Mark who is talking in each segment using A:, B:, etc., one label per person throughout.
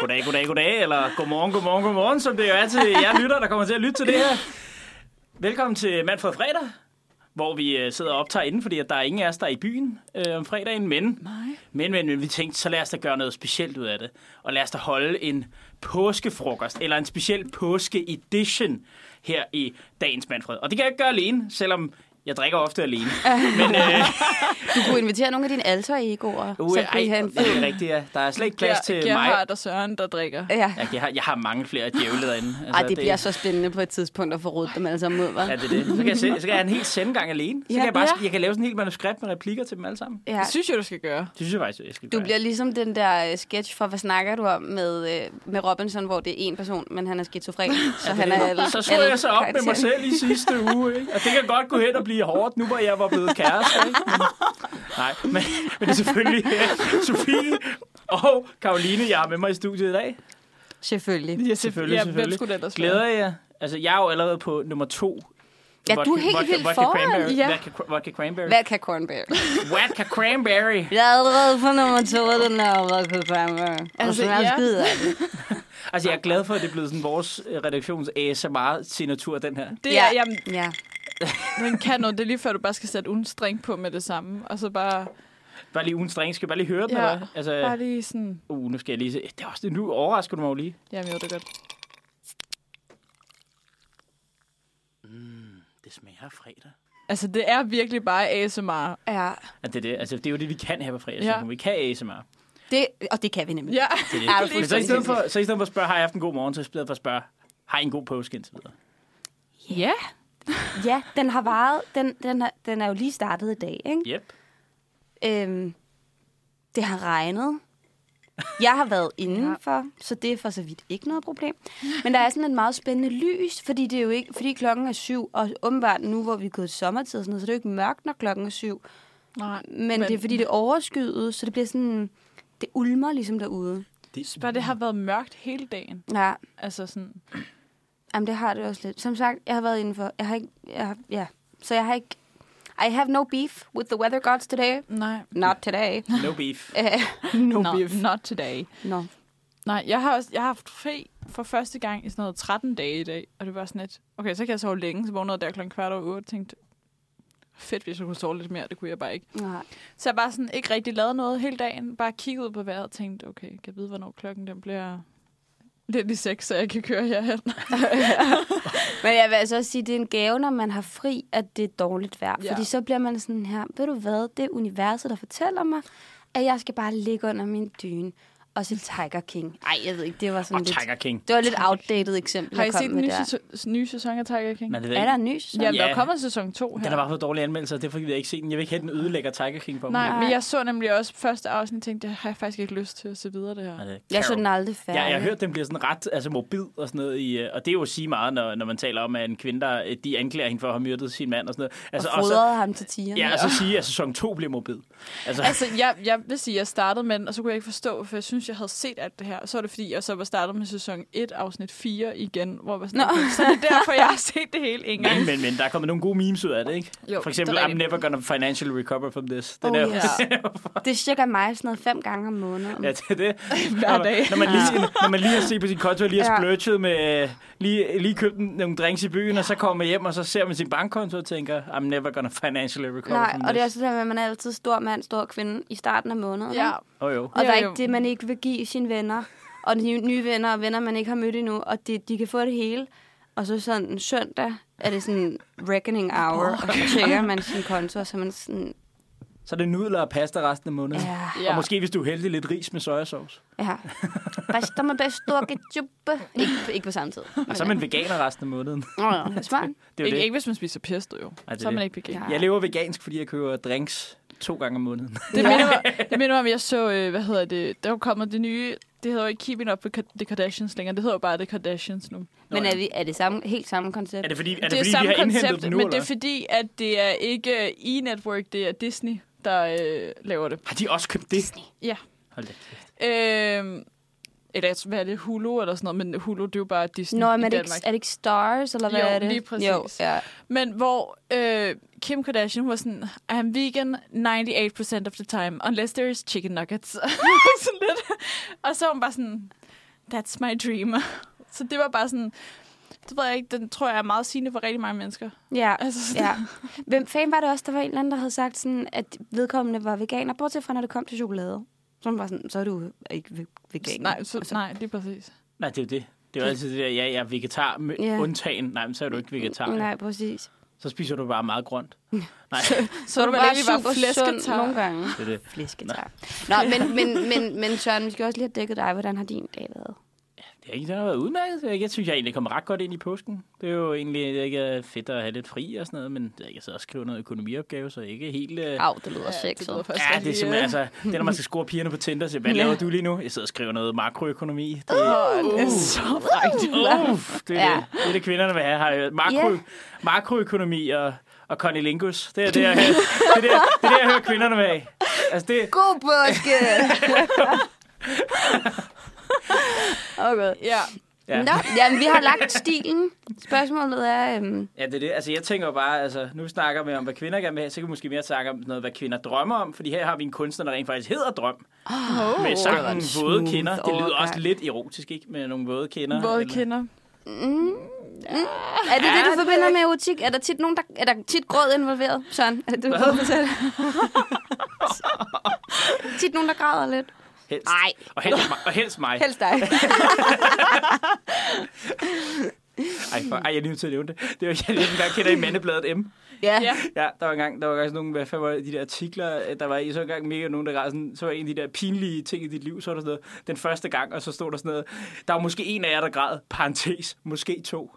A: goddag, goddag, goddag, eller godmorgen, godmorgen, godmorgen, som det jo er til jer lytter, der kommer til at lytte til det her. Velkommen til Manfred Fredag, hvor vi øh, sidder og optager inden, fordi at der er ingen af os, der er i byen øh, om fredagen, men,
B: Nej.
A: men, men, men vi tænkte, så lad os da gøre noget specielt ud af det, og lad os da holde en påskefrokost, eller en speciel påske-edition her i dagens Manfred. Og det kan jeg ikke gøre alene, selvom jeg drikker ofte alene. men, øh,
B: Du kunne invitere nogle af dine alter egoer.
A: Uh,
B: så kunne
A: ej,
B: I have en
A: det er rigtigt, ja. Der er slet ikke plads til mig.
C: Gerhard og Søren, der drikker.
B: Ja.
A: Ja, jeg, har, jeg har mange flere djævle derinde. Altså,
B: Ej, det bliver så spændende på et tidspunkt at få rodet dem alle sammen ud, hva'?
A: Ja, det er det. Så kan jeg, se, så kan jeg have en helt sendgang alene. Så
B: Ja,
A: kan jeg, bare,
B: ja.
A: jeg kan lave sådan en helt manuskript med replikker til dem alle sammen.
B: Ja.
C: Det synes jeg, du skal gøre.
A: Det synes jeg faktisk, jeg skal
B: Du
A: gøre.
B: bliver ligesom den der øh, sketch for, hvad snakker du om med, øh, med Robinson, hvor det er en person, men han er skizofren. Så han er alle,
A: så slog
B: alle
A: jeg så op med mig
B: karaktererne.
A: selv i sidste uge, ikke? Og det kan godt gå hen og blive hårdt, nu hvor jeg var blevet kæreste, ikke? Men, nej, men, men det er selvfølgelig uh, Sofie og Karoline, jeg har med mig i studiet i dag.
B: Selvfølgelig.
C: Ja,
A: selvfølgelig,
C: ja, Hvem
A: selvfølgelig.
C: skulle det ellers
A: Glæder jeg jer? Altså, jeg er jo allerede på nummer to.
B: Ja, du er helt
A: Vodka-
B: vildt
A: vodka
B: foran,
A: cranberry.
C: ja.
A: Vodka, vodka cranberry.
B: Hvad kan Cornberry?
A: Vodka cranberry.
B: Jeg er allerede på nummer to af den her Vodka Cornberry.
C: Altså,
B: Altså, og
C: ja.
B: ja. skider.
A: Altså, jeg er glad for, at det er blevet sådan vores øh, redaktions ASMR-signatur, den her.
C: Det er, ja. jamen,
B: ja.
C: man kan noget. Det er lige før, du bare skal sætte ugen streng på med det samme. Og så bare,
A: Bare lige ugen streng. Skal vi bare lige høre den,
C: Ja.
A: eller hvad? Altså,
C: bare lige sådan...
A: uh, nu skal jeg lige se. Det er også, nu overrasker du mig jo lige.
C: Jamen, jeg ved det godt.
A: Det smager af fredag.
C: Altså, det er virkelig bare ASMR.
B: ja.
A: Ja, det, er det. Altså, det er jo det, vi kan her på fredag.
C: Ja.
A: Ja. Vi kan ASMR.
B: Det, og det kan vi nemlig.
C: Ja.
A: Det er det.
B: Ja,
A: Men så, i stedet
B: fuldstændig.
A: for, så i stedet for at spørge, har jeg haft en god morgen, så i stedet for at spørge, har I en god påske indtil videre?
C: Ja.
B: Ja, den har varet. Den, den, har, den er jo lige startet i dag, ikke?
A: Yep.
B: Øhm, det har regnet. Jeg har været indenfor, så det er for så vidt ikke noget problem. Men der er sådan en meget spændende lys, fordi det er jo ikke, fordi klokken er syv, og åbenbart nu, hvor vi er gået i sommertid, og sådan noget, så det er jo ikke mørkt, når klokken er syv.
C: Nej,
B: Men, Men det er fordi, det er overskyet, så det bliver sådan, det ulmer ligesom derude.
A: Det,
C: Bare det har været mørkt hele dagen.
B: Ja,
C: Altså sådan...
B: jamen det har det også lidt. Som sagt, jeg har været indenfor. Jeg har ikke, jeg har, ja. Så jeg har ikke, I have no beef with the weather gods today.
C: Nej.
B: Not today.
A: no beef.
B: Uh,
C: No, no beef. Not today.
B: no.
C: Nej, jeg har, også, jeg har haft fri for første gang i sådan noget 13 dage i dag, og det var sådan lidt, okay, så kan jeg sove længe, så vågnede jeg der klokken kvart over otte og tænkte, fedt, hvis jeg kunne sove lidt mere, det kunne jeg bare ikke.
B: Nej.
C: Så jeg bare sådan ikke rigtig lavede noget hele dagen, bare kiggede ud på vejret og tænkte, okay, kan jeg vide, hvornår klokken den bliver lidt i seks, så jeg kan køre herhen.
B: Men jeg vil altså også sige, at det er en gave, når man har fri, at det er dårligt vejr.
C: Ja.
B: Ja. Fordi så bliver man sådan her, ved du hvad, det er universet, der fortæller mig, at jeg skal bare ligge under min dyne og se Tiger King. Nej, jeg ved ikke, det var sådan
A: Og
B: lidt...
A: Tiger King.
B: Det var et lidt outdated eksempel,
C: Har I
B: jeg kom
C: set den
B: med
C: nye,
B: der.
C: sæson, nye sæson af Tiger King?
A: Man ved
B: Er
A: ikke.
B: der en ny sæson?
C: Jamen, der
A: Ja.
C: er kommet sæson 2 her.
A: Den har bare fået dårlige anmeldelser, og det er fordi, jeg ikke set den. Jeg vil ikke have den ødelægger Tiger King på mig.
C: Nej,
B: Nej.
C: men jeg så nemlig også første afsnit og tænkte, det har jeg faktisk ikke lyst til at se videre det her.
A: Nej, det er
B: Jeg så
A: Carol.
B: den aldrig
A: Ja,
B: færdig.
A: jeg har hørt, den bliver sådan ret altså, morbid og sådan noget. I, øh, og det er jo at sige meget, når, når man taler om, at en kvinde, der, øh, de anklager hende for at have myrdet sin mand og sådan noget. Altså,
B: og
A: så,
B: fodrede ham til tigerne.
A: ja, og så sige, at sæson 2 bliver morbid. Altså, altså
C: Altså, jeg, jeg vil sige, at jeg startede med den, og så kunne jeg ikke forstå, for jeg synes, jeg havde set alt det her. Og så var det, fordi jeg så var startet med sæson 1, afsnit 4 igen, hvor jeg var sådan,
B: Nå.
C: okay, så det er derfor, jeg har set det hele en gang.
A: men, men, men der er kommet nogle gode memes ud af det, ikke?
C: Jo,
A: For eksempel,
C: det er
A: I'm
C: rigtigt.
A: never gonna financially recover from this. Den
B: Oh,
A: er,
B: yes. Det er cirka mig sådan noget fem gange om måneden.
A: ja, det er det.
C: Hver
A: Når man-
C: dag.
A: Når man, lige, når man lige har set på sin konto, og lige har
B: Ja.
A: splurget med, øh, lige, lige købt nogle drinks i byen, og så kommer man hjem, og så ser man sin bankkonto og tænker, I'm never gonna financially recover
B: Nej,
A: from
B: og det
A: this.
B: er også det der med, at man er altid stor mand, stor kvinde i starten af måneden.
C: Ja,
B: ikke?
A: Oh, jo.
B: Og
C: Jo,
B: der er
C: jo.
B: ikke det, man ikke vil give sine venner. Og de nye venner og venner, man ikke har mødt endnu. Og de, de kan få det hele. Og så sådan en søndag er det sådan reckoning hour. Og så tjekker man sin konto, og så er man sådan...
A: Så er det nudler og pasta resten af måneden.
B: Ja,
C: Ja.
A: Og måske, hvis du er heldig, lidt ris med sojasauce.
B: ja. Basta med basta og ketchup. Ikke, ikke på samme tid.
A: Og så er man veganer resten af måneden.
B: Nå, ja, det er
A: Det
B: smart.
A: er jo
C: ikke,
A: det.
C: ikke hvis man spiser pesto, jo.
A: det er
C: så er man
A: det.
C: ikke vegan.
B: Ja.
A: Jeg lever vegansk, fordi jeg køber drinks to gange om måneden.
C: Det minder, mig, det minder mig om, at jeg så, øh, hvad hedder det, der var kommet det nye, det hedder jo ikke Keeping Up with Ka- The Kardashians længere, det hedder jo bare The Kardashians nu.
B: Men er, vi, er det samme, helt samme koncept?
A: Er det fordi, er det
C: det er
A: fordi
C: samme
A: vi har indhentet
C: koncept,
A: den nu,
C: men det
A: eller?
C: er fordi, at det er ikke øh, E-Network, det er Disney, der øh, laver det.
A: Har de også købt det?
C: Ja.
A: Hold da.
C: Øhm, eller jeg tror, hvad er det? Hulu eller sådan noget, men Hulu, det er jo bare Disney
B: Nå,
C: i
B: men er det, ikke,
C: Danmark.
B: er det ikke Stars, eller hvad
C: Jo,
B: er det?
C: lige præcis.
B: Jo, ja.
C: Men hvor øh, Kim Kardashian hun var sådan, I am vegan 98% of the time, unless there is chicken nuggets. sådan lidt. Og så var hun bare sådan, that's my dream. så det var bare sådan, det ved jeg ikke, den tror jeg er meget sigende for rigtig mange mennesker.
B: Ja,
C: Altså, sådan-
B: ja. Hvem fanden var det også, der var en eller anden, der havde sagt, sådan, at vedkommende var veganer, bortset fra, når det kom til chokolade. Så var sådan, så er du ikke ve- veganer. Altså,
C: Nej, så,
B: Og
C: nej, lige præcis.
A: Nej, det er jo det. Det er jo altid det der, ja, jeg er vegetar, med
B: Ja.
A: undtagen. Nej, men så er du ikke vegetar.
B: Nej, præcis.
A: Så spiser du bare meget grønt. Nej,
C: Så var det bare lige var flæsketar.
B: nogle gange.
A: det er det.
B: Flæsketar. Nå, men, men, men, men Søren, vi skal også lige have dækket dig. Hvordan har din dag været?
A: Det er ikke, den har været udmærket. Jeg synes, jeg egentlig kommer ret godt ind i påsken. Det er jo egentlig ikke fedt at have lidt fri og sådan noget, men jeg kan så også skrive noget økonomiopgave, så ikke helt... øh,
B: Au,
C: Ja,
B: det lyder
C: det lyder
B: sexet.
C: først
A: Ja, det er
C: lige,
A: simpelthen,
C: øh,
A: altså, det er, når man skal score pigerne på Tinder, så hvad laver du lige nu? Jeg sidder og skriver noget makroøkonomi. Det,
C: Åh, det er så frækt.
A: Uff, det, er
B: Ja.
A: det, det er det, kvinderne vil have, har jeg hørt. Makro,
B: Ja.
A: makroøkonomi og, og conilingus. Det er det, jeg, hører- det, er det, jeg- det, er det, jeg hører kvinderne vil have. Altså, det,
B: God påske! okay.
C: Ja,
B: Ja.
A: ja.
B: Nå, jamen, vi har lagt stilen. Spørgsmålet er, øhm,
A: ja, det er det. Altså, jeg tænker jo bare, altså, nu snakker vi om, hvad kvinder gerne vil have, så kan vi måske mere snakke om noget, hvad kvinder drømmer om, fordi her har vi en kunstner, der rent faktisk hedder Drøm,
C: oh,
A: med
B: det var
A: sangen
B: en
A: Våde
B: smooth
A: Kinder. Det lyder også
B: overgang.
A: lidt erotisk, ikke? Med nogle våde kinder.
C: våde
A: Eller-
C: kinder.
B: er det det,
A: Ja,
B: du forbinder med erotik? Er der tit, nogen, der, er der tit gråd involveret, Søren? Er det, du fortælle? tit nogen, der græder lidt.
A: Helst.
B: Nej.
A: Og helst, mig- og helst mig.
B: Helst dig.
A: Ej, for, ej, jeg er lige nødt til at nævne det. Det var, jeg lige engang kender i mandebladet M.
B: Ja.
C: Ja.
A: Ja, der var engang, der var faktisk nogle, hvad fanden var det, de der artikler, øh, der var i så engang mega nogen, der græd sådan, så var en af de der pinlige ting i dit liv, så var der sådan noget, den første gang, og så stod der sådan noget, der var måske en af jer, der græd, parentes, måske to.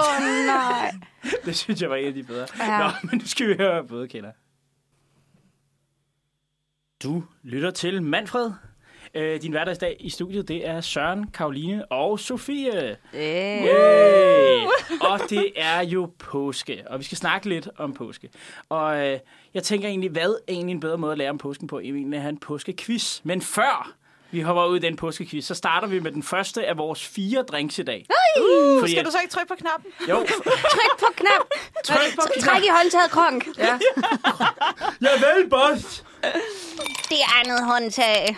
B: Åh, oh, nej.
A: Det synes jeg var en af de bedre.
B: Ja.
A: Nå, men nu skal vi høre, hvad både kender. Du lytter til Manfred. Øh, din hverdagsdag i studiet, det er Søren, Karoline og Sofie.
B: Yeah.
A: Yay! Og det er jo påske, og vi skal snakke lidt om påske. Og øh, jeg tænker egentlig, hvad er egentlig en bedre måde at lære om påsken på, end egentlig at have en påskequiz. Men før vi hopper ud i den påskequiz, så starter vi med den første af vores fire drinks i dag.
C: Uh,
A: Fordi
C: skal
A: at-
C: du så ikke trykke på knappen?
A: Jo,
B: Tryk på knap.
A: tryk på
B: Træk i håndtaget, kronk.
A: Ja. ja, vel, boss!
B: Det er andet håndtag.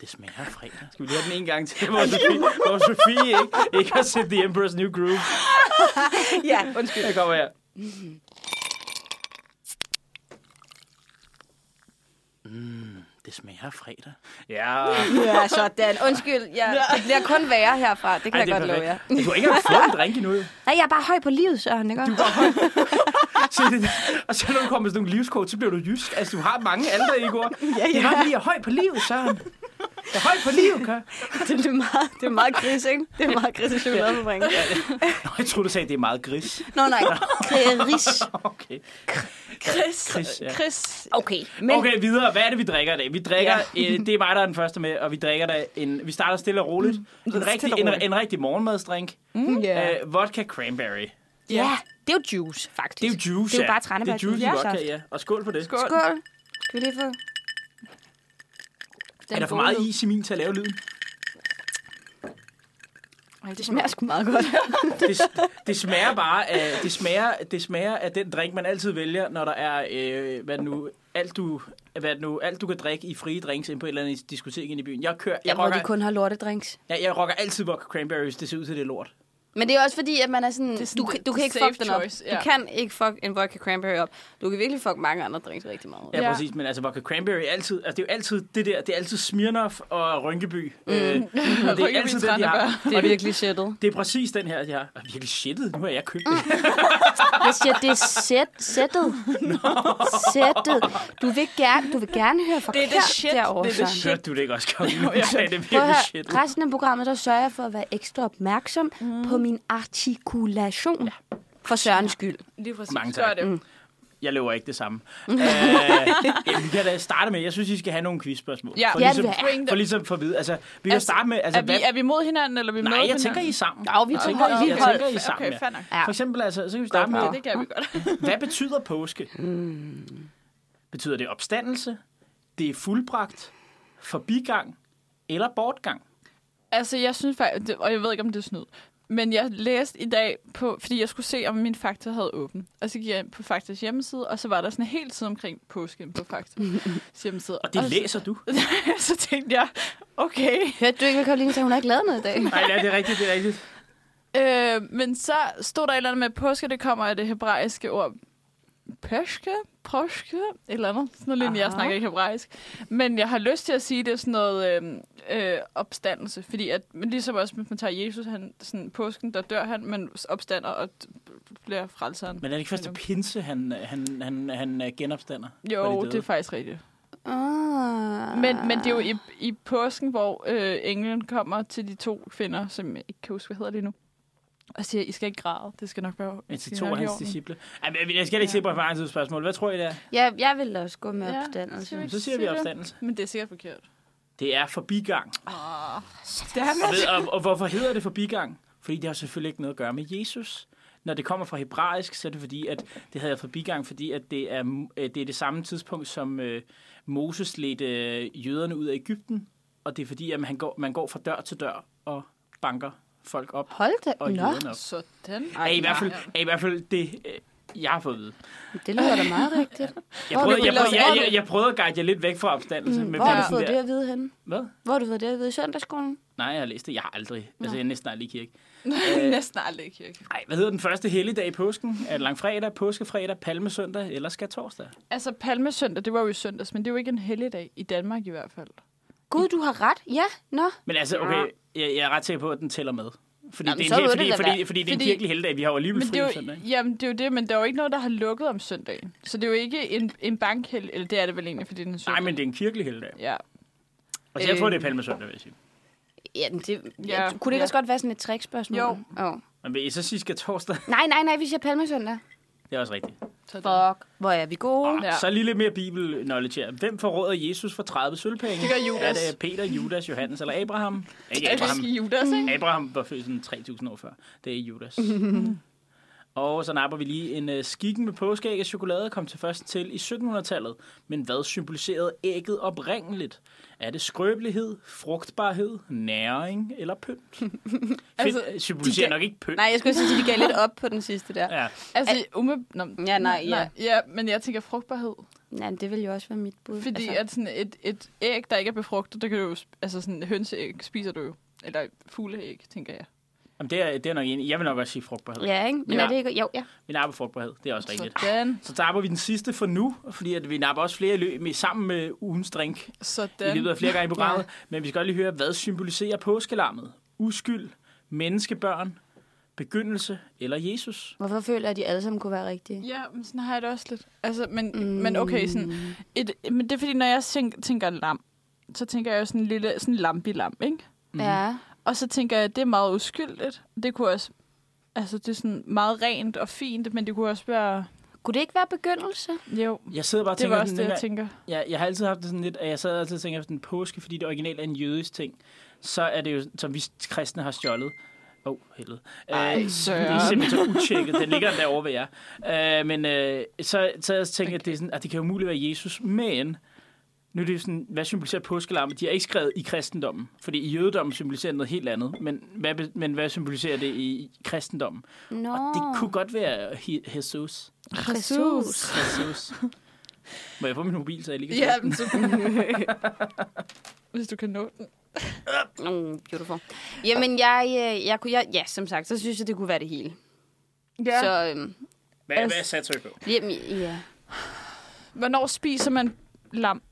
A: Det smager af fredag. Skal vi lige have den en gang til, hvor Sofie, hvor Sofie ikke, ikke har set The Emperor's New Groove?
B: Ja.
A: Undskyld, jeg kommer her. Mm, det smager af fredag. Ja.
B: Ja, sådan. Undskyld, jeg, det bliver kun værre herfra. Det kan
A: Ej,
B: jeg
A: det er
B: godt love jer.
A: perfekt. Du har ikke engang fået en drink endnu. jo.
B: Nej, jeg er bare høj på livet, Søren, ikke? også?
A: Så det, og så når du kommer med sådan nogle livskort, så bliver du jysk. Altså, du har mange alder, Igor. Ja, ja. Det er nok, fordi jeg er høj på livet, Søren. Jeg er høj på livet, kør.
B: Det er meget, det er meget gris, ikke? Det er meget gris i chokoladefabrikken.
A: Nå, jeg troede, du sagde, at det er meget gris.
B: Nå, nej. Gris.
A: Okay.
C: Chris.
A: Chris, ja.
C: Chris.
B: Okay.
A: Men... Okay, videre. Hvad er det, vi drikker i dag? Vi drikker, ja. øh, det er mig, der er den første med, og vi drikker da en, vi starter stille og roligt. En rigtig,
C: og roligt.
A: en, en rigtig morgenmadsdrink.
C: Mm.
B: Ja.
A: Øh, vodka cranberry.
B: ja, det er jo juice, faktisk.
A: Det er jo juice,
B: Det er jo
A: ja.
B: bare trænebær.
A: Det er juice i vodka, ja. Og skål for det. Skål.
B: Skål. Skal vi lige få... Den
A: Er der for
B: gode
A: meget
B: lyd.
A: is i min til at lave lyden?
C: Ej,
B: Det smager sgu meget godt.
A: Det, det, smager bare af, det, smager, det smager af den drink, man altid vælger, når der er, øh, hvad det nu, alt du, hvad det nu, alt du kan drikke i frie drinks ind på et eller andet diskotek inde i byen. Jeg kører, jeg,
B: Jeg
A: jeg,
B: må de
A: rocker,
B: kun har lortedrinks.
A: jeg, jeg rocker altid vodka cranberries, det ser ud til det er lort.
B: Men det er også fordi, at man er sådan,
C: er
B: er
C: sådan
B: sådan du, kan- du kan
C: the
B: ikke
C: safe
B: fuck den op.
C: choice,
B: Du
C: ja.
B: kan ikke fuck en vodka cranberry op. Du kan virkelig fuck mange andre drinks rigtig meget. op.
A: Ja,
C: Ja.
A: ja, præcis. Men altså, vodka cranberry er altid... Altså, det er jo altid det der... Det er altid Smirnoff og Rynkeby. Mm. Øh, og det
C: Rynkeby
A: er altid den, de har.
B: Det er virkelig shitet.
A: Det er præcis den her, de har. Og virkelig shitet. Nu har jeg
B: Mm.
A: købt det.
B: Jeg siger, det er sæt, sættet. Sættet. Du vil gerne, du vil gerne høre forkert
C: det shit.
B: derovre,
C: Det er det
B: Søren.
A: Hørte du det ikke også, Karoline?
C: Jo, ja.
A: Du sagde, det er
B: Prøv at
A: virkelig
B: høre,
A: shitet.
B: resten af programmet, der sørger jeg for at være ekstra opmærksom mm. på min artikulation. Ja. For Sørens skyld.
C: Lige præcis.
A: Mange
C: Gør
A: tak.
C: det.
A: Jeg løber ikke det samme. øh, jamen, vi kan da starte med... Jeg synes, I skal have nogle quizspørgsmål.
C: Ja.
A: for,
B: Ja,
A: ligesom,
B: det vil
C: jeg.
A: for ligesom for at vide. Altså, vi kan
C: Altså,
A: starte med... Altså,
C: Er vi,
A: hvad-
C: er vi mod hinanden, eller er vi med
A: Nej, jeg
C: hinanden?
A: tænker, I er sammen.
B: Ja, vi
A: Jeg
B: to
A: tænker,
B: hold, vi
A: jeg
B: hold.
A: tænker, I er sammen,
C: Okay,
A: ja.
C: fair nok.
B: Ja.
A: For eksempel, altså, så kan vi starte
B: Godt.
A: med,
C: Ja, det kan vi godt.
A: Hvad betyder påske? Mm. Betyder det opstandelse? Det er fuldbragt? Forbigang? Eller bortgang?
C: Altså, jeg synes faktisk, det- og jeg ved ikke, om det er snyd. Men jeg læste i dag, på, fordi jeg skulle se, om min Fakta havde åben. Og så gik jeg ind på Faktas hjemmeside, og så var der sådan en hel side omkring påsken på Faktas hjemmeside.
A: Og det læser du?
C: så, så tænkte jeg, okay.
B: Hørte du ikke, hvad Karoline sagde? Hun har ikke lavet noget i dag.
A: Nej, ja, det er rigtigt, det er rigtigt.
C: Øh, men så stod der et eller andet med, at påske det kommer af det hebraiske ord pøske, påske, et eller andet. Sådan noget lignende, jeg
B: Aha.
C: snakker ikke hebraisk. Men jeg har lyst til at sige, det er sådan noget øh, øh, opstandelse. Fordi at, men ligesom også, hvis man tager Jesus, han, sådan, påsken, der dør han, men opstander og t- bliver frelseren.
A: Men er det ikke først til pinse, han, øh, han, han, han øh, genopstander? for de
C: Jo,
A: døde?
C: det er faktisk rigtigt.
B: Ah.
C: Men, men det er jo i, i påsken, hvor øh, englen kommer til de to kvinder, som jeg ikke kan huske, hvad hedder det nu, og siger, I skal ikke græde, det skal nok være...
A: Men til
C: det
A: to
C: skal nok
A: af
C: være i
A: hans
C: orden."
A: disciple. Ej, men jeg skal ikke se på erfaringens spørgsmål. Hvad tror I, det er?
B: Ja, jeg vil også gå med
C: Ja,
B: opstandelse.
C: det er
A: Så siger vi
C: Sikkert.
A: opstandelse.
C: Men det er sikkert forkert.
A: Det er forbigang.
C: Oh,
A: Og, ved, og, og hvorfor hedder det forbigang? Fordi det har selvfølgelig ikke noget at gøre med Jesus. Når det kommer fra hebraisk, så er det fordi, at det havde jeg forbigang, fordi at det er øh, det, er det samme tidspunkt, som øh, Moses ledte øh, jøderne ud af Ægypten. Og det er fordi, at man går, man går fra dør til dør og banker folk op
B: Hold da.
A: og
B: Nå,
A: jøderne op.
C: Sådan.
A: Er i, hvert fald,
C: ja.
A: er i hvert fald det, øh, jeg har fået at vide.
B: det lyder da meget rigtigt.
A: Jeg
B: Hvor har
A: prøvede,
B: du
A: jeg,
B: fået-
A: prøvede, jeg,
B: hvor har
A: jeg, jeg prøvede at guide jer lidt væk fra opstandelse.
B: Mm,
A: men
B: Hvor har
A: blev
B: du
A: sådan
B: fået
A: der-
B: det at vide henne?
A: Hvad?
B: Hvor har du fået det at vide i søndagsskolen?
A: Nej, jeg har læst det. Jeg har aldrig. Altså, jeg er næsten aldrig i kirke. øh,
C: Næsten aldrig i kirke.
A: Nej, hvad hedder den første helligdag i påsken? Er det langfredag, påskefredag, palmesøndag eller skal torsdag?
C: Altså, palmesøndag, det var jo i søndags, men det er jo ikke en helligdag i Danmark i hvert fald.
B: Gud, du har ret. Ja, nå.
A: Men altså, okay, jeg, jeg er ret sikker på, at den tæller med. Fordi,
B: Jamen,
A: det, er
B: så
A: en, hel-
B: må det
A: fordi,
B: da
A: fordi,
B: være.
A: fordi det er en
C: Fordi-
A: kirkelig helligdag, vi har jo alligevel
C: Men
A: fri
C: det,
A: om
C: er jo,
A: søndag.
C: jamen, det er jo det, men der er jo ikke noget, der har lukket om søndagen. Så det er jo ikke en, en bankhel, eller det er det vel egentlig, fordi den er søndag.
A: Nej, men det er en kirkelig helligdag.
C: Ja.
A: Altså, jeg tror,
C: Øh.
A: det er palmesøndag, vil jeg sige.
B: Ja, men det, ja,
C: Ja,
B: kunne det ikke
C: ja.
B: også godt være sådan et trickspørgsmål?
C: Jo.
B: Oh.
A: Men vil I så sige skal torsdag?
B: Nej, nej, nej, vi siger palmesøndag.
A: Det er også rigtigt. Ah,
C: Sådan.
B: Fuck, hvor er vi gode.
C: Ja.
A: Så lige lidt mere bibel-knowledge her. Hvem forråder Jesus for 30 sølvpenge?
C: Det gør Judas.
A: Er det Peter, Judas, Johannes eller Abraham? Ikke
C: Er det
A: Abraham.
C: ikke Judas, ikke?
A: Abraham var født sådan 3.000 år før. Det er Judas. og så napper vi lige en uh, skikken med påskeæg og chokolade kom til først til i 1700-tallet. Men hvad symboliserede ægget oprindeligt? Er det skrøbelighed, frugtbarhed, næring eller pynt? altså,
C: Altså,
A: Fedt, symboliserer
C: de-
A: nok ikke pynt.
B: Nej, jeg skulle også sige, at de gav lidt op på den sidste der.
A: Ja.
C: Altså, ume... Nå,
B: Ja, nej, ja.
C: ja. men jeg tænker frugtbarhed.
B: Nej, men det ville jo også være mit bud.
C: Fordi altså. at sådan et, et æg, der ikke er befrugtet, det kan du jo... sp- Altså sådan hønseæg spiser du jo. Eller fugleæg, tænker jeg.
A: Jamen, det, er, det er nok en. Jeg vil nok også sige frugtbarhed.
B: Ja, ikke? Men
A: Ja.
B: er det ikke... Jo, ja.
A: Vi napper frugtbarhed. Det er også rigtigt.
C: Sådan.
A: Så tapper vi den sidste for nu, fordi at vi napper også flere i løb med, sammen med ugens drink. i løbet
C: Sådan.
A: af flere gange i programmet. Men vi skal godt lige høre, hvad symboliserer påskelammet? Uskyld, menneskebørn, begyndelse eller Jesus?
B: Hvorfor føler jeg, at de alle sammen kunne være rigtige?
C: Ja, men sådan har jeg det også lidt. Altså, men, mm. men okay, sådan... Et, men det er fordi, når jeg tænker, tænker lam, så tænker jeg jo sådan en lille sådan lambi-lam, ikke?
B: Mm. Ja.
C: Og så tænker jeg, at det er meget uskyldigt. Det kunne også... Altså, det er sådan meget rent og fint, men det kunne også være...
B: Kunne det ikke være begyndelse?
C: Jo,
A: Jeg sidder bare og
C: det
A: tænker,
C: var også det,
A: den
C: jeg
A: her-
C: tænker.
A: jeg, jeg har altid haft det sådan lidt, at jeg sad altid og tænkte efter en påske, fordi det originalt er en jødisk ting. Så er det jo, som vi kristne har stjålet. Åh, oh, helvede.
C: Ej,
A: Øh,
C: Søren.
A: Det er simpelthen så utjekket. Den ligger derovre ved jer. Øh, men øh, så, så jeg tænker, okay. at det, er sådan, at det kan jo muligt være Jesus, men nu er det jo sådan, hvad symboliserer påskelammet? De er ikke skrevet i kristendommen, fordi i jødedommen symboliserer det noget helt andet. Men hvad, be- men hvad symboliserer det i, i kristendommen?
B: Nå.
A: Og det kunne godt være he- Jesus.
B: Jesus.
A: Jesus. Må jeg få min mobil, så jeg lige kan se
C: Ja, men så... Hvis du kan nå den.
B: Mm, beautiful. Jamen, jeg, øh, jeg, kunne, jeg, ja, som sagt, så synes jeg, det kunne være det hele.
C: Ja. Så.
B: Så, øhm,
A: Hvad,
C: Altså-
A: hvad satser I på?
B: jamen, ja.
C: Hvornår spiser man lam?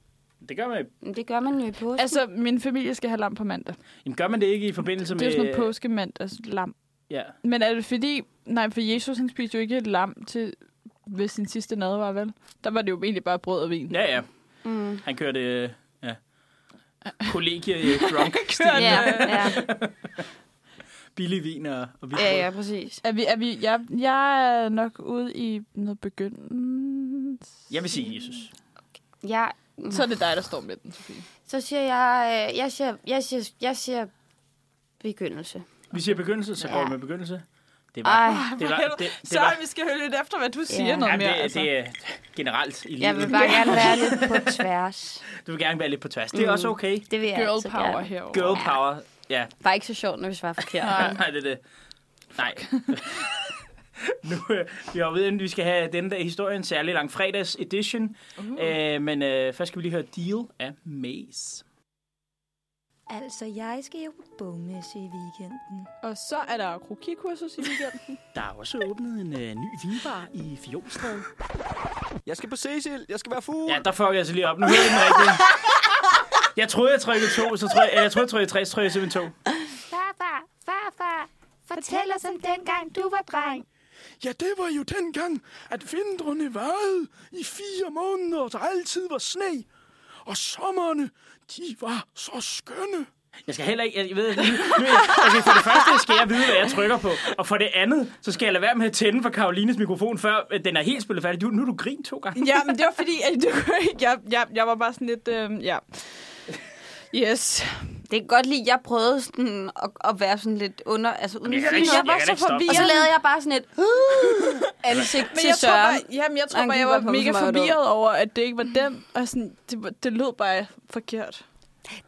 A: Det gør man,
B: Men det gør man jo i påsken.
C: Altså, min familie skal have lam på mandag.
A: jamen, gør man det ikke i forbindelse
C: Det er
A: med...
C: jo sådan noget påskemandags lam.
A: Ja.
C: Men er det fordi... Nej, for Jesus han spiste jo ikke et lam til ved sin sidste nadvar, vel? Der var det jo egentlig bare brød og vin.
A: ja, ja. Mm. Han kørte... øh, Ja. Kollegie øh, drunk.
C: Kørte.
B: ja, ja,
A: Billig vin og, og vildt
B: ja,
A: brød.
B: ja, præcis.
C: Er vi, er vi, jeg, jeg er nok ude i noget begyndelse.
A: Jeg vil sige Jesus.
B: Jeg,
C: Så er det dig, der står med den, Sofie.
B: så siger jeg, øh, jeg siger, jeg siger, jeg siger begyndelse.
A: Vi siger begyndelse, så går
B: Ja.
A: vi med begyndelse. Det var...
B: Ej,
A: det var... Det, det
C: Så
A: var
C: vi skal høre lidt efter, hvad du siger
B: Ja.
C: noget
A: Jamen,
C: mere.
A: det,
C: altså.
A: det er generelt i livet.
B: jeg vil bare gerne være lidt på tværs.
A: Du vil gerne være lidt på tværs. Det er
C: Mm.
A: også okay.
B: Det vil jeg
C: Girl
B: altid
C: power
B: gerne.
C: herovre.
A: Girl power. Ja,
B: Bare ikke så sjovt, når vi svarer forkert.
A: nej, det er det. Nej. nu øh, vi er ved, at vi skal have denne dag i historien, særlig lang fredags edition. Uh. Øh, men øh, først skal vi lige høre Deal af Maze.
D: Altså, jeg skal jo på bogmesse i weekenden.
C: Og så er der krokikursus i weekenden.
A: Der er også åbnet en øh, ny vinbar i Fjolstræde.
E: Jeg skal på Cecil. Jeg skal være fugl.
A: Ja, der fucker jeg så lige op. Nu hører jeg den rigtigt. Jeg troede, jeg trykkede to, så tror jeg, eller jeg troede, jeg trykkede tre, så tror jeg simpelthen to.
D: Farfar, farfar, fortæl os om dengang du var dreng.
E: Ja, det var jo dengang, at vintrene varede i fire måneder, og der altid var sne. Og sommerne, de var så skønne.
A: Jeg skal heller ikke, jeg ved, nu, nu, okay, for det første skal jeg vide, hvad jeg trykker på, og for det andet, så skal jeg lade være med at tænde for Karolines mikrofon, før øh, den er helt spillet færdig. Du, nu er du grin to gange.
C: ja, men det var fordi, at du, jeg, jeg, jeg var bare sådan lidt, øh, ja. Yes.
B: Det kan godt lide, jeg prøvede sådan at, at være sådan lidt under... Altså, uden
A: jeg kan
B: at
A: da
B: sige
A: ikke-
B: noget.
C: Jeg var
A: kan da
C: så
A: ikke stoppe.
B: og så
C: forvirret.
B: lavede jeg bare sådan et ansigt
C: Men
B: til
C: jeg tror,
B: Søren.
C: bare, jamen, jeg tror
B: Han
C: bare,
B: gik
C: jeg var
B: bare på,
C: mega
B: som var død.
C: forvirret over, at det ikke var den. Og sådan, det, var- det lød bare forkert.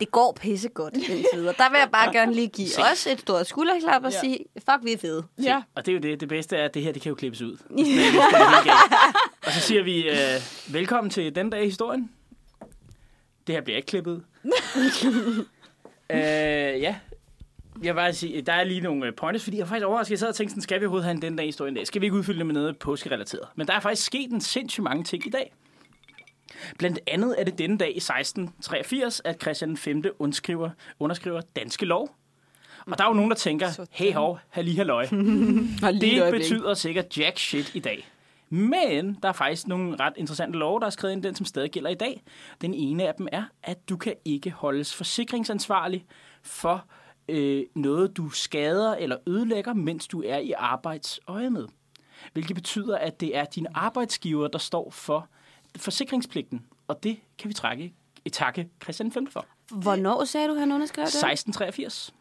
B: Det går pisse godt indtil videre. Der vil jeg bare gerne lige give os et stort skulderklap og
C: Ja.
B: sige, fuck, vi er fede.
C: Ja.
A: Og det er jo det. Det bedste er, at det her, det kan jo klippes ud. Hvis det er- hvis det er helt galt. og så siger vi, øh, velkommen til den dag i historien. Det her bliver ikke klippet. ud. øh, ja. Jeg vil bare sige, der er lige nogle øh, pointers, fordi jeg er faktisk overrasket. Jeg sad og tænkte, sådan, skal vi overhovedet have en den dag i historien i dag? Skal vi ikke udfylde det med noget påskerelateret? Men der er faktisk sket en sindssygt mange ting i dag. Blandt andet er det denne dag i 1683, at Christian V underskriver, underskriver danske lov. Og der er jo nogen, der tænker, hey hov, halli halløj.
B: Og lige et
A: Det
B: øjeblik.
A: betyder sikkert jack shit i dag. Men der er faktisk nogle ret interessante love, der er skrevet ind, i den som stadig gælder i dag. Den ene af dem er, at du kan ikke holdes forsikringsansvarlig for øh, noget, du skader eller ødelægger, mens du er i arbejdsøjemed. Hvilket betyder, at det er dine arbejdsgiver, der står for forsikringspligten. Og det kan vi trække, takke Christian V for.
B: Hvornår sagde du, han underskrev det?
A: 1683.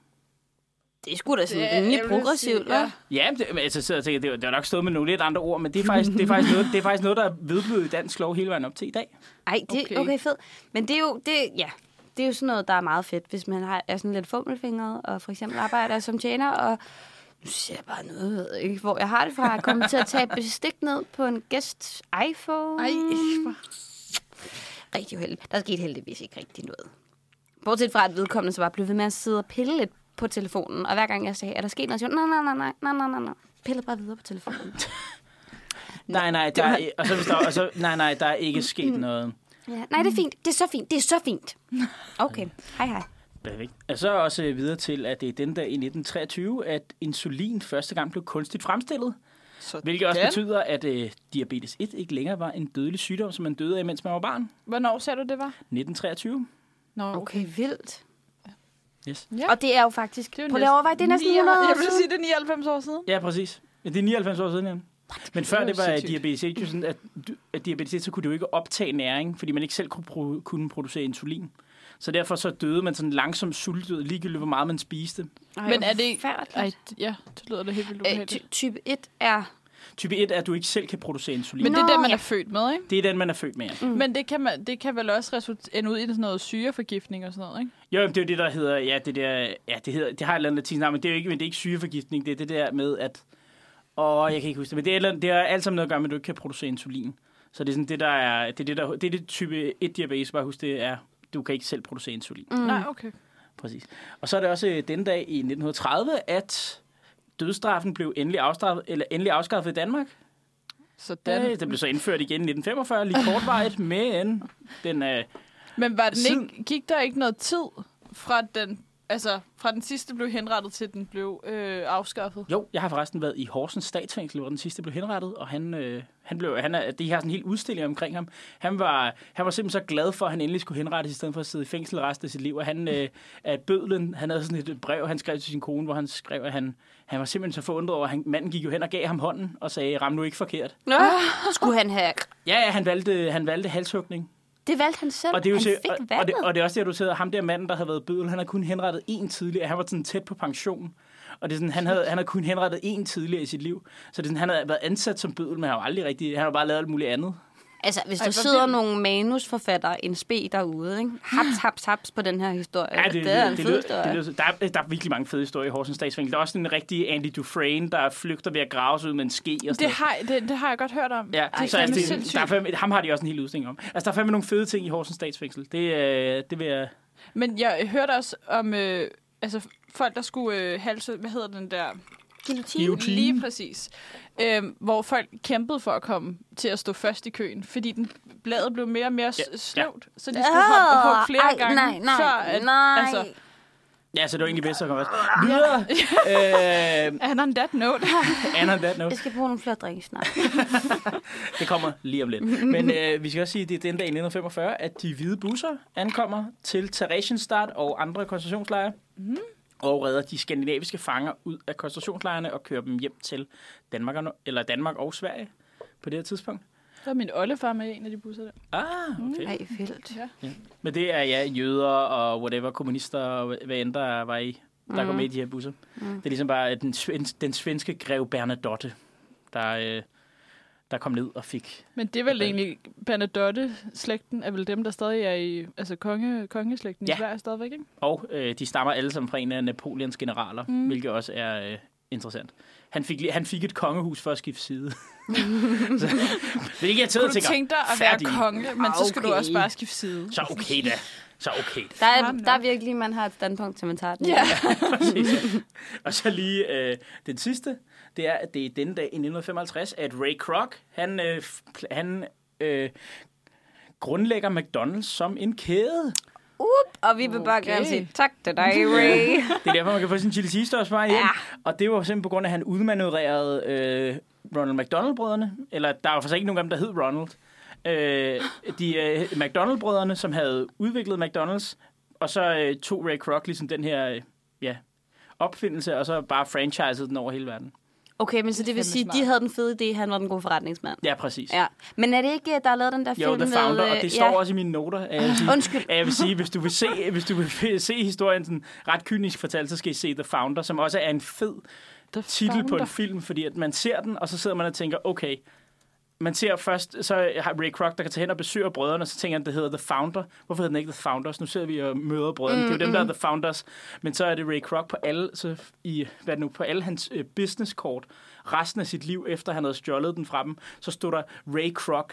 B: Det er sgu da sådan
C: Det er-
B: rimelig
C: jeg vil
B: progressivt,
C: sige, ja.
B: hva'?
A: Ja, men det, men altså, så jeg tænker, det, var- det var nok stået med nogle lidt andre ord, men det er faktisk, det er faktisk, noget, det er faktisk noget, der er vedblevet i dansk lov hele vejen op til i dag.
B: Ej, det okay.
C: Okay.
B: okay, fedt. Men det er jo, det, ja, det er jo sådan noget, der er meget fedt, hvis man har, er sådan lidt fummelfingret, og for eksempel arbejder som tjener, og nu ser jeg bare noget, jeg ved ikke, hvor jeg har det fra. Jeg kommer til at tage et bestik ned på en gæsts iPhone.
C: Ej, hvor-
B: Rigtig uheldigt. Der skete heldigvis ikke rigtig noget. Bortset fra, at vedkommende så bare blev ved med at sidde og pille lidt på telefonen, og hver gang jeg sagde, er der sket noget, så siger hun, nej, nej, nej, nej, nej, nej, nej. Pillede bare videre på telefonen.
A: Nej, nej, der er, og så, hvis der, og så, nej, nej, der er ikke sket noget.
B: Ja. Nej, det er fint. Det er så fint. Det er så fint. Okay. Hej, hej.
A: Perfekt. Og så også øh, videre til, at det er den dag i 1923, at insulin første gang blev kunstigt fremstillet.
C: Sådan.
A: Hvilket også betyder, at øh, diabetes 1 ikke længere var en dødelig sygdom, som man døde af, mens man var barn.
C: Hvornår sagde du, det var?
A: 1923.
C: Nå,
B: Okay, vildt.
A: Yes.
C: Ja.
B: Og det er jo faktisk...
C: Det er jo
B: prøv lige at overveje, det er næsten 100 år
C: Jeg vil
B: siden.
C: sige, det er 99 år siden.
A: Ja, præcis. Ja, Det er 99 år siden, ja. Men før
C: Det er
A: det var
C: sindssygt.
A: diabetes 1, jo sådan, at, du- at diabetes 1, så kunne du jo ikke optage næring, fordi man ikke selv kunne, pro- kunne producere insulin. Så derfor så døde man sådan langsomt sultet, ligegyldigt hvor meget man spiste.
B: Ej,
C: Men er det ikke...
B: forfærdeligt.
C: Ej, ja, det lyder da helt vildt
B: Øh,
C: ubehageligt.
B: ty- type 1 er...
A: Type 1 er, at du ikke selv kan producere insulin.
C: Men
A: Men
C: det er
B: Nå,
C: det, man
B: ja. Mm.
C: er født med, ikke?
A: det er den, man er født med. ja.
C: Men det kan, man, det kan vel også result- ende ud i sådan noget syreforgiftning og sådan noget, ikke?
A: Jo, jamen, det er jo det, der hedder, ja, det der, ja, det hedder, det har et eller andet latinsk navn, men det er jo ikke, men det er ikke sygeforgiftning, det er det der med, at, åh, jeg kan ikke huske det, men det, er, et eller andet- det har alt sammen noget at gøre med, at du ikke kan producere insulin. Så det er sådan det, der er, det er det, der, det, er det type 1 diabetes, bare husk, det er, du kan ikke selv producere insulin.
C: Mm. Nej, okay.
A: Præcis. Og så er det også øh, den dag i 1930, at dødsstraffen blev endelig, afstraffet, eller endelig afskaffet i Danmark.
C: Sådan.
A: Den, den blev så indført igen i 1945, lige kortvarigt, men den, øh,
C: Men var den
A: Siden-
C: ikke, gik der ikke noget tid fra den, altså, fra den sidste blev henrettet til den blev øh, afskaffet?
A: jo, jeg har forresten været i Horsens statsfængsel, hvor den sidste blev henrettet, og han, øh, han blev, han er, de har sådan en hel udstilling omkring ham. Han var, han var simpelthen så glad for, at han endelig skulle henrettes, i stedet for at sidde i fængsel resten af sit liv. Og han, øh, at bødlen, han havde sådan et brev, han skrev til sin kone, hvor han skrev, at han, han var simpelthen så forundret over, at han, manden gik jo hen og gav ham hånden og sagde, ram nu ikke forkert.
B: Nå, skulle han have...
A: Ja, ja, han valgte, han valgte halshugning.
B: Det valgte han selv.
A: Og det er jo
B: han
A: til-
B: fik
A: og, og, det,
B: valget.
A: og det er også det, du sidder, ham der manden, der havde været bødel, han har kun henrettet én tidligere. Han var sådan tæt på pension. Og det er sådan, han havde, han havde kun henrettet én tidligere i sit liv. Så det er sådan, han havde været ansat som bødel, men han har jo aldrig rigtig, han har jo bare lavet alt muligt andet.
B: Altså, hvis
C: Ej,
B: der
C: hvor
B: sidder
C: vildt.
B: nogle manusforfattere, en spe derude, ikke? Haps, haps, haps på den her historie.
A: Ja, det, det,
B: er en
A: det, det,
B: fed
A: lyder-
B: historie.
A: det, lyder- der, er, der er virkelig mange fede historier i Horsens Statsfængsel. Der er også en rigtig Andy Dufresne, der flygter ved at grave sig ud med en ske og sådan
C: Det har, det, det har jeg godt hørt om.
A: Ja,
C: det er
A: så altså,
C: fandme
A: det,
C: sindssygt.
A: der er fandme, ham har de også en hel udstilling om. Altså, der er fandme nogle fede ting i Horsens Statsfængsel. Det, øh, det vil jeg...
C: Men jeg hørte også om øh, altså, folk, der skulle øh, halse... Hvad hedder den der?
B: Guillotine.
C: Lige præcis. Øhm, hvor folk kæmpede for at komme til at stå først i køen, fordi den bladet blev mere og mere
A: Ja,
C: ja.
A: ja.
C: snævt, så de skulle hoppe, hoppe flere
B: Ej,
C: gange,
B: nej, nej,
C: før at,
B: nej.
C: Altså,
A: Ja, så det var egentlig bedst at komme også. Videre! øh,
C: and on that note.
A: Anna, that note.
B: Jeg skal bruge nogle flere drikke snart.
A: Det kommer lige om lidt. Men øh, vi skal også sige, at det er den dag i 1945, at de hvide busser ankommer til Theresienstadt og andre koncentrationslejre. Mm. Og redder de skandinaviske fanger ud af koncentrationslejrene og kører dem hjem til Danmark og, Nor- eller Danmark og Sverige på det her tidspunkt.
C: Der er min oldefar med i en af de busser der.
A: Ah, okay.
B: Ej, vildt.
A: Men det er ja, jøder og whatever, kommunister og hvad end der var i, der mm. går med i de her busser. Mm. Det er ligesom bare den, sven- den svenske grev Bernadotte, der, øh, der kom ned og fik...
C: Men det er vel
A: Okay.
C: egentlig, Bernadotte-slægten er vel dem, der stadig er i, altså konge, kongeslægten
A: Ja.
C: i Sverige stadigvæk, ikke?
A: Og øh, de stammer alle sammen fra en af Napoleons generaler, mm. hvilket også er øh, interessant. Han fik, li- han fik et kongehus for at skifte side. så, hvilket jeg
C: Kunne
A: tænker,
C: du tænke dig at
A: færdig.
C: være konge, men så skal du
B: Okay.
C: også bare skifte side.
A: Så okay da. Så okay da.
B: Der er,
C: Fair nok.
B: der er virkelig, man har et standpunkt til, man tager den.
C: Ja.
A: Præcis. og så lige øh, den sidste, det er, at det er denne dag i 1955, at Ray Kroc, han, øh, f- pl- han øh, grundlægger McDonald's som en kæde.
B: Up, og vi vil bare gerne
C: Okay.
B: sige tak til dig, Ray.
A: Det er derfor, man kan få sin chili cheese sauce bare hjem.
B: Ja.
A: Og det var simpelthen på grund af, at han udmanøvrerede øh, Ronald McDonald-brødrene. Eller der var faktisk ikke nogen af dem, der hed Ronald. Øh, de øh, McDonald-brødrene, som havde udviklet McDonald's, og så øh, tog Ray Kroc ligesom den her øh, ja, opfindelse, og så bare franchisede den over hele verden.
B: Okay, men så det vil
C: fandme
B: sige, at de
C: smart.
B: havde den fede idé, han var den gode forretningsmand.
A: Ja, præcis.
B: Ja. Men er det ikke, øh, der er lavet den der
A: Jo,
B: film
A: The Founder,
B: med... øh,
A: og det står også i mine noter. At jeg vil sige,
B: Undskyld.
A: at jeg vil sige hvis du vil se, hvis du vil se historien sådan ret kynisk fortalt, så skal I se The Founder, som også er en fed
C: The
A: titel på
C: Founder.
A: en film, fordi at man ser den, og så sidder man og tænker, okay, man ser først, så har Ray Kroc, der kan tage hen og besøge brødrene, og så tænker han, det hedder The Founder. Hvorfor hedder den ikke The Founders? Nu sidder vi og møder brødrene. Mm, det er jo dem, der er The Founders. Men så er det Ray Kroc på alle, så i, hvad er det nu, på alle hans øh, businesskort, resten af sit liv, efter han havde stjålet den fra dem, så stod der Ray Kroc,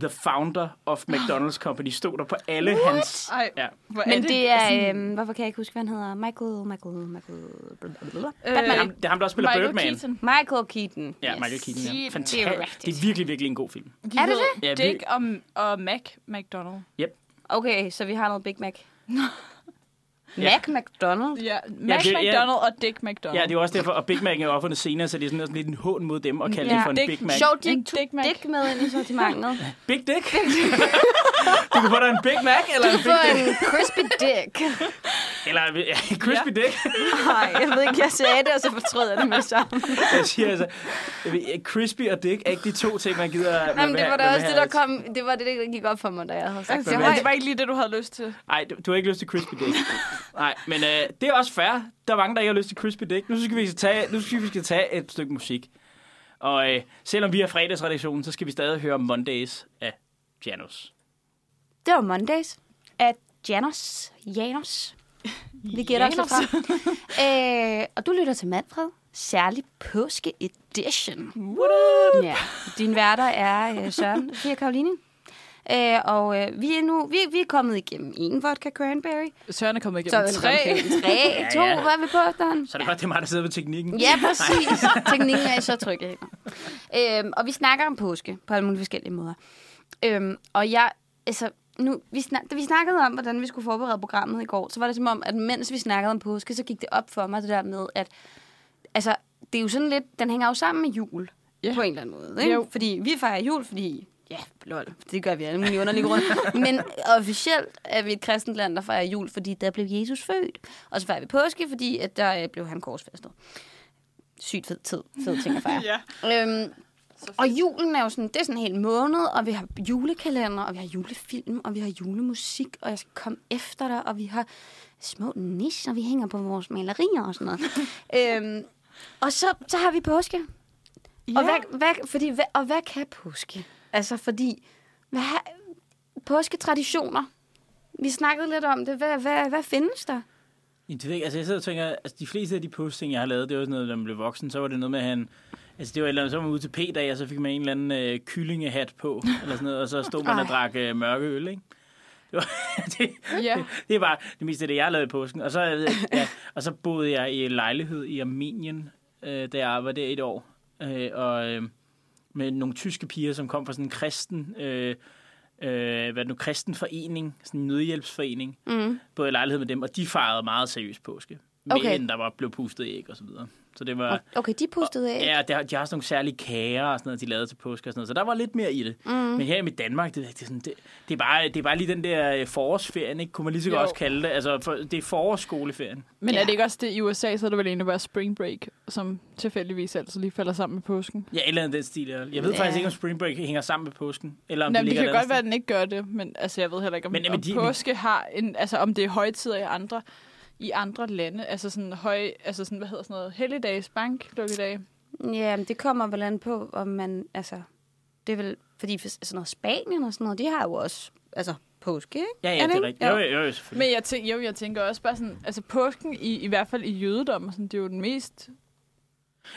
A: The Founder of McDonald's Company, stod der på alle What? hans...
C: Ej,
A: Ja.
C: hvor
B: Men det
A: altså-
B: er... Øhm, hvorfor kan jeg ikke huske, hvad han hedder? Michael... Michael... Michael... blablabla.
A: Det er
B: Batman.
A: ham, det er ham, der også spiller
C: øh, Michael
A: Birdman.
C: Keaton.
B: Michael Keaton.
A: Ja,
B: Yes.
A: Michael Keaton. Ja.
C: Keaton,
B: det er jo
A: Fantastisk.
B: rigtigt.
A: Det er virkelig, virkelig en god film.
C: De
B: Er det
C: hed
B: det?
A: Ja, vi-
C: Dick og, og Mac McDonald.
A: Yep.
B: Okay, så vi har noget Big Mac.
A: Ja.
B: Mac McDonald?
C: Ja, Mac
A: det- ja.
C: McDonald og Dick McDonald.
A: Ja, det er jo også derfor, og Big Mac er jo opfundet senere, så det er sådan, sådan lidt en hån mod dem at kalde
B: Ja.
A: det for en
C: Dick-
A: Big Mac.
B: Sjovt, de
C: En
B: ikke tog
C: Big Mac.
B: Dick med ind i sortimentet.
A: Big Dick? du kan få dig en Big Mac, eller en Big Dick.
B: en crispy dick.
A: Eller ja, en Crispy Dick.
B: Nej, jeg ved ikke, jeg sagde det, og så fortrød jeg det med sammen.
A: Jeg siger altså, jeg ved, ja, Crispy og Dick er ikke de to ting, man gider... man
B: Jamen,
A: vil
B: det
A: have-
B: var
A: man
B: da
A: vil
B: også det, der
A: have.
B: kom. Det var det, der gik op for mig, da jeg havde sagt
C: Altså,
B: det.
C: det, var, det var ikke lige det, du havde lyst til.
A: Ej, du, du har ikke lyst til Crispy Dick. Nej, men øh, det er også fair. Der er mange, der ikke har lyst til Crispy Dick. Nu skal vi altså tage, nu skal vi skal tage et stykke musik. Og øh, selvom vi er fredagsredaktionen, så skal vi stadig høre Mondays af Janus.
B: Det var Mondays af Janos. Janos. Vi gætter os
C: Janos.
B: lidt fra. Øh, og du lytter til Manfred. Særlig påske edition.
A: What
B: Ja. Din værter er øh, Søren og Pia Karoline. Øh, og øh, vi er nu vi, vi er kommet igennem en vodka cranberry.
C: Søren er kommet
B: Så
C: igennem tre.
B: Tre, ja, to,
A: ja.
B: hvad er vi på efterhånden?
A: Så er det godt, det er mig, der sidder ved teknikken.
B: Ja, præcis. Teknikken er i så trygge hænder. Øhm, og vi snakker om påske på alle mulige forskellige måder. Øhm, og jeg, altså, nu, vi, snak, da vi snakkede om, hvordan vi skulle forberede programmet i går, så var det som om, at mens vi snakkede om påske, så gik det op for mig det der med, at altså, det er jo sådan lidt, den hænger jo sammen med jul
C: Ja.
B: på en eller anden måde. Ikke?
C: Jo.
B: Fordi vi fejrer jul, fordi Ja, lol. Det gør vi af alle mulige underlige grunde. Men officielt er vi et kristent land, der fejrer jul, fordi der blev Jesus født. Og så fejrer vi påske, fordi at der øh, blev han korsfæstet sygt fed tid, fed ting at fejre.
C: Ja.
B: øhm, og julen er jo sådan, det er sådan en hel måned, og vi har julekalender, og vi har julefilm, og vi har julemusik, og jeg skal komme efter dig, og vi har små nisser, vi hænger på vores malerier og sådan noget. øhm, og så, så har vi påske. Ja. Og, hvad, hvad, fordi, hvad, og hvad kan påske? Altså, fordi Hvad har- påsketraditioner. Vi snakkede lidt om det. Hvad, hvad, hvad findes der?
A: Jamen, det ved jeg, ikke. altså, jeg sidder og tænker, altså, de fleste af de postting, jeg har lavet, det var sådan noget, når man blev voksen, så var det noget med, at han... Altså, det var et eller andet, så var man ude til P-dag, og så fik man en eller anden øh, kyllingehat på, eller sådan noget, og så stod man og
B: Ej.
A: drak øh, mørke øl, ikke? Det, var, det,
C: Ja.
A: det er bare det meste af det, jeg lavede i påsken. Og så, øh, ja, og så boede jeg i en lejlighed i Armenien, øh, da jeg arbejdede der et år. Øh, og øh, med nogle tyske piger, som kom fra sådan en kristen, øh, øh, hvad er det nu, kristen forening, sådan en nødhjælpsforening.
B: Mm.
A: Både i lejlighed med dem, og de fejrede meget seriøst påske. Men
B: Okay.
A: der var blevet pustet æg og så videre. Så det var...
B: Okay, de pustede af.
A: Ja, der, de har sådan nogle særlige kager og sådan noget, de lavede til påske og sådan noget. Så der var lidt mere i det. Mm. Men her i mit Danmark, det, det, er sådan, det, det, er bare, det er bare lige den der øh, forårsferien, ikke? Kunne man lige så godt
C: Jo.
A: også kalde det. Altså, for, det er forårsskoleferien.
C: Men
B: Ja.
C: er det ikke også det i USA, så er det vel egentlig bare spring break, som tilfældigvis altså lige falder sammen med påsken?
A: Ja, et eller andet i den stil. Jeg jeg ved
B: Ja.
A: ja. faktisk ikke, om spring break hænger sammen med påsken. Eller om
C: Nå,
A: det
C: men det
A: ligger et
C: kan godt
A: andet
C: være, at den ikke gør det, men altså, jeg ved heller ikke, om,
A: Men-
C: men,
A: men
C: om
A: de-
C: påske har en... Altså, om det er højtider i andre, i andre lande. Altså sådan høj... Altså sådan, hvad hedder sådan noget? Helligdags, banklukkedage.
B: Ja, men det kommer vel an på, om man, altså, det er vel, fordi for- sådan noget Spanien og sådan noget, de har jo også, altså, påske, ikke?
A: sted. Ja, ja, det er
B: ikke?
A: rigtigt. Jo, jo, jo, selvfølgelig.
C: Men jeg, tænker, jo, jeg tænker også bare sådan... Altså, påsken, i, i hvert fald i jødedom, og sådan, det er jo den mest...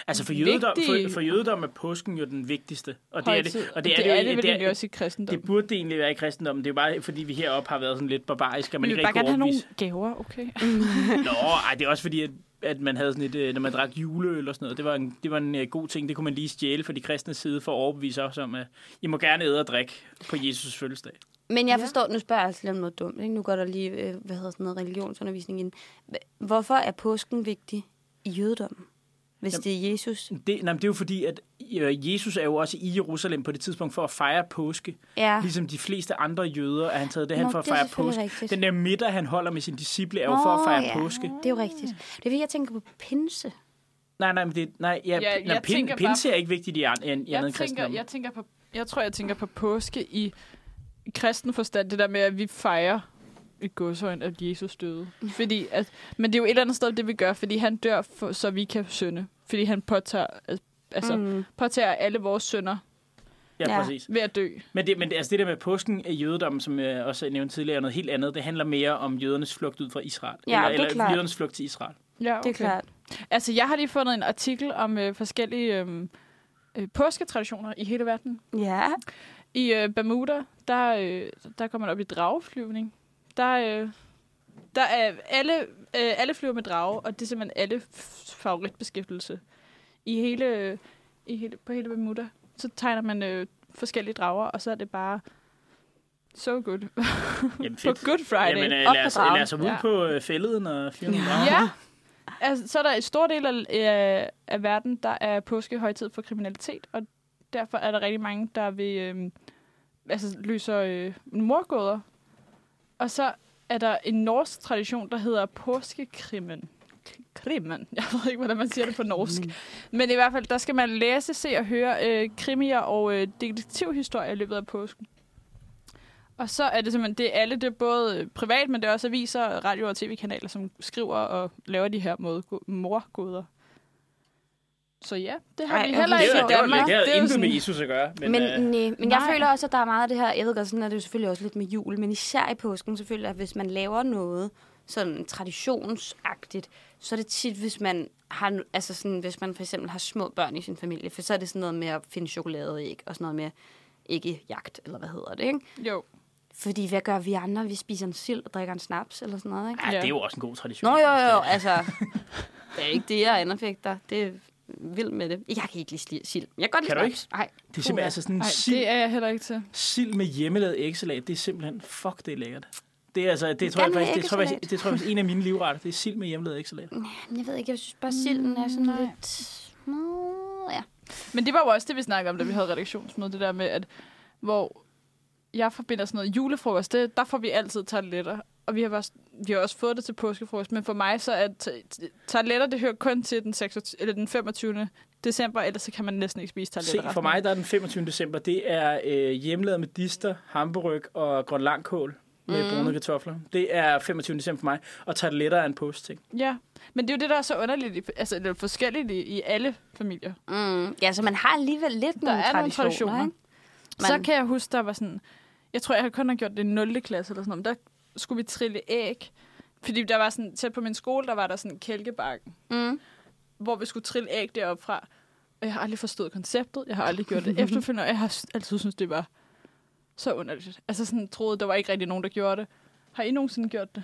A: Altså for jødedom, for,
C: vigtige-
A: for jødedom er påsken jo den vigtigste. Og det er
C: højtid.
A: det, og det, er det, jo-
C: er det vel
A: det,
C: egentlig
A: er,
C: også i kristendom.
A: det burde det egentlig være i kristendommen. Det er jo bare, fordi vi heroppe har været sådan lidt barbariske, og man
C: vi
A: ikke
C: vil bare
A: rigtig
C: gerne have
A: overbevise.
C: nogle gaver, okay?
A: Nå, ej, det er også fordi, at, at man havde sådan et, øh, når man drak juleøl og sådan noget, det var en, det var en øh, god ting, det kunne man lige stjæle fra de kristne side for at overbevise os om, at I må gerne æde og drikke på Jesus fødselsdag.
B: Men jeg forstår, nu spørger jeg altså lidt om noget dumt, ikke? Nu går der lige, øh, hvad hedder sådan noget, religionsundervisning ind. Hva- Hvorfor er påsken vigtig i jødedommen, hvis
A: Jamen-
B: det er Jesus?
A: Det, nej, men det er jo fordi, at øh, Jesus er jo også i Jerusalem på det tidspunkt for at fejre påske.
B: Ja,
A: Ligesom de fleste andre jøder er han taget derhen
B: Ah. Nå,
A: for at
B: det er
A: fejre
B: selvfølgelig
A: påske.
B: rigtigt.
A: Den der middag, han holder med sine disciple, er jo for at
B: Nå,
A: fejre
B: ja.
A: påske.
B: det er jo rigtigt. Det er fordi, jeg tænker på pinse.
A: Nej, nej, men det, nej, ja,
C: Ja,
A: ja, nej,
C: jeg
A: pin,
C: tænker
A: pinse
C: bare-
A: er ikke vigtigt i, an- i, i
C: jeg
A: andet
C: tænker,
A: kristendom.
C: jeg tænker på, jeg tror, jeg tænker på påske i kristen forstand, det der med, at vi fejrer i godsøjen, at Jesus døde. Fordi at, men det er jo et eller andet sted, det vi gør, fordi han dør, for, så vi kan synde. Fordi han påtager, al- altså, mm.
B: Mm.
C: påtager alle vores sønder
A: Ja,
B: Ja.
A: præcis.
C: ved at dø.
A: Men det, men det, altså det der med påsken i jødedommen, som jeg også nævnte tidligere, er noget helt andet. Det handler mere om jødernes flugt ud fra Israel.
B: Ja, det er
A: eller, eller
B: klart.
A: jødernes flugt til Israel.
C: Ja,
B: Det er klart.
C: Altså, jeg har lige fundet en artikel om øh, forskellige øh, øh, påsketraditioner i hele verden.
B: Ja,
C: I øh, Bermuda, der, øh, der kommer man op i drageflyvning. Der, øh, der er alle, øh, alle flyver med drage, og det er simpelthen alle f- favoritbeskæftigelse. I hele, øh, i hele, på hele Bermuda, så tegner man øh, forskellige drager, og så er det bare so good.
A: Jamen
C: På
A: fedt.
C: Good Friday.
A: Jamen, øh,
B: Op
A: lad,
B: på
A: os,
B: dragen.
A: lad os ud
C: Ja.
A: på øh, fælleden og fyre nogle drager.
C: ja. Altså, så er der en stor del af, øh, af verden, der er påskehøjtid for kriminalitet, og derfor er der rigtig mange, der vil øh, altså, løser øh, morgåder. Og så er der en norsk tradition, der hedder påskekrimmen. K- Krimmen. Jeg ved ikke, hvordan man siger det på norsk. Men i hvert fald, der skal man læse, se og høre øh, krimier og øh, detektivhistorier i løbet af påsken. Og så er det simpelthen, det er alle, det er både øh, privat, men det er også aviser, radio- og tv-kanaler, som skriver og laver de her modgo- morgoder. Så ja, det har
B: Ej,
C: Ej, vi
B: hvor
C: heller
A: Det,
C: ikke
A: er-
B: sjovt.
C: i
A: det, er-
C: Danmark.
A: det, er, det
C: jo
A: er intet
C: sådan-
A: med Jesus at gøre. Men,
B: Men,
A: men øh,
B: men, øh, men jeg
C: nej.
B: føler også, at der er meget af det her, jeg ved godt, sådan er det jo selvfølgelig også lidt med jul, men især i påsken, så føler jeg, at hvis man laver noget sådan traditionsagtigt, så er det tit, hvis man har, nu- altså sådan, hvis man for eksempel har små børn i sin familie, for så er det sådan noget med at finde chokolade ikke, og sådan noget med ikke jagt, eller hvad hedder det, ikke?
C: Jo.
B: Fordi hvad gør vi andre? Vi spiser en sild og drikker en snaps, eller sådan noget, ikke?
A: ja,
C: ja.
A: det er jo også en god tradition.
B: Nå, jo, jo, jo, altså, det er ikke det, jeg anfægter. Det er vild med det. Jeg kan ikke lide sli- sild. Jeg kan godt lide
A: Kan du
B: snaps. Nej,
A: Det er simpelthen altså sådan en
C: Nej,
A: sild,
C: det er jeg heller ikke til.
A: sild med hjemmelavet æggesalat. Det er simpelthen, fuck, det er lækkert. Det er altså, det tror jeg
B: Gerne med
A: faktisk, det tror jeg,
B: æggesalat.
A: faktisk- det tror jeg faktisk er en af mine livretter. Det er sild med hjemmelavet æggesalat.
B: Men Jeg ved ikke, jeg synes bare, silden er sådan
C: Mm, nej.
B: lidt... Nå, ja.
C: Men det var jo også det, vi snakkede om, da vi havde redaktionsmøde. Det der med, at hvor jeg forbinder sådan noget julefrokost, det, der får vi altid tarteletter. Og vi har, også, vi har også fået det til påskefrokost. Men for mig så er ta- ta- tarteletter, det hører kun til den, 26, eller den 25. december, ellers så kan man næsten ikke spise tarteletter.
A: Se, for
C: resten af
A: mig der er den 25. december, det er øh, hjemmelavet med dister, hamburg og grønlangkål med mm. brune kartofler. Det er 25. december for mig, og tarteletter er en postting.
C: Ja, men det er jo det, der er så underligt, i, altså det er forskelligt i, i alle familier.
B: Mm, ja, så man har alligevel lidt
C: Der
B: nogle
C: er nogle
B: traditioner,
C: traditioner.
B: ikke? man...
C: Så kan jeg huske, der var sådan... Jeg tror, jeg kun har gjort det i 0. klasse eller sådan noget, men der skulle vi trille æg. Fordi der var sådan, tæt på min skole, der var der sådan en kælkebakke,
B: Mm.
C: hvor vi skulle trille æg deroppe fra. Og jeg har aldrig forstået konceptet. Jeg har aldrig gjort det efterfølgende, og jeg har s- altid synes det var så underligt. Altså sådan troede, der var ikke rigtig nogen, der gjorde det. Har I nogensinde gjort det?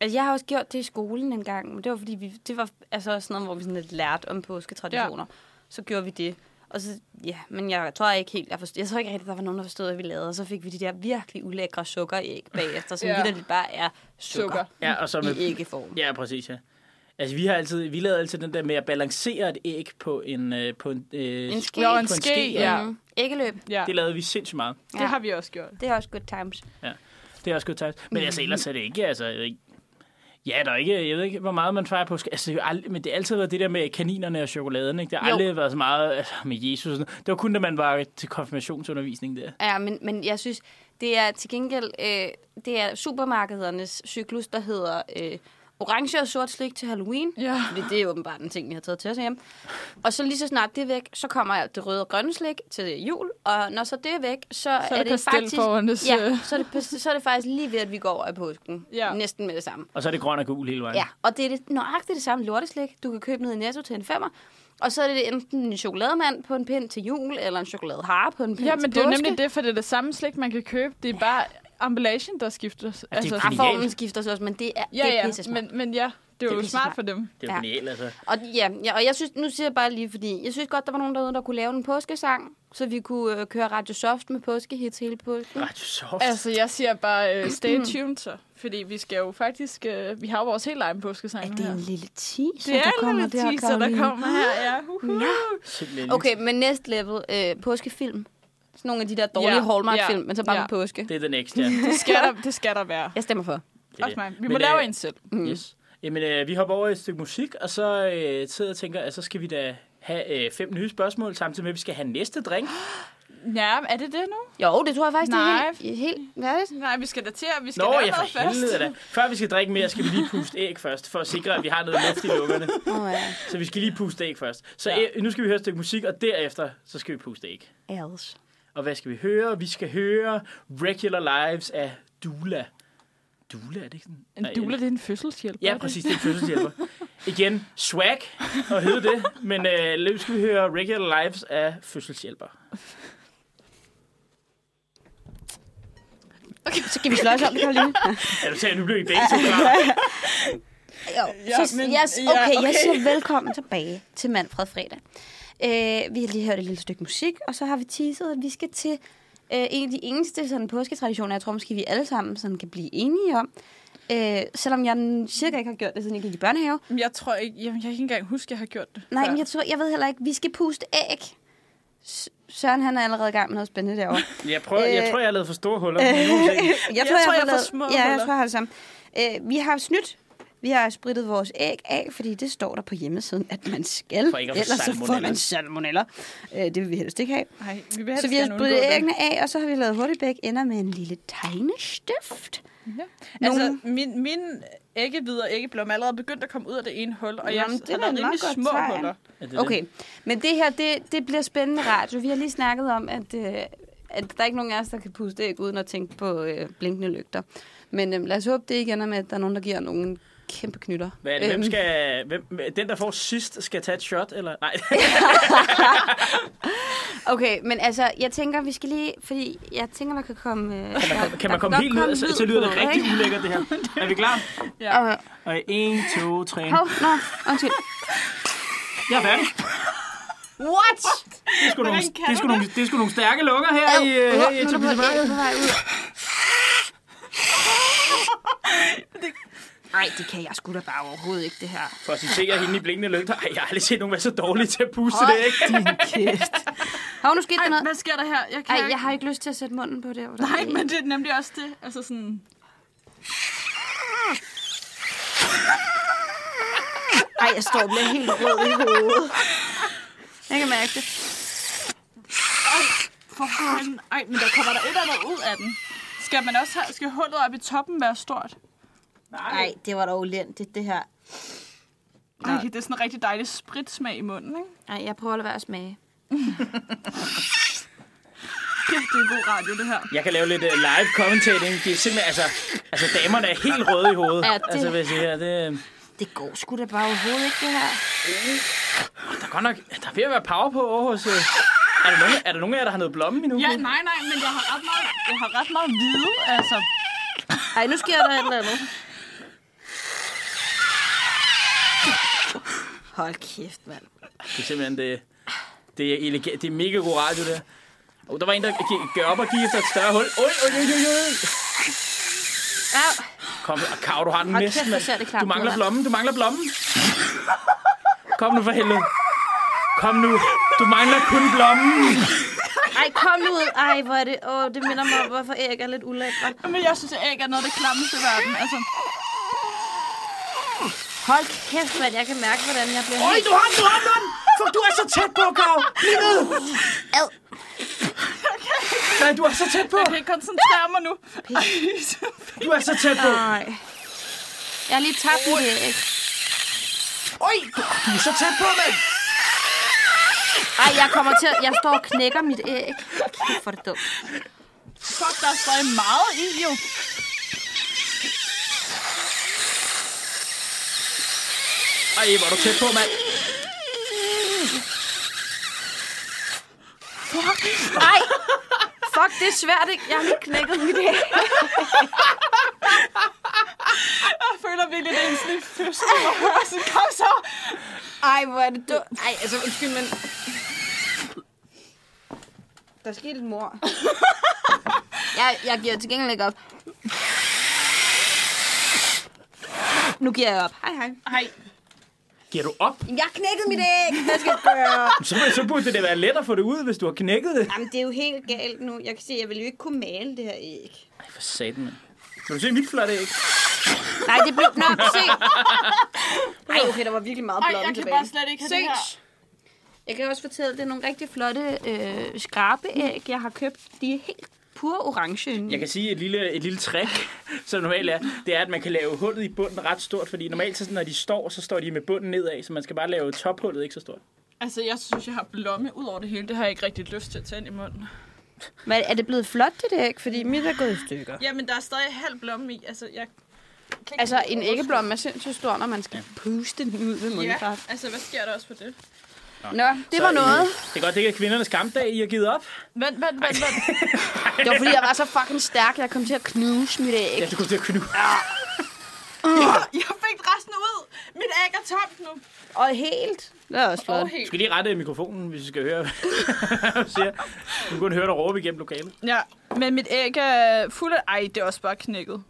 B: Altså, jeg har også gjort det i skolen en gang, men det var fordi, vi, det var altså også sådan noget, hvor vi sådan lidt lærte om påsketraditioner. Ja. Så gjorde vi det. Og så, ja, men jeg tror ikke helt, jeg, forstod, jeg tror ikke rigtigt, der var nogen, der forstod, hvad vi lavede. Og så fik vi de der virkelig ulækre sukkeræg bagefter, som
C: Ja.
B: ja. vidderligt bare er sukker,
A: Ja, og så
B: sukker. i
A: med,
B: æggeform.
A: ja, præcis, ja. Altså, vi, har altid, vi lavede altid den der med at balancere et æg på en... Øh, på en, øh,
B: En ske.
A: på
C: Jo, en ske, ja.
B: Mm. Æggeløb.
C: Ja,
A: Det lavede vi sindssygt meget.
C: det
B: Ja.
C: har vi også gjort.
B: Det er også good times.
A: Det er også godt times. Men altså, ellers er det ikke, altså... jeg ved ikke- Ja, der er ikke, jeg ved ikke, hvor meget man fejrer på. Altså, det er jo aldrig, men det har altid været det der med kaninerne og chokoladen, ikke? Det har
B: Jo.
A: aldrig været så meget altså, med Jesus. og sådan noget. Det var kun, da man var til konfirmationsundervisning der.
B: Ja, men, men jeg synes, det er til gengæld, øh, det er supermarkedernes cyklus, der hedder øh, orange og sort slik til Halloween.
C: Ja.
B: Fordi det er åbenbart en ting, vi har taget til os hjem. Og så lige så snart det er væk, så kommer alt det røde og grønne slik til jul. Og når så det er væk, så, så er,
C: det
B: det faktisk...
C: pastelfarvernes, øh.
B: Ja, så er, det, pas- så er det faktisk lige ved, at vi går over i påsken.
C: Ja.
B: Næsten med det samme.
A: Og så er det grøn og gul hele vejen.
B: Ja, og det er det, nøjagtigt det samme lorteslik, du kan købe ned i Netto til en femmer. Og så er det enten en chokolademand på en pind til jul, eller en chokoladehare på en pind
C: Ja,
B: til
C: men det er jo
B: påske.
C: nemlig det, for det er det samme slik, man kan købe. Det er bare emballagen, der skifter. Altså,
A: er
B: Ja,
A: genialt.
B: formen skifter sig også, men det er,
C: ja,
B: det er
C: ja,
B: pisse
C: men, men ja, det er jo
B: pisse
C: smart
B: smart.
C: for dem.
A: Det er jo
B: Ja.
A: genialt, altså.
B: Og, ja, ja, og jeg synes, nu siger jeg bare lige, fordi jeg synes godt, der var nogen derude, der kunne lave en påskesang, så vi kunne øh, køre Radio Soft med påskehits hele påsken.
A: Radio Soft.
C: Altså, jeg siger bare, uh, stay tuned så. Fordi vi skal jo faktisk, uh, vi har jo vores helt egen påskesang
B: Er
C: her.
B: det en lille teaser,
C: det er
B: der
C: en
B: kommer
C: lille
B: der,
C: teaser, der
B: Karoline?
C: kommer her, ja. Uhuh.
A: Simpelthen.
B: Okay, men næste level, øh, påskefilm. Sådan nogle af de der dårlige
C: Ja,
B: ja, Hallmark-film,
C: ja,
B: men så bare
C: ja.
B: ja. med påske.
A: Det er den næste, ja.
C: Det skal der, det skal der være.
B: Jeg stemmer for.
A: Det er
C: Også mig.
A: det.
C: Vi må
A: Men,
C: lave
A: øh,
C: en selv.
A: Yes. Jamen, øh, vi hopper over i et stykke musik, og så øh, sidder jeg og tænker, at så skal vi da have øh, fem nye spørgsmål, samtidig med, at vi skal have næste drink.
C: Ja, er det det nu?
B: Jo, det tror jeg faktisk,
C: Nej.
B: det er helt, helt værdigt.
C: Nej, vi skal da til, at vi skal
A: Nå,
C: lave
A: ja,
C: noget
A: for helvede da. Før vi skal drikke mere, skal vi lige puste æg først, for at sikre, at vi har noget luft i lungerne.
B: Åh, ja.
A: Så vi skal lige puste æg først. Så ja. nu skal vi høre et stykke musik, og derefter, så skal vi puste æg.
B: Else.
A: Og hvad skal vi høre? Vi skal høre Regular Lives af Dula. Dula, er det ikke sådan?
C: En
A: Nej,
C: dule, det er en fødselshjælp. er
A: Ja,
C: det?
A: præcis, det er en fødselshjælper. Igen, swag og hedde det, men øh, nu skal vi høre Regular Lives af fødselshjælper.
B: Okay, så kan vi slås om det, Karoline.
A: Er du sagde, nu blev I begge to klar.
B: Jo,
C: Ja,
B: ja, så,
C: men-
B: men,
C: ja,
B: yes, okay, ja, okay,
C: okay.
B: jeg siger velkommen tilbage til Manfred Fredag. Øh, vi har lige hørt et lille stykke musik, og så har vi teaset, at vi skal til øh, en af de eneste sådan, påsketraditioner, jeg tror måske vi alle sammen sådan, kan blive enige om. Øh, selvom jeg n- cirka ikke har gjort det, siden jeg gik i børnehave.
C: Men Jeg tror ikke, jamen, jeg kan ikke engang huske, at jeg har gjort det.
B: Nej,
C: før.
B: men jeg, tror, jeg ved heller ikke, vi skal puste æg. S- Søren, han er allerede i gang med noget spændende derovre.
A: Jeg, prøver, jeg
B: Øh.
A: tror, jeg har lavet for store huller. men nu må vi se.
B: jeg
C: tror, jeg
B: har
C: får
B: lavet-
C: små
B: Ja, jeg
C: huller.
B: tror, jeg har det samme. Øh, vi har snydt. Vi har spritet vores æg af, fordi det står der på hjemmesiden, at man skal.
A: For ikke at få
B: Ellers så får
A: salmonella.
B: man salmonella. Øh, det vil vi helst ikke have.
C: Nej, vi vil
B: Så
C: helst
B: vi har
C: gerne undgå
B: spritet
C: det.
B: æggene af, og så har vi lavet hurtigbæk ender med en lille tegnestift.
C: Ja. Altså,
B: Nogle-
C: min, min æggehvide og æggeblom er allerede begyndt at komme ud af det ene hul, og jeg
B: Jamen, det
C: har
B: er
C: lavet
B: da et meget
C: rimelig
B: godt
C: små
B: tegn.
C: huller.
A: Er det
B: Okay,
A: det?
B: men det her, det, det bliver spændende radio. Vi har lige snakket om, at, øh, at der er ikke nogen af os, der kan puste æg uden at tænke på øh, blinkende lygter. Men øh, lad os håbe, det ikke ender med, at der er nogen, der giver nogen kæmpe knytter.
A: Hvad er det? Hvem
B: Øhm,
A: skal, hvem, den, der får sidst, skal tage et shot? Eller? Nej,
B: Okay, men altså, jeg tænker, vi skal lige... Fordi jeg tænker, der kan komme... Øh, kan,
A: kan, kan man komme helt ned? Altså, Så, så lyder det rigtig ulækkert, det her. Er vi klar?
C: Ja.
B: Okay.
A: Og 1, 2, 3.
B: øh, Hov, nå, undskyld.
A: Jeg er færdig.
B: What?
A: Det er sgu nogle,
C: kan
A: det er sgu
C: du
A: nogle, det er sgu nogle stærke lunger her i, øh, her i etablissementet.
B: Nej, det kan jeg sgu da bare overhovedet ikke, det her.
A: For at citere hende i blinkende lygter. Ej, jeg har aldrig set nogen være så dårlige til at puste det, ikke?
B: din kæft. Hov, nu skete der
C: Ej,
B: noget.
C: hvad sker der her? Jeg kan
B: Ej,
C: ikke...
B: jeg har ikke lyst til at sætte munden på det. hvor der-
C: Nej, men det er nemlig også det. Altså sådan...
B: Ej, jeg står og bliver helt rød i hovedet. Jeg kan mærke det.
C: For fanden. Ej, men der kommer der et eller andet ud af den. Skal man også have, skal hullet op i toppen være stort?
B: Nej, det var da ulændigt, det her.
C: Ej, det er sådan en rigtig dejlig spritsmag i munden, ikke?
B: Nej, jeg prøver at lade være at smage.
C: Kæft, det er god radio, det her.
A: Jeg kan lave lidt øh, live commentating. Det er simpelthen, altså, altså damerne er helt røde i hovedet.
B: Ja, det-
A: Altså, vil jeg sige, ja, det, øh,
B: Det går sgu da bare overhovedet ikke, det her.
A: der er godt nok, der er ved at være power på Aarhus. øh. Er der, nogen, er der nogen af jer, der har noget blomme endnu?
C: Ja, nej, nej, men jeg har ret meget, jeg har ret meget hvide, altså.
B: Ej, nu sker der et eller andet. Hold kæft, mand.
A: Det er simpelthen, det, det er, elegant, det er mega god radio, det her. Oh, der var en, der gik gør op og gik efter et større hul. Oj, oj, oj, oj, oj.
B: Au.
A: Kom, Kav, du har den
B: Hold
A: næsten.
B: kæft, hvor ser det klamt
A: Du mangler
B: ud,
A: blommen, du mangler blommen. Kom nu for helvede. Kom nu. Du mangler kun blommen.
B: Ej, kom nu ud. Ej, hvor er det... Åh, det minder mig om, hvorfor æg er lidt ulækkert.
C: Men jeg synes, jeg ikke er noget af det klammeste i verden, altså.
B: Hold kæft, mand. Jeg kan mærke, hvordan jeg bliver...
A: Oj,
B: helt-
A: du har den, du har den. For du er så tæt på, Kav. Lige ned.
B: Ad.
A: Nej, du er så tæt på.
C: Jeg kan ikke koncentrere mig nu.
A: Du er så tæt på.
B: Nej. Jeg har lige tabt mit æg.
A: Oj, du, du er så tæt på, mand.
B: Ej, jeg kommer til at... Jeg står og knækker mit æg. Kæft, hvor er det dumt.
C: Fuck, der er stadig meget i, jo.
A: Ej, hvor er du tæt på, mand.
B: Nej. Fuck, det er svært, ikke? Jeg har lige knækket mit æg.
C: Jeg føler virkelig, det er en sådan en fødsel. hvor jeg sådan, Kom så.
B: Ej, hvor er det dumt. Ej, altså, undskyld, men... Der er sket et mor. jeg, jeg giver til gengæld ikke op. Nu giver jeg op. Hej, hej.
C: Hej.
A: Giver du op?
B: Jeg knækkede mit æg. Hvad skal jeg gøre?
A: Så, så burde det da være let at få det ud, hvis du har knækket det.
B: Jamen, det er jo helt galt nu. Jeg kan se, jeg vil jo ikke kunne male det her æg.
A: Ej, for satan, mand. Kan du se mit flotte æg?
B: Nej, det blev... Nå, se. Ej, okay, der var virkelig meget
C: Ej, jeg
B: blomme
C: kan
B: tilbage.
C: bare slet ikke have det her.
B: Ses. Jeg kan også fortælle, at det er nogle rigtig flotte øh, skrabeæg, jeg har købt. De er helt pur orange inde.
A: Jeg kan sige et lille, et lille trick, som normalt er, det er, at man kan lave hullet i bunden ret stort, fordi normalt, så, når de står, så står de med bunden nedad, så man skal bare lave tophullet ikke så stort.
C: Altså, jeg synes, jeg har blomme ud over det hele. Det har jeg ikke rigtig lyst til at tage ind i munden.
B: Men er det blevet flot, det der æg? Fordi mit er gået i stykker.
C: Jamen, der er stadig halv blomme i. Altså, jeg... kan ikke-
B: Altså, en æggeblomme er sindssygt stor, når man skal ja. puste den ud ved munden.
C: Ja, altså, hvad sker der også for det?
B: Nå, det var
A: Så,
B: noget.
A: Øh, det er godt, det er kvindernes kampdag, I har givet op.
C: Vent, vent, vent, vent.
B: Det var, fordi jeg var så fucking stærk, jeg kom til at knuse mit æg.
A: Ja, du kunne til at knude.
C: Jeg fik resten ud. Mit æg er tomt nu.
B: Og helt. Det er også flot.
C: Og helt.
A: Du skal lige rette mikrofonen, hvis vi skal høre, hvad du siger. Du kan kun høre dig råbe igennem lokalet.
C: Ja, men mit æg er fuld af... Ej, det er også bare knækket.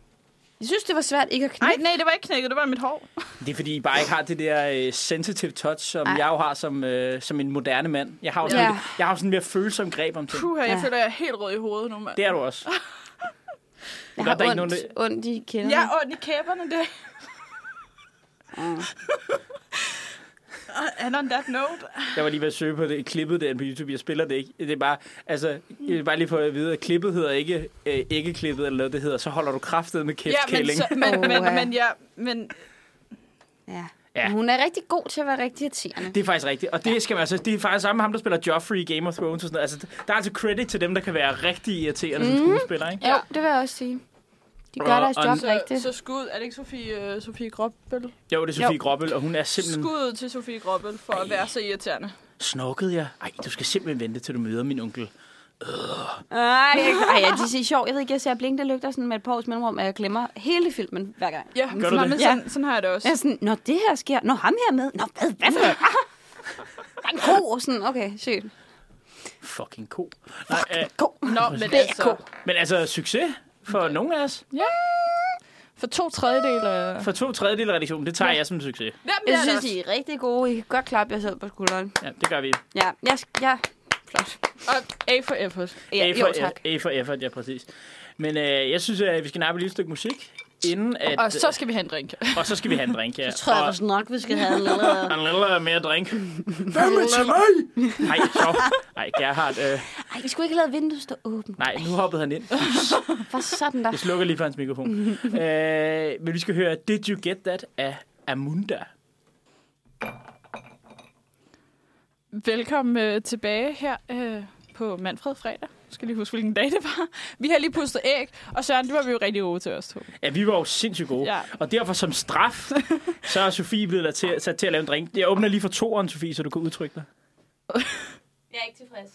B: Jeg synes, det var svært ikke at
C: Nej,
B: knække.
C: nej, det var ikke knækket, det var mit hår.
A: Det er, fordi I bare ikke har det der uh, sensitive touch, som Ej.
B: Ej.
A: jeg jo har som, uh, som en moderne mand. Jeg har jo sådan,
B: Ja.
A: ja. lidt, jeg har jo sådan mere følsom greb om ting.
C: Puh, jeg
B: Ja.
C: føler, jeg er helt rød i hovedet nu, mand.
A: Det er du også.
B: Jeg
A: Godt,
B: har
A: der er ikke
B: ondt,
A: nogen,
B: ondt i kinderne.
C: Jeg er ondt i kæberne, det. And on that note...
A: Jeg var lige ved at søge på det. Klippet der på YouTube, jeg spiller det ikke. Det er bare, altså, jeg vil bare lige få at vide, at klippet hedder ikke øh, ikke klippet eller noget, det hedder. Så holder du kraftet med kæft,
C: ja, men,
A: kælling.
C: så, men, men,
B: Åh, ja.
C: men, ja, men
B: Ja.
A: Ja.
B: ja. Hun er rigtig god til at være rigtig irriterende.
A: Det er faktisk rigtigt. Og det skal man altså, det er faktisk samme med ham, der spiller Joffrey i Game of Thrones og sådan noget. Altså, der er altså credit til dem, der kan være rigtig irriterende mm. som
C: Mhm.
A: skuespillere, ikke?
B: Jo,
C: Ja.
B: det vil jeg også sige. De gør
A: Og-
B: deres
A: og-
B: job
C: så,
B: rigtigt.
C: så skud, er det ikke Sofie, uh, Sofie Grobbel?
A: Jo, det er Sofie Grobbel, og hun er simpelthen...
C: Skud til Sofie Grobbel for at være så irriterende.
A: Snorkede jeg? Ej, du skal simpelthen vente, til du møder min onkel.
B: Ej, ej ja, de siger sjovt. Jeg ved ikke, jeg ser blink, der lygter sådan med et par års mellemrum, at jeg glemmer hele filmen hver gang.
C: Ja,
A: Gør du
C: sådan,
A: det?
C: Sådan, sådan har jeg det også.
B: Jeg er sådan, når det her sker, når ham her er med, når hvad, hvad for noget? Ah! Der er en ko, og sådan, okay, sygt.
A: Fucking ko. Nej, øh,
B: Ko.
C: Nå, men
B: BK.
C: altså,
A: men altså, succes for nogen af os.
C: for to tredjedel af...
A: For to tredjedel af redaktionen, det tager jeg som en succes.
C: Jamen,
B: Jeg synes, I er rigtig gode. I kan godt klappe jer selv på skulderen.
A: Ja, det gør vi.
B: Ja, jeg, ja, flot.
C: Og A for effort.
B: Ja,
A: A for,
B: jo, tak.
A: A for effort, ja, præcis. Men øh, jeg synes, at vi skal nappe et lille stykke musik, inden at... øh,
C: Og så skal vi have en drink.
A: og så skal vi have en drink, ja. Så
B: Tror jeg vist nok, vi skal have en lille...
A: og en lille øh, mere drink.
E: Hvad med til mig?
A: Nej, så. Nej, Gerhard. Øh,
B: Ej, I skulle ikke lade vinduet stå åbent.
A: nej, nu hoppede han ind.
B: Bare sådan der.
A: Jeg slukker lige for hans mikrofon. øh, men vi skal høre Did You Get That af Amunda.
C: Velkommen øh, tilbage her øh, på Manfred Fredag. skal lige huske, hvilken dag det var. Vi har lige pustet æg, og Søren, det var vi jo rigtig gode til os to.
A: Ja, vi var jo sindssygt gode.
C: Ja.
A: Ja. Og derfor som straf, så er Sofie blevet ladt til, sat til at lave en drink. Jeg åbner lige for toeren, Sofie, så du kan udtrykke dig.
B: Jeg er ikke tilfreds.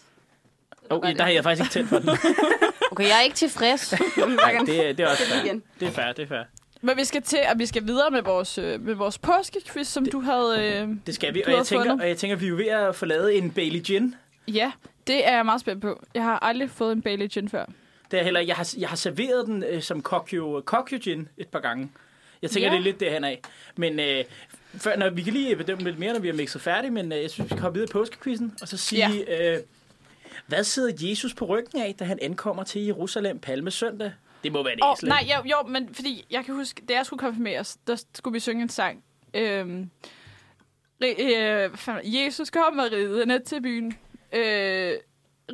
A: Oh, ja, der havde jeg faktisk ikke tændt for den.
B: Okay, jeg er ikke tilfreds.
A: Nej, det, er- det er også fair.
B: Igen.
A: Det er fair, det er fair.
C: Men vi skal til, og vi skal videre med vores, øh, med vores påskequiz, som det, du havde... Øh,
A: Det skal vi.
C: Du
A: Og jeg,
C: har
A: tænker,
C: fundet.
A: og jeg tænker, vi er jo ved at få lavet en Bailey Gin.
C: ja, det er jeg meget spændt på. Jeg har aldrig fået en Bailey Gin før.
A: Det er heller, ikke- jeg, har, jeg har serveret den øh, som Kokyo, Kokyo Gin et par gange. Jeg tænker,
C: Ja.
A: det er lidt det, han af. Men øh, før, når, vi kan lige bedømme lidt mere, når vi har mixet færdigt, men øh, jeg synes, vi skal hoppe videre i påskekvisten, og så sige, ja. øh, hvad sidder Jesus på ryggen af, da han ankommer til Jerusalem palmesøndag? Det må være et
C: Åh,
A: æsel.
C: nej, jo, jo, men fordi jeg kan huske, da jeg skulle konfirmeres, der skulle vi synge en sang. Øhm, ri- øh, hvad fanden- Jesus kommer ridende til byen. Øh,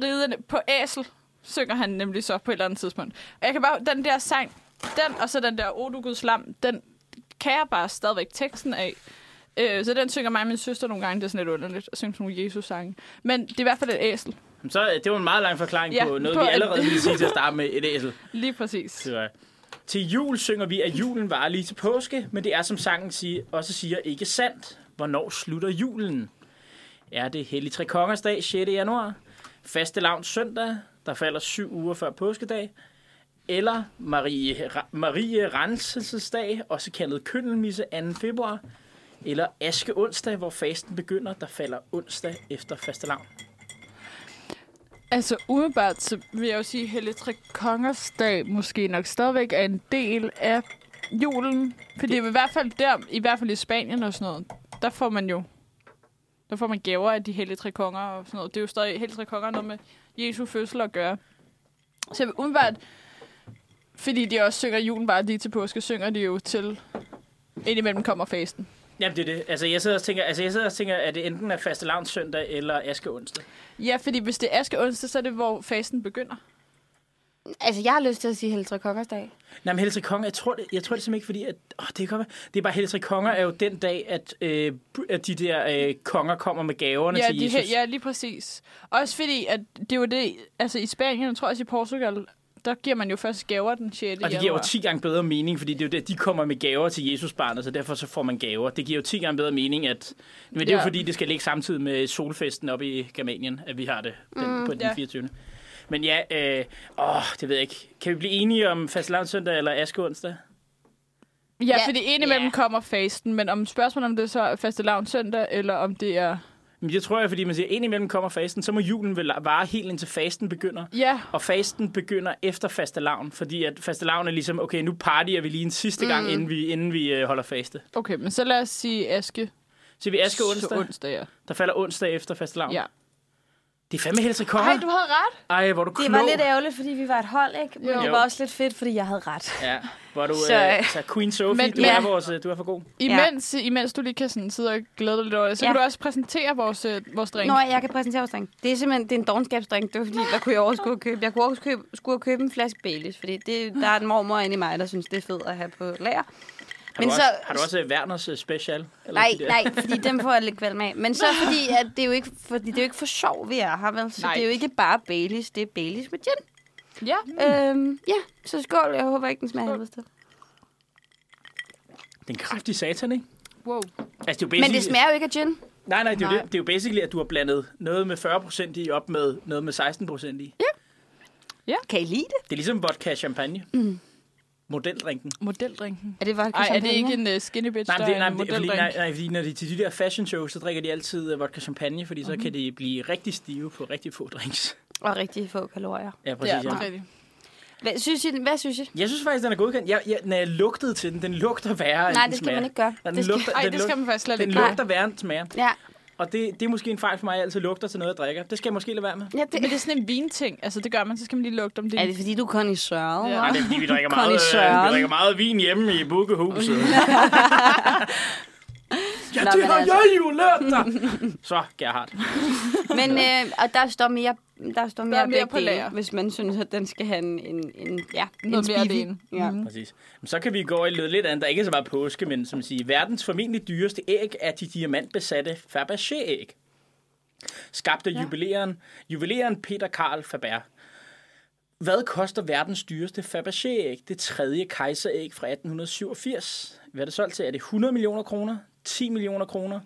C: ridende på æsel, synger han nemlig så på et eller andet tidspunkt. Og jeg kan bare, den der sang, den og så den der O du Guds lam, den kan jeg bare stadigvæk teksten af. Øh, så den synger mig og min søster nogle gange, det er sådan lidt underligt at synge sådan nogle Jesus-sange. Men det er i hvert fald et æsel,
A: Jamen, Så øh, det var en meget lang forklaring
C: Ja,
A: ja, på noget,
C: på
A: vi
C: at-
A: allerede ville sige til at starte med, et æsel.
C: lige præcis.
A: Det var- Til jul synger vi, at julen varer lige til påske, men det er som sangen siger, også siger ikke sandt. Hvornår slutter julen? Er det Hellig Tre Kongers dag 6. januar? Faste lavns søndag, der falder syv uger før påskedag? Eller Marie, Ra- Marie Renselses dag, også kaldet køndelmisse 2. februar? Eller Aske onsdag, hvor fasten begynder, der falder onsdag efter faste lavn?
C: Altså umiddelbart, så vil jeg jo sige, at Helle Tre Kongers dag måske nok stadigvæk er en del af julen. For det er jo i hvert fald der, i hvert fald i Spanien og sådan noget, der får man jo der får man gaver af de hellige tre konger og sådan noget. Det er jo stadig hellige tre konger har noget med Jesu fødsel at gøre. Så jeg vil umiddelbart, fordi de også synger julen bare lige til påske, synger de jo til indimellem kommer fasten.
A: Jamen det er det. Altså jeg sidder og tænker, altså, jeg sidder og tænker at det enten er faste lavns søndag eller Aske onsdag.
C: Ja, fordi hvis det er aske onsdag, så er det, hvor fasten begynder.
B: Altså, jeg har lyst til at sige Heltre Kongers dag.
A: Nej, men Helse Konger, jeg tror, det, jeg tror det simpelthen ikke, fordi... At, åh, det, kan godt være. det er bare, Helse Konger er jo den dag, at, øh, at de der øh, konger kommer med gaverne
C: Ja,
A: til
C: de,
A: Jesus.
C: he- ja, lige præcis. Også fordi, at det var det, altså i Spanien, og tror jeg også i Portugal, der giver man jo først gaver den 6.
A: Og det giver jo 10 gange bedre mening, fordi det er jo det, de kommer med gaver til Jesusbarnet, så derfor så får man gaver. Det giver jo 10 gange bedre mening, at... Men det er
C: Ja.
A: jo fordi, det skal ligge samtidig med solfesten oppe i Germanien, at vi har det den, mm, på den
C: ja.
A: 24. Men ja, øh, åh, det ved jeg ikke. Kan vi blive enige om fastelavnssøndag eller askeonsdag?
C: Ja,
B: Ja,
C: fordi indimellem
B: ja.
C: kommer fasten, men om spørgsmålet om det så er faste lavn søndag, eller om det er...
A: Men det tror jeg, fordi man siger, indimellem kommer fasten, så må julen vel vare helt indtil fasten begynder.
C: Ja,
A: Og fasten begynder efter fastelavn, fordi at fastelavn er ligesom, okay, nu partyer vi lige en sidste gang, mm. inden vi, inden vi øh, holder faste.
C: okay, men så lad os sige aske.
A: Så vi aske onsdag,
C: onsdag ja.
A: der falder onsdag efter fastelavn.
C: ja.
A: Det er fandme Helse Konger.
C: Ej,
A: Ej,
C: du havde ret.
A: Ej, hvor er du klog.
B: Det var lidt ærgerligt, fordi vi var et hold, ikke? Men
C: Jo.
B: jo. det var også lidt fedt, fordi jeg havde ret.
A: Ja, hvor du
B: Så,
A: så, øh,
B: øh,
A: så Queen Sophie,
C: men-
A: men, du,
B: ja.
A: er vores, øh, du er for god.
C: Imens, ja. imens du lige kan sådan sidde og glæde dig lidt over det, så ja.
B: Ja.
C: kan du også præsentere vores, øh, vores drink.
B: Nå, jeg kan præsentere vores drink. Det er simpelthen det er en dogenskabsdrink. Det var fordi, der kunne jeg overskue at købe. Jeg kunne også købe, skulle have købt en flaske Baileys, fordi det, der er en mormor inde i mig, der synes, det er fedt at have på lager.
A: Har, du, også, har du også øh, Werners øh, special? Eller
B: Nej,
A: de der?
B: nej, fordi dem får jeg lidt kvalm af. Men så fordi, at det er jo ikke, fordi det er jo ikke for sjov, vi er her, vel? Så
C: Nej.
B: nej. det er jo ikke bare Baileys, det er Baileys med gin.
C: Ja.
B: Øhm, ja, så skål. Jeg håber ikke, den smager helvedes til.
A: Den kraftige satan, ikke?
C: Wow.
A: Altså, det er jo
B: Men
A: basically-
B: det smager jo ikke af gin.
A: Nej, nej, det er, jo
C: Nej.
A: det. det er jo basically, at du har blandet noget med 40% i op med noget med 16% i.
B: Kan I lide det?
A: Det er ligesom vodka og champagne. Mm. Modeldrinken.
C: Modeldrinken.
B: Er det vodka
C: Ej, er det
B: champagne?
C: ikke en uh, skinny bitch,
A: Nej,
C: der
A: men det,
C: er
A: nej,
C: en
A: men det, fordi,
C: modeldrink?
A: nej, nej, fordi når de til de der fashion shows, så drikker de altid øh, vodka champagne, fordi
B: Mhm.
A: så kan de blive rigtig stive på rigtig få drinks.
B: Og rigtig få kalorier.
A: Ja, præcis.
C: Ja,
A: Ja,
C: det er rigtigt.
B: Hvad synes I? den- Hvad synes I?
A: Jeg synes faktisk, den er godkendt. Jeg, jeg, når jeg lugtede til den, den lugter værre end
B: Nej,
A: den
B: det skal
A: smager.
B: man ikke gøre.
A: Den
B: Det skal...
A: lugter,
C: Ej,
A: den
C: det skal man faktisk slet
A: Den
C: ikke.
A: lugter værre end den smager.
B: Ja.
A: Og det, det er måske en fejl for mig, at jeg altid lugter til noget, jeg drikker. Det skal jeg måske lade være med.
B: ja
C: Men det er sådan en vinting. Altså, det gør man, så skal man lige lugte om det.
B: Er det fordi, du er Connie Sørge?
C: Ja.
B: Ja.
C: Nej,
A: det er fordi, vi drikker
B: meget, Connie øh, vi Søren. drikker
A: meget vin hjemme i bukkehuset. ja,
B: Nå,
A: det
B: men
A: har
B: altså-
A: jeg jo lært dig. Så, Gerhard.
B: Men øh, og der står mere, der står mere,
C: er mere
B: begge
C: på
B: dele,
C: lager.
B: hvis man synes, at den skal have en, en, en ja, en
C: Noget mere af det
B: spiffy.
C: ene.
B: Ja. Mm.
A: Præcis. Men Så kan vi gå i lidt lidt andet. Der er ikke så meget påske, men som siger, verdens formentlig dyreste æg er de diamantbesatte Fabergé-æg. Skabt af ja. juveleren, juveleren Peter Karl Faber. Hvad koster verdens dyreste Fabergé-æg, det tredje kejseræg fra 1887? Hvad er det solgt til? Er det 100 millioner kroner, 10 millioner kroner,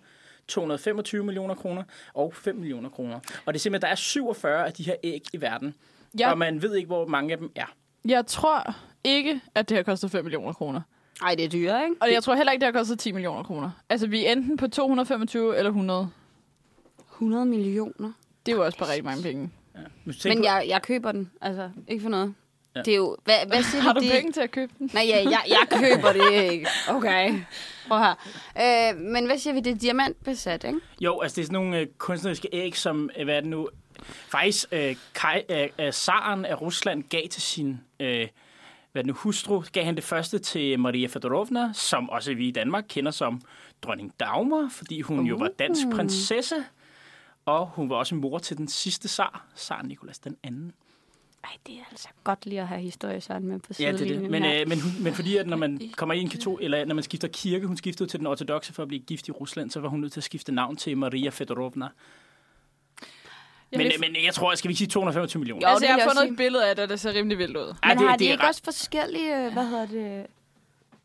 A: 225 millioner kroner og 5 millioner kroner? Og det er simpelthen, der er 47 af de her æg i verden,
C: Jeg,
A: og man ved ikke, hvor mange af dem er.
C: jeg tror ikke, at det har kostet 5 millioner kroner.
B: Ej, det er dyre, ikke?
C: Og jeg tror heller ikke, det har kostet 10 millioner kroner. Altså, vi er enten på 225 eller 100.
B: 100 millioner.
C: Det er jo også bare rigtig mange penge.
A: Hvis du tænker
B: Men
A: på-
B: jeg, jeg køber den, altså. Ikke for noget.
A: Ja.
B: Ja. Det er jo... Hvad, hvad siger
C: Har du
B: det?
C: penge til at købe den?
B: Nej, ja, jeg, jeg køber det ikke. Okay. Prøv her. Øh, men hvad siger vi? Det er diamantbesat, ikke?
A: Jo, altså det er sådan nogle øh, kunstneriske æg, som, øh, hvad er det nu, faktisk øh, kaj, øh, øh, zaren af Rusland gav til sin, øh, hvad er det nu, hustru, gav han det første til Maria Fedorovna, som også vi i Danmark kender som dronning Dagmar, fordi hun uh. jo var dansk prinsesse, og hun var også mor til den sidste zar, zar Nikolas den anden.
B: Nej, det er altså godt lige at have historie sådan med på
A: Ja, det er
B: sidelinjen.
A: det. Men,
B: her.
A: øh, men, hun, men fordi, at når man kommer i en katol, eller når man skifter kirke, hun skiftede til den ortodoxe for at blive gift i Rusland, så var hun nødt til at skifte navn til Maria Fedorovna.
C: Jeg
A: Men,
C: vil-
A: øh, men jeg tror, jeg skal vi ikke sige 225 millioner?
B: Jo,
C: altså,
B: det
C: jeg
B: vil
C: har
B: jeg
C: fundet
B: sige.
C: et billede af det, der ser rimelig vildt ud.
B: men har de
A: er
B: ikke
A: ret-
B: også forskellige... øh, Hvad hedder det?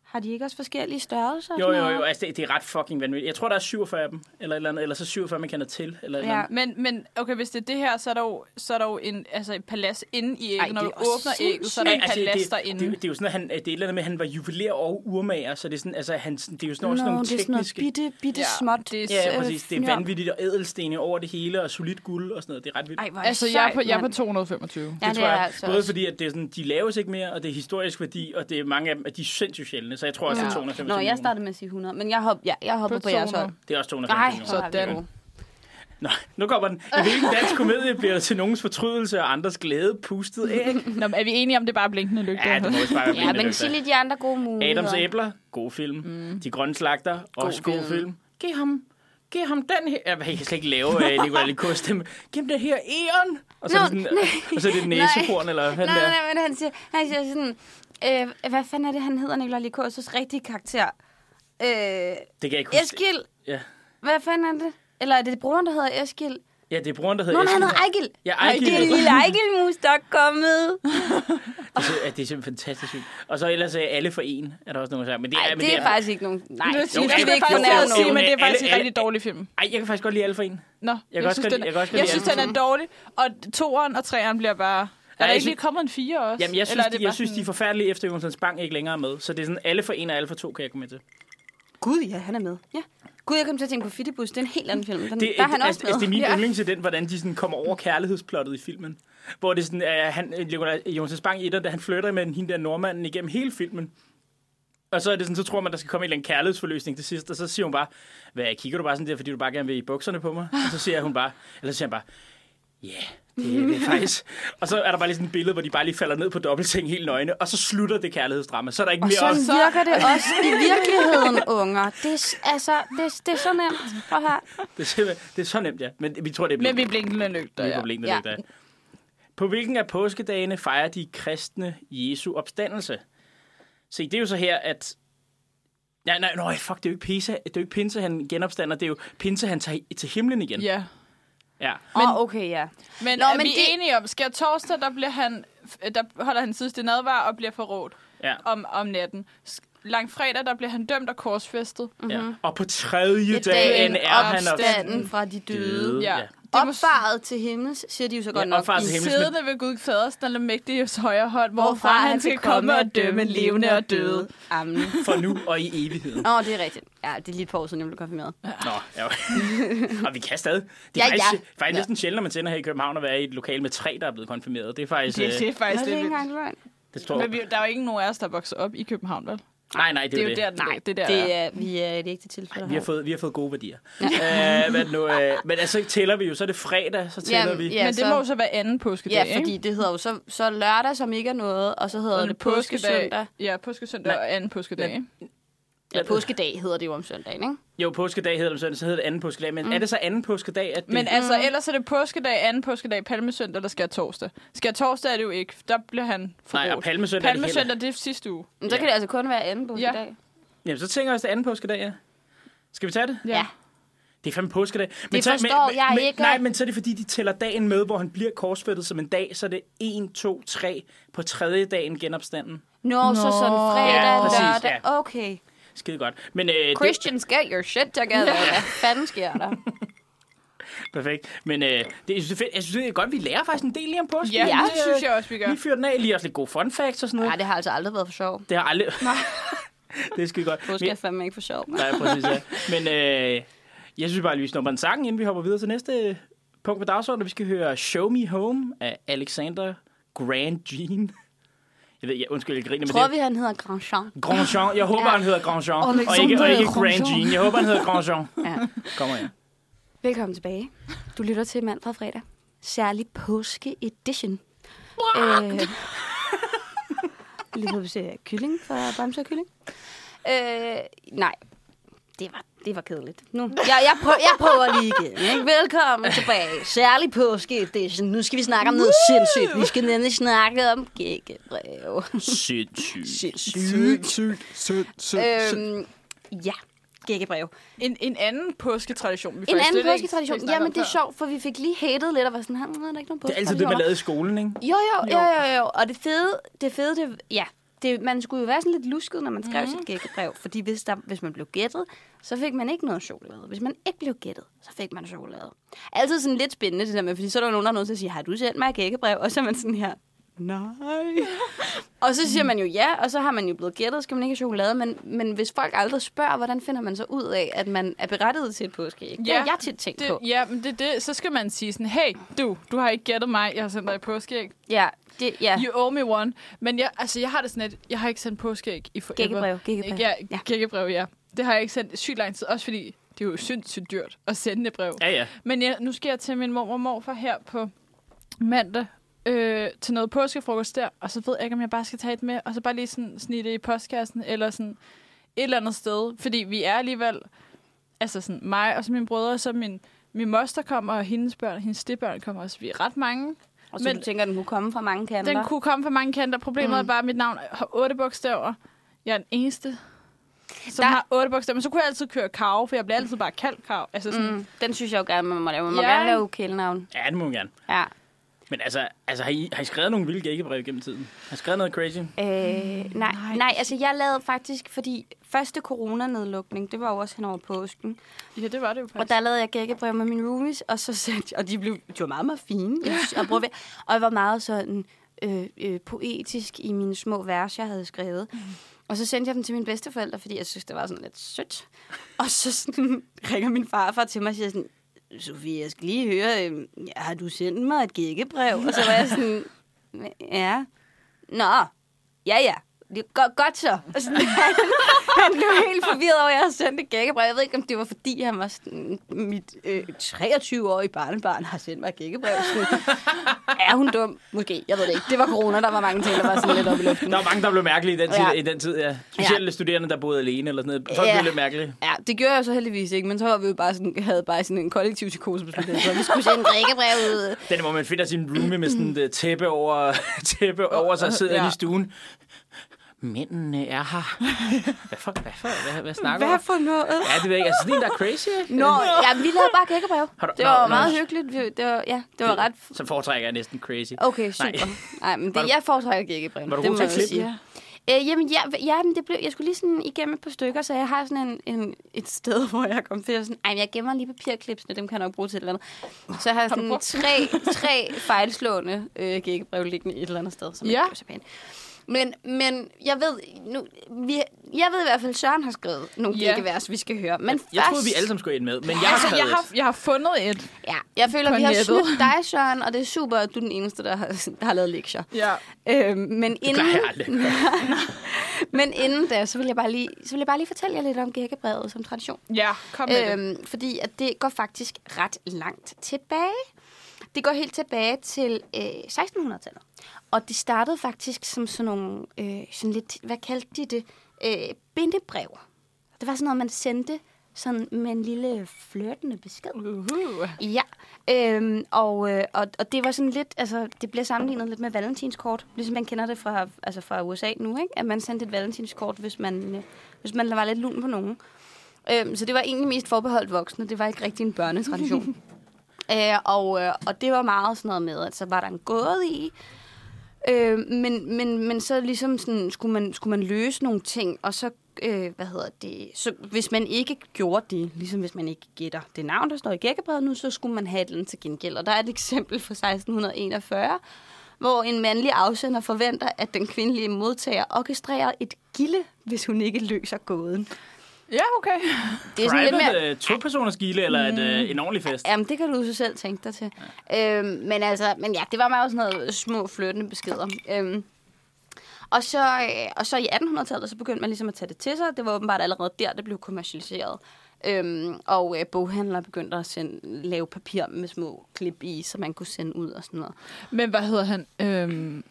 B: Har de ikke også forskellige størrelser? og
A: Jo,
B: sådan
A: jo,
B: noget?
A: jo, altså det, det er ret fucking vanvittigt. Jeg tror, der er 47 af dem, eller et eller andet, eller så 47, man kender til, eller, et eller
B: Ja.
A: andet.
C: Men, men okay, hvis det er det her, så er der jo, så er der jo en, altså et palads inde i ægget.
B: Ej,
C: Når
B: det
C: du
B: er også Altså,
C: åbner ægget, så er der
A: Ja, altså,
C: en palads
A: det, det,
C: derinde.
A: det, det, er jo sådan, at han, det er et eller andet med, at han var juveler og urmager, så det er, sådan, altså, han, det er jo sådan,
B: Nå,
A: også sådan nogle
B: det er sådan noget
A: tekniske...
B: bitte, bitte
C: Ja,
B: ja, småt.
C: det er-
A: ja, ja,
B: øh,
A: præcis. Det er
B: fnør.
A: vanvittigt, og ædelstene over det hele, og solidt guld og sådan noget. Det er ret vildt.
B: Ej, hvor er det
C: altså, jeg er, på,
B: sejt,
C: jeg er på
B: mand.
C: 225.
B: Ja, det,
A: tror
B: er
A: jeg.
B: altså
A: Både
B: også.
A: fordi, at det er sådan, de laves ikke mere, og det er historisk værdi, og det er mange af dem, at de er sindssygt sjældne, så jeg tror også, det er
C: Ja.
A: 225
B: Nå, jeg
A: millioner.
B: startede med at sige 100, men jeg, hop, ja, jeg hopper på, jeres hold.
C: 200.
A: Det er også 225
B: Nej,
A: millioner.
B: hvor har vi
C: Sådan.
B: gode.
A: Nå, nu kommer den. I hvilken dansk komedie bliver der til nogens fortrydelse og andres glæde pustet æg?
C: Nå, men er vi enige om, det er bare blinkende lygter?
A: Ja, det må vist bare være
B: Ja, men sig
A: Blinde
B: lige de andre gode muligheder.
A: Lygter. altså. Adams æbler, god film. Mm. De grønne slagter, også god film. Giv ham, giv ham den her. Jeg kan slet ikke lave uh, Nicolai Likos stemme. Giv ham den her æren. Og så, er det
B: Nå,
A: sådan, og så er det et
B: nej.
A: næsehorn, eller hvad
B: Nej,
A: der.
B: nej, men han siger, han siger sådan, øh, hvad fanden er det, han hedder, Nikolaj Likås' rigtige karakter? Øh,
A: Det kan jeg ikke huske.
B: Eskil,
A: Ja.
B: hvad fanden er det? Eller er det broren, der hedder Eskil?
A: ja, det er broren, der
B: Nå,
A: hedder
B: nej, han
A: Eskil.
B: hedder Ejgil.
A: Ja,
B: Det er
A: Ejgil.
B: lille Ejgilmus, der er kommet.
A: Det er, sim- ja, det er simpelthen fantastisk sygt. Og så ellers er alle for en, er der også nogen, der siger. Men det er,
B: Ej,
A: men
B: det er faktisk ikke nogen... Nej,
C: Nu
B: nu
C: skal
A: Jo,
B: skal
A: alle-
B: vi ikke
A: jo,
B: fornærme
A: jo, jo,
B: nogen.
A: jo,
C: men det er
A: alle-
C: faktisk en
A: alle-
C: rigtig dårlig film.
A: Ej, jeg kan faktisk godt lide alle for en.
C: Nå, jeg,
A: kan også
C: synes,
A: godt
C: den,
A: lide- jeg kan også godt
C: jeg
A: lide
C: synes,
A: Alf.
C: den er dårlig. Og toeren og treeren bliver bare... Er der
A: jeg
C: ikke lige
A: synes-
C: kommet en fire også?
A: Jamen, jeg
C: Eller
A: synes,
C: er det
A: de, jeg
C: bare
A: synes, de er forfærdelige, efter Jonsens Bang ikke længere er med. Så det er sådan, alle for en og alle for to kan jeg komme med til.
B: Gud, ja, han er med. Ja. Gud, jeg kom til at tænke på Fittibus. Det er en helt anden film.
A: Det,
B: Den, Mm, der er han også
A: altså, altså, det er
B: med.
A: min
C: Ja.
A: ja. yndlings i den, hvordan de sådan kommer over kærlighedsplottet i filmen. Hvor det er sådan, at han, Nicolai- Jonas Bang i da han flytter med den- hende der nordmanden igennem hele filmen. Og så er det sådan, så tror man, der skal komme en eller anden kærlighedsforløsning til sidst, og så siger hun bare, hvad, kigger du bare sådan der, fordi du bare gerne vil i bukserne på mig? Og så siger hun bare, eller så siger han bare, ja, yeah, det, det er faktisk. Og så er der bare lige sådan et billede, hvor de bare lige falder ned på dobbeltting helt nøgne, og så slutter det kærlighedsdrama. Så er der ikke
B: Og
A: mere
B: sådan
A: også.
B: virker det også i virkeligheden, unger. Det er, s- altså, det, er- det er så nemt. Prøv her.
A: Det er, simpelthen- det er så nemt, ja. Men vi tror, det er
C: Men
A: blevet-
C: vi er blinkende lygter,
A: Det er
C: ja.
A: problemet,
B: Ja.
A: ja. der. På hvilken af påskedagene fejrer de kristne Jesu opstandelse? Se, det er jo så her, at... Nej, nej, nej, fuck, det er jo ikke pinse, det er jo ikke pinse han genopstander, det er jo pinse, han tager til himlen igen.
C: Ja.
A: ja.
B: Åh, oh, okay, ja.
C: Men Nå,
B: Nå,
C: er men
B: men
C: vi
B: det-
C: enige om, skal torsdag, der, bliver han, der holder han sidste nadvar og bliver forrådt
A: ja.
C: om, om natten. Sk- Langfredag, der bliver han dømt og korsfæstet.
A: ja. Og på tredje dagen
B: Dagen
A: er han
B: opstanden fra de døde.
A: opstået.
C: Ja.
A: Ja.
C: Det må s-
B: Opfaret til himmels, siger de jo så godt
A: Ja,
B: nok.
A: opfaret til
B: i-
A: himmels.
C: siddende ved Gud faders, den mægtiges højre hånd, hvorfra han skal komme og dømme levende og døde.
B: Amen.
A: For nu og i evigheden.
B: Åh, oh, det er rigtigt. Ja, det er lige et par år siden, jeg blev konfirmeret.
A: Nå, ja. og vi kan stadig. Det er
B: Ja,
A: faktisk,
B: ja.
A: faktisk
B: Ja.
A: næsten sjældent, når man tænder her i København og være i et lokal med tre, der er blevet konfirmeret. Det er faktisk...
C: Det, det
A: øh,
C: er faktisk
B: Nå,
C: lidt
B: ikke
C: vildt.
B: engang løgn.
A: det tror
C: Men vi, der er jo ingen nogen af os, der vokser op i København, vel?
A: Nej, nej, det,
C: Det er jo
A: det.
C: der, den- det er der.
B: Det er, vi er et ægte tilfælde
A: Vi har
B: her.
A: fået, vi har fået gode værdier. Ja. Øh, men, nu, øh, men altså, så tæller vi jo, så er det fredag, så tæller
B: Jamen,
A: vi.
B: Ja,
C: Men det
B: så-
C: må jo så være anden påskedag,
B: Ja,
C: ikke?
B: fordi det hedder jo så, så lørdag, som ikke er noget, og så hedder
C: Og
B: det påskesøndag.
C: Ja, påskesøndag
A: Nej.
C: og anden påskedag. ikke?
B: Ja, påskedag hedder det jo om søndagen, ikke?
A: Jo, påskedag hedder det sådan, så hedder det anden påskedag. Men mm. er det så anden påskedag, at det...
C: Men
B: Mm.
C: altså, ellers er det påskedag, anden påskedag, palmesøndag, der skal jeg torsdag. Skal jeg torsdag er det jo ikke, der bliver han forrådt.
A: Nej, og palmesøndag er det
C: palmesøndag det er sidste uge.
B: Men så kan det altså kun være anden påskedag.
A: Jamen, så tænker jeg også, det er anden påskedag, ja. Skal vi tage det?
B: Ja.
A: Det er fandme påskedag. Men
B: Det forstår jeg
A: men,
B: ikke.
A: Nej, men så er det fordi, de tæller dagen med, hvor han bliver korsfættet som en dag. Så er det 1, 2, 3 på tredje dagen genopstanden.
B: Nå, Nå, så sådan fredag,
A: Ja,
B: ja,
A: præcis,
B: lørdag.
A: ja.
B: Okay.
A: Skide godt. Men, øh, det,
B: Christians, get your shit together. Hvad fanden sker der?
A: perfekt. Men øh, det, jeg, synes, det er fedt. jeg synes, det er godt, vi lærer faktisk en del lige om påsken.
C: Ja,
B: Ja.
C: det synes jeg også, vi gør.
A: Lige fyrer den af, lige også lidt gode fun facts og sådan noget.
B: Nej, det har altså aldrig været for sjov.
A: Det har aldrig... det er skide godt.
B: Påske er fandme ikke for sjov.
A: Nej, præcis, ja. Men øh, jeg synes bare, at vi snupper en sang, inden vi hopper videre til næste øh, punkt på dagsordenen. Vi skal høre Show Me Home af Alexander Grand Jean. Jeg ved, jeg, undskyld, jeg griner,
B: Tror
A: men
B: vi,
A: det
B: han hedder Grand Jean?
A: er Grand Jean. Jeg håber,
B: Ja.
A: han hedder Grand Jean. Og
B: Alexander
A: ikke, og ikke
B: Grand
A: Grand
B: Jean.
A: Jean. Jeg håber, han hedder Grand Jean.
B: Ja.
A: Kommer jeg.
B: Velkommen tilbage. Du lytter til Mand fra fredag. Særlig påske edition. Øh, lige på se kylling fra Bamse og Kylling. Øh, nej, det var, det var kedeligt. Nu, jeg, jeg, prøver, jeg prøver lige igen. Ikke? Velkommen tilbage. Særlig påske edition. Nu skal vi snakke om noget sindssygt. Vi skal nemlig snakke om gækkebrev.
A: Sindssygt.
B: Sindssygt.
E: sødt,
B: Øhm, ja, gækkebrev.
C: En, en anden påsketradition, vi
B: En
C: faktisk
B: anden
C: slet ikke- slet
B: påsketradition.
C: ikke snakkede
B: Jamen,
C: om
B: det er
C: før.
B: sjovt, for vi fik lige hatet lidt og var sådan, her, der er ikke nogen
A: Det er altid det, man
B: påsketraditioner."
A: lavede i skolen, ikke?
B: Jo, jo, jo, jo, jo. Og det fede, det fede, det, ja, det, man skulle jo være sådan lidt lusket, når man skrev mm.
C: Mhm.
B: sit gækkebrev, fordi hvis, der, hvis man blev gættet, så fik man ikke noget chokolade. Hvis man ikke blev gættet, så fik man chokolade. Altid sådan lidt spændende det der med, fordi så er der jo nogen, der er nødt til at sige, har du sendt mig et gækkebrev? Og så er man sådan her, nej. og så siger man jo ja, og så har man jo blevet gættet, skal man ikke have chokolade. Men, men hvis folk aldrig spørger, hvordan finder man så ud af, at man er berettiget til et påskeæg? Det
C: Ja,
B: har jeg tit tænkt på.
C: Det, ja, men det, er det, så skal man sige sådan, hey, du, du har ikke gættet mig, jeg har sendt dig et påskeæg.
B: Ja, det, ja.
C: You owe me one. Men jeg, altså, jeg har det sådan, at jeg har ikke sendt påskeæg i forever.
B: Gækkebrev, gækkebrev.
C: Ja,
B: Ja.
C: gækkebrev, ja. Det har jeg ikke sendt i sygt lang tid, også fordi det er jo sindssygt dyrt at sende et brev.
A: Ja, ja.
C: Men ja, nu skal jeg til min mor og morfar her på mandag øh, til noget påskefrokost der, og så ved jeg ikke, om jeg bare skal tage et med, og så bare lige sådan snige det i postkassen, eller sådan et eller andet sted, fordi vi er alligevel, altså sådan mig og så mine brødre, og så min, min moster kommer, og hendes børn, og hendes stebørn kommer også, vi er ret mange.
B: Og så men,
C: men-
B: du tænker, at den kunne komme fra mange kanter.
C: Den kunne komme fra mange kanter, problemet mm. er bare, at mit navn har otte bogstaver, jeg er den eneste, som
B: Der-
C: der... har otte bogstaver, men så kunne jeg altid køre kav, for jeg bliver altid bare kaldt kav, altså sådan, mm.
B: Mm, den synes jeg jo gerne, man må lave. Man må
C: Ja,
B: gerne
C: ikke?
B: lave kælenavn.
A: Ja, det må man gerne.
B: Ja.
A: Men altså, altså har, I, har I skrevet nogle vilde gækkebrev gennem tiden? Har I skrevet noget crazy?
C: Mm,
B: Øh, nej, nej. nej, altså jeg lavede faktisk, fordi første coronanedlukning, det var jo også hen over påsken.
C: ja, det var det jo
B: Mm. Og
C: faktisk.
B: der lavede jeg gækkebrev med mine roomies, og, så sendte, og de, blev, de var meget, meget fine. Jeg synes, jeg brugte, og jeg var meget sådan øh, øh, poetisk i mine små vers, jeg havde skrevet.
C: Mm.
B: Og så sendte jeg dem til mine bedsteforældre, fordi jeg synes, det var sådan lidt sødt. Og så sådan, ringer min farfar til mig og siger sådan, Sofie, jeg skal lige høre, øh, har du sendt mig et gækkebrev? Og så var jeg sådan, ja. Nå, ja ja. Det går godt så. Og sådan, han, han blev helt forvirret over, at jeg havde sendt et gækkebrev. Jeg ved ikke, om det var fordi, han var sådan, mit øh, 23-årige barnebarn har sendt mig et gækkebrev. Sådan, er hun dum? Måske. Jeg ved det ikke. Det var corona, der var mange ting, der var sådan lidt oppe i luften.
A: Der var mange, der blev mærkelige i den tid,
B: Ja.
A: ja. i den tid ja. Specielt ja. studerende, der boede alene eller sådan noget. Folk
B: Ja.
A: ja. blev lidt mærkelige.
B: Ja, det gjorde jeg jo så heldigvis ikke, men så var vi jo bare sådan, havde bare sådan en kollektiv psykose på sådan så vi skulle sende et gækkebrev ud.
A: Den, hvor man finder sin roomie med sådan et tæppe over, tæppe over sig og sidder ja.
C: Ja.
A: i stuen. Mændene er her. Hvad for, hvad for, hvad, hvad snakker
B: Hvad
A: du?
B: for noget?
A: om? Ja, det ved jeg ikke. Altså, sådan en, der er crazy. ikke?
B: Nå, ja, vi lavede bare gækkebrev.
A: Har du-
B: Det var
A: Nå,
B: meget
A: nå.
B: hyggeligt. Vi- Det var, ja, det var ret
A: Så foretrækker jeg næsten crazy.
B: Okay, super.
A: Nej.
B: Nej, men det,
A: Var du-
B: jeg foretrækker gækkebrænd.
A: Var du god til at klippe
B: Ja. Øh, jamen, ja, ja, men det blev, jeg skulle lige sådan igennem et par stykker, så jeg har sådan en, en, et sted, hvor jeg kom til at sådan, ej, men jeg gemmer lige papirklipsene, dem kan jeg nok bruge til et eller andet. Så jeg har sådan
C: brugt
B: tre, tre fejlslående øh, gækkebrev liggende et eller andet sted, som ja.
C: Ja.
B: ikke blev så pænt. Men, men jeg ved nu, vi, jeg ved i hvert fald, Søren har skrevet nogle
C: Ja.
B: yeah. gækkevers, vi skal høre. Men
A: Jeg
B: først,
A: troede, vi alle sammen skulle ind med, men jeg har
C: Altså,
A: skrevet
C: jeg har,
A: et.
C: jeg har fundet et.
B: Ja, jeg føler,
C: på
B: vi har
C: nettet.
B: snydt dig, Søren, og det er super, at du er den eneste, der har, der har lavet lektier.
C: Ja.
B: Øh, men,
A: Det plejer
B: inden,
A: jeg aldrig. at gøre.
B: men inden da, så vil jeg bare lige, så vil jeg bare lige fortælle jer lidt om gækkebrevet som tradition.
C: Ja, kom med øhm, det.
B: Øhm, fordi at det går faktisk ret langt tilbage. Det går helt tilbage til øh, 1600-tallet. Og det startede faktisk som sådan nogle, øh, sådan lidt, hvad kaldte de det, øh, bindebrev. Det var sådan noget, man sendte sådan med en lille flirtende besked.
C: Uhuh.
B: Ja, øhm, og, øh, og, og det var sådan lidt, altså det bliver sammenlignet lidt med valentinskort, ligesom man kender det fra, altså fra USA nu, ikke? at man sendte et valentinskort, hvis man, øh, hvis man var lidt lun på nogen. Øhm, så det var egentlig mest forbeholdt voksne. Det var ikke rigtig en børnetradition. øh, og, øh, og det var meget sådan noget med, at så var der en gåde i. Øh, men, men, men så ligesom sådan, skulle, man, skulle man løse nogle ting, og så, øh, hvad hedder det, så hvis man ikke gjorde det, ligesom hvis man ikke gætter det navn, der står i gækkebrevet nu, så skulle man have et eller andet til gengæld. Og der er et eksempel fra 1641, hvor en mandlig afsender forventer, at den kvindelige modtager orkestrerer et gilde, hvis hun ikke løser gåden.
C: Ja, okay.
B: Det er sådan lidt
A: Private,
B: mere... Mm.
A: mere... øh, to personers gilde, eller et, øh, en ordentlig fest?
B: Jamen, det kan du jo så selv tænke dig til. Ja. Øhm, men altså, men ja, det var meget sådan noget små flirtende beskeder. Øhm, og så, øh, og så i 1800-tallet, så begyndte man ligesom at tage det til sig. Det var åbenbart allerede der, det blev kommercialiseret. Øhm, og øh, boghandlere begyndte at sende, lave papir med små klip i, så man kunne sende ud og sådan noget.
C: Men hvad hedder han? Øhm,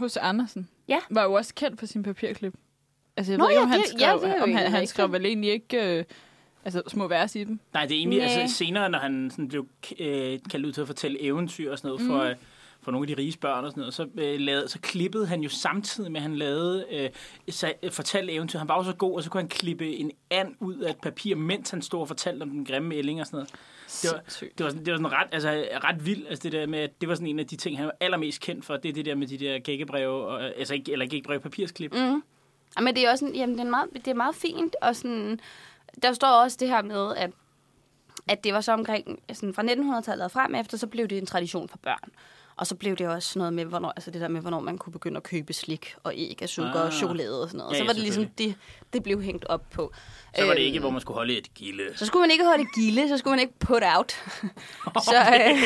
C: H.C. Andersen
B: Ja.
C: var jo også kendt for sin papirklip. Altså, jeg
B: Nå
C: ved ikke,
B: ja,
C: om han
B: det- ja,
C: skrev,
B: det er jo
C: om han,
B: egentlig
C: han
B: rigtigt.
C: skrev vel egentlig ikke øh, altså, små vers i dem.
A: Nej, det er egentlig
B: Næh.
A: altså, senere, når han sådan blev øh, kaldt ud til at fortælle eventyr og sådan noget mm. for, øh, for nogle af de rige børn og sådan noget, så, øh, lavede, så klippede han jo samtidig med, at han lavede øh, så, øh, fortalte eventyr. Han var jo så god, og så kunne han klippe en and ud af et papir, mens han stod og fortalte om den grimme ælling og sådan noget. Det var,
C: Sindssygt.
A: det var, sådan, det var sådan ret, altså, ret vildt, altså det der med, at det var sådan en af de ting, han var allermest kendt for, det er det der med de der gækkebreve, og, altså ikke, eller gækkebreve papirsklip. Mm.
B: Ja, Men det er også sådan, jamen, det er meget, det er meget fint, og sådan, der står også det her med, at, at det var så omkring, sådan fra 1900-tallet og frem efter, så blev det en tradition for børn. Og så blev det også sådan noget med, hvornår, altså det der med, hvornår man kunne begynde at købe slik og æg og sukker ah. og
A: Ah.
B: chokolade og sådan noget.
A: Ja,
B: så
A: ja,
B: var det ligesom det, det blev hængt op på.
A: Så var det
B: Øhm,
A: ikke, hvor man skulle holde et gilde.
B: Så skulle man ikke holde gilde, så skulle man ikke put out. så øh,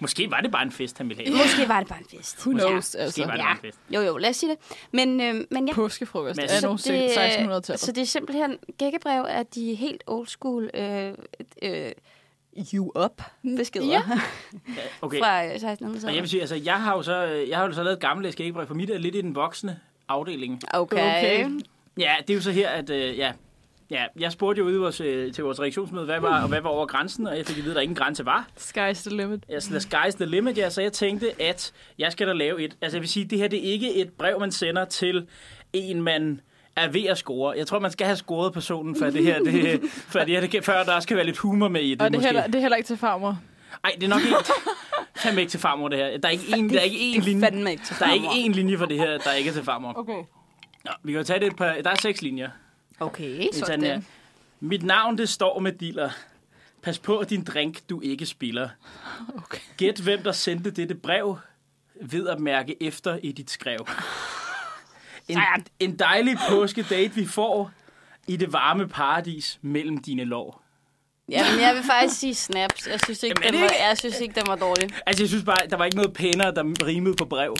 A: Måske var det bare en fest, han ville have.
B: måske var det bare en fest.
C: Who knows, ja.
A: Måske
C: altså.
A: Øh, var det bare
B: Ja.
A: en fest.
B: Jo, jo, lad os sige det. Men, øh, men ja,
C: Påskefrokost
A: Men
C: er
A: altså,
C: nu
B: øh, Så
C: 1600-tallet.
B: det er simpelthen gækkebrev af de helt old school øh, øh, you up beskeder ja.
C: Ja.
A: Ja, Okay.
B: fra øh,
A: Og jeg vil
B: 1600-tallet.
A: sige, altså, jeg har jo så, jeg har jo så lavet et gammeldags gækkebrev, for mit er lidt i den voksne afdeling.
B: Okay. okay.
A: Ja, det er jo så her, at øh, ja, ja, jeg spurgte jo ude i vores, øh, til vores reaktionsmøde, hvad var, og hvad var over grænsen, og jeg fik at vide, at der ingen grænse var.
C: Sky's the limit.
A: Jeg the sky's the limit, ja, så jeg tænkte, at jeg skal da lave et... Altså, jeg vil sige, det her det er ikke et brev, man sender til en, man er ved at score. Jeg tror, man skal have scoret personen, for det her, det, for det her det, kan- før der også skal være lidt humor med i det,
C: Og det er,
A: måske.
C: heller, det er heller ikke til farmor.
A: Ej, det er nok ikke... Fandme ikke til farmor, det her. Der er ikke en, der er ikke en linje.
B: Fandme ikke til
A: Der er ikke
B: farmor.
A: én linje for det her, der ikke er til farmor.
C: Okay.
A: Nå, vi kan jo tage det et par... Der er seks linjer.
B: Okay,
A: Vi tager den her.
B: sådan.
A: Mit navn, det står med diller. Pas på din drink, du ikke spiller.
C: Okay.
A: Gæt, hvem der sendte dette brev ved at mærke efter i dit skrev. En, en dejlig påskedate, vi får i det varme paradis mellem dine lår.
B: Jamen, jeg vil faktisk sige snaps. Jeg synes ikke,
A: Jamen, er
B: den
A: det
B: var,
A: ikke-
B: jeg synes ikke, den var dårlig.
A: Altså, jeg synes bare, der var ikke noget pænere, der rimede på brev.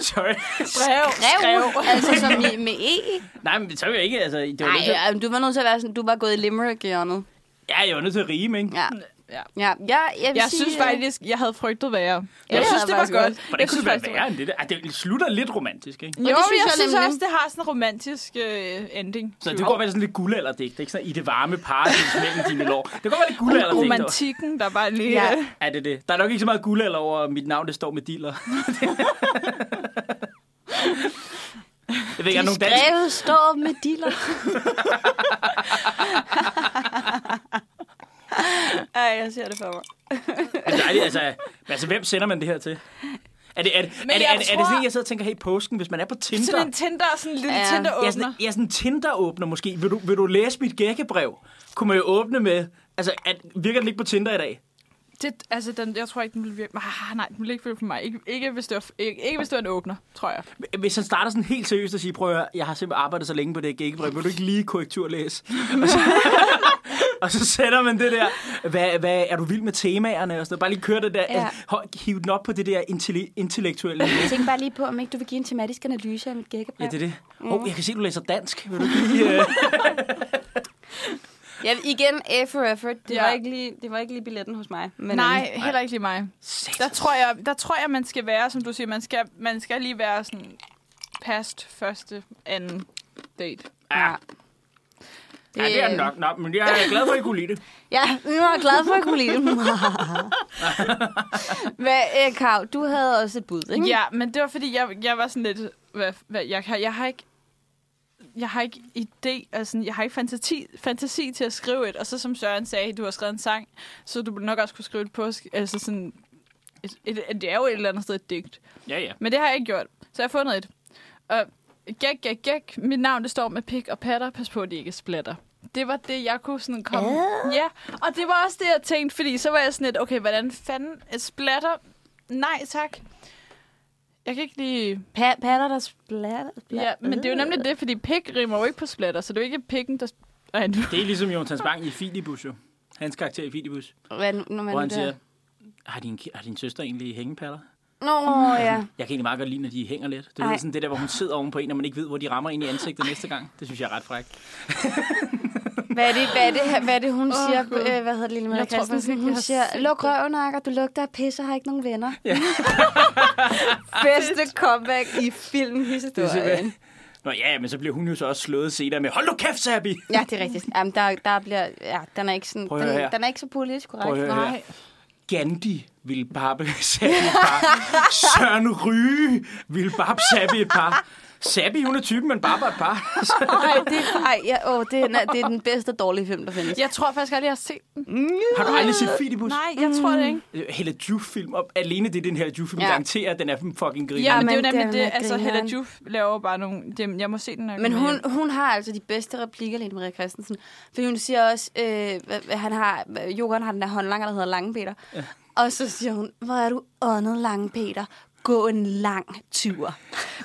A: Sorry.
C: Brev.
B: Rev, altså som i, med E.
A: Nej, men så er jeg ikke, altså... Det var
B: Nej,
A: nødt til,
B: ja, du var nødt til at være sådan, du var gået i limerick-hjørnet.
A: ja, jeg var nødt til at rime, ikke?
B: Ja.
C: Ja.
B: Ja, ja, jeg, vil
C: Jeg
B: sige,
C: synes
B: øh,
C: faktisk, jeg havde frygtet værre.
B: Ja,
C: Jeg synes,
B: det
C: det
B: havde
C: var
B: jeg faktisk
A: Hvordan
C: godt. Jeg
A: kunne det
C: synes
A: være
C: faktisk, det var-
A: værre end det der? Ej, det slutter lidt romantisk, ikke?
C: Jo,
B: det
C: men
B: synes
C: jeg
B: jeg
C: synes
B: nemlig.
C: også, det har sådan en romantisk øh, ending.
A: Så det går være sådan lidt guldalderdigt, ikke? Sådan i det varme paradis mellem dine lår. Det går være lidt guldalderdigt. også.
C: Romantikken, der bare lige...
B: Ja.
C: Ja.
A: Er det det? Der er nok ikke så meget guldalder over mit navn, det står med diller. Jeg ved ikke, er der nogen dansk...
B: Skrevet står med diller. Ej, jeg ser det for mig.
A: Er det dejligt? Altså, altså, hvem sender man det her til? Er det, er, det, er, det, er, det, er,
C: jeg
A: det, er det sådan,
C: tror-
A: jeg sidder og tænker, hey, påsken, hvis man er på Tinder...
C: Sådan en Tinder, sådan en lille
B: Ja.
C: ja. Tinder
A: Jeg er
C: åbner.
A: sådan, jeg er sådan en Tinder-åbner måske. Vil du, vil du læse mit gækkebrev? Kunne man jo åbne med... Altså, at, virker den ikke på Tinder i dag?
C: Det, altså, den, jeg tror ikke, den ville virke... Ah, nej, den ville ikke virke for mig. Ikke, ikke, hvis det var, ikke, ikke hvis det var en åbner, tror jeg.
A: Hvis han starter sådan helt seriøst og siger, prøv at høre, jeg har simpelthen arbejdet så længe på det her gækkebrev, vil du ikke lige korrekturlæse? Og så, og så sætter man det der, hvad, hvad, er du vild med temaerne? Og sådan noget. Bare lige køre det der,
B: Ja.
A: ja. hiv den op på det der intelli- intellektuelle niveau.
B: Tænk bare lige på, om ikke du vil give en tematisk analyse af mit gækkebrev.
A: Ja, det er det. Åh, oh, jeg kan se, du læser dansk. Vil du ikke lige... Uh...
B: Ja, igen, A for effort. Det, ja.
C: Ja.
B: var ikke lige, det var ikke lige billetten hos mig. Men
C: Nej, heller ikke lige mig. Der tror, jeg, der tror jeg, man skal være, som du siger, man skal, man skal lige være sådan past første, anden date.
A: Ja, ja, det er den nok. Nå, men jeg er glad for, at I kunne lide det.
B: Ja, jeg var glad for, at jeg kunne lide den. Hvad, øh, Kav, du
C: Mm.
B: havde også et bud, ikke?
C: Ja, men det var fordi, jeg, jeg var sådan lidt... Hvad, hvad, jeg, har, jeg har ikke... jeg har ikke idé, altså jeg har ikke fantasi, fantasi til at skrive et, og så som Søren sagde, du har skrevet en sang, så du ville nok også kunne skrive et påske, altså sådan, et, et, et, det er jo et eller andet sted et digt.
A: Ja, ja.
C: Men det har jeg ikke gjort, så jeg har fundet et. Og gæk, gæk, gæk, mit navn det står med pik og patter, pas på, at de ikke splatter. Det var det, jeg kunne sådan komme... Ja, og det var også det, jeg tænkte, fordi så var jeg sådan lidt, okay, hvordan fanden et splatter? Nej, tak. Jeg kan ikke lige...
B: Pa- patter, der splatter.
C: Ja, men det er jo
B: Øh.
C: nemlig det, fordi pik rimer jo ikke på splatter, så det er jo ikke pikken, der... sp- Ej, nu.
A: Det er ligesom Jonathan Spang i Filibus jo. Hans karakter i Filibus,
B: Hvad, nu- når man
A: hvor han
B: der-
A: siger, har din, har din søster egentlig hængepaller?
B: Nå, ja.
A: Jeg kan egentlig meget godt lide, når de hænger lidt. Du
B: Ej.
A: ved, sådan det der, hvor hun sidder oven på en, og man ikke ved, hvor de rammer ind i ansigtet næste gang. Det synes jeg er ret frækt.
B: Hvad er det, hvad er det, hvad er det hun
C: Åh,
B: oh, siger?
C: Gud.
B: Øh, hvad hedder det, Lille Maria
C: Jeg tror faktisk
B: Christensen?
C: ikke,
B: Hun
C: jeg har
B: siger,
C: set
B: luk røven, Akker, du lugter af pisse, har ikke nogen venner. Bedste comeback i filmhistorien.
A: Nå ja, men så bliver hun jo så også slået senere med, hold nu kæft, Sabi!
B: Ja, det er rigtigt. Jamen, der, der bliver, ja, den er ikke, sådan,
A: Prøv at høre her.
B: den, den er ikke så politisk korrekt.
A: Prøv at høre her.
C: Nej.
A: Gandhi ville babbe Sabi et par. Søren Ryge ville babbe Sabi et par. Sabi, hun er typen, men babber et par.
B: Nej, det, ej, ja, åh, det, er, det er den bedste dårlige film, der findes.
C: Jeg tror faktisk aldrig, jeg har set den.
A: har du aldrig set Fidibus?
C: Nej, jeg tror
B: Mm.
C: det ikke.
A: Øh, Hella Juf-film, og alene det, den her Juf-film
B: Ja.
A: ja. garanterer, at den er fucking griner.
C: Ja, men,
B: men
C: det er jo nemlig
B: den
C: det.
B: er
C: Altså, Hedda
B: grineren.
C: Juf laver bare nogle... Jamen, jeg må se den, når jeg
B: Men
C: kommer
B: hun,
C: hjem.
B: hun har altså de bedste replikker, Lene Maria Christensen. For hun siger også, øh, hvad- hvad han har, Jokeren har den der håndlanger, der hedder Lange Peter. Ja. Og så siger hun, hvor er du åndet, Lange Peter? Gå en lang tur.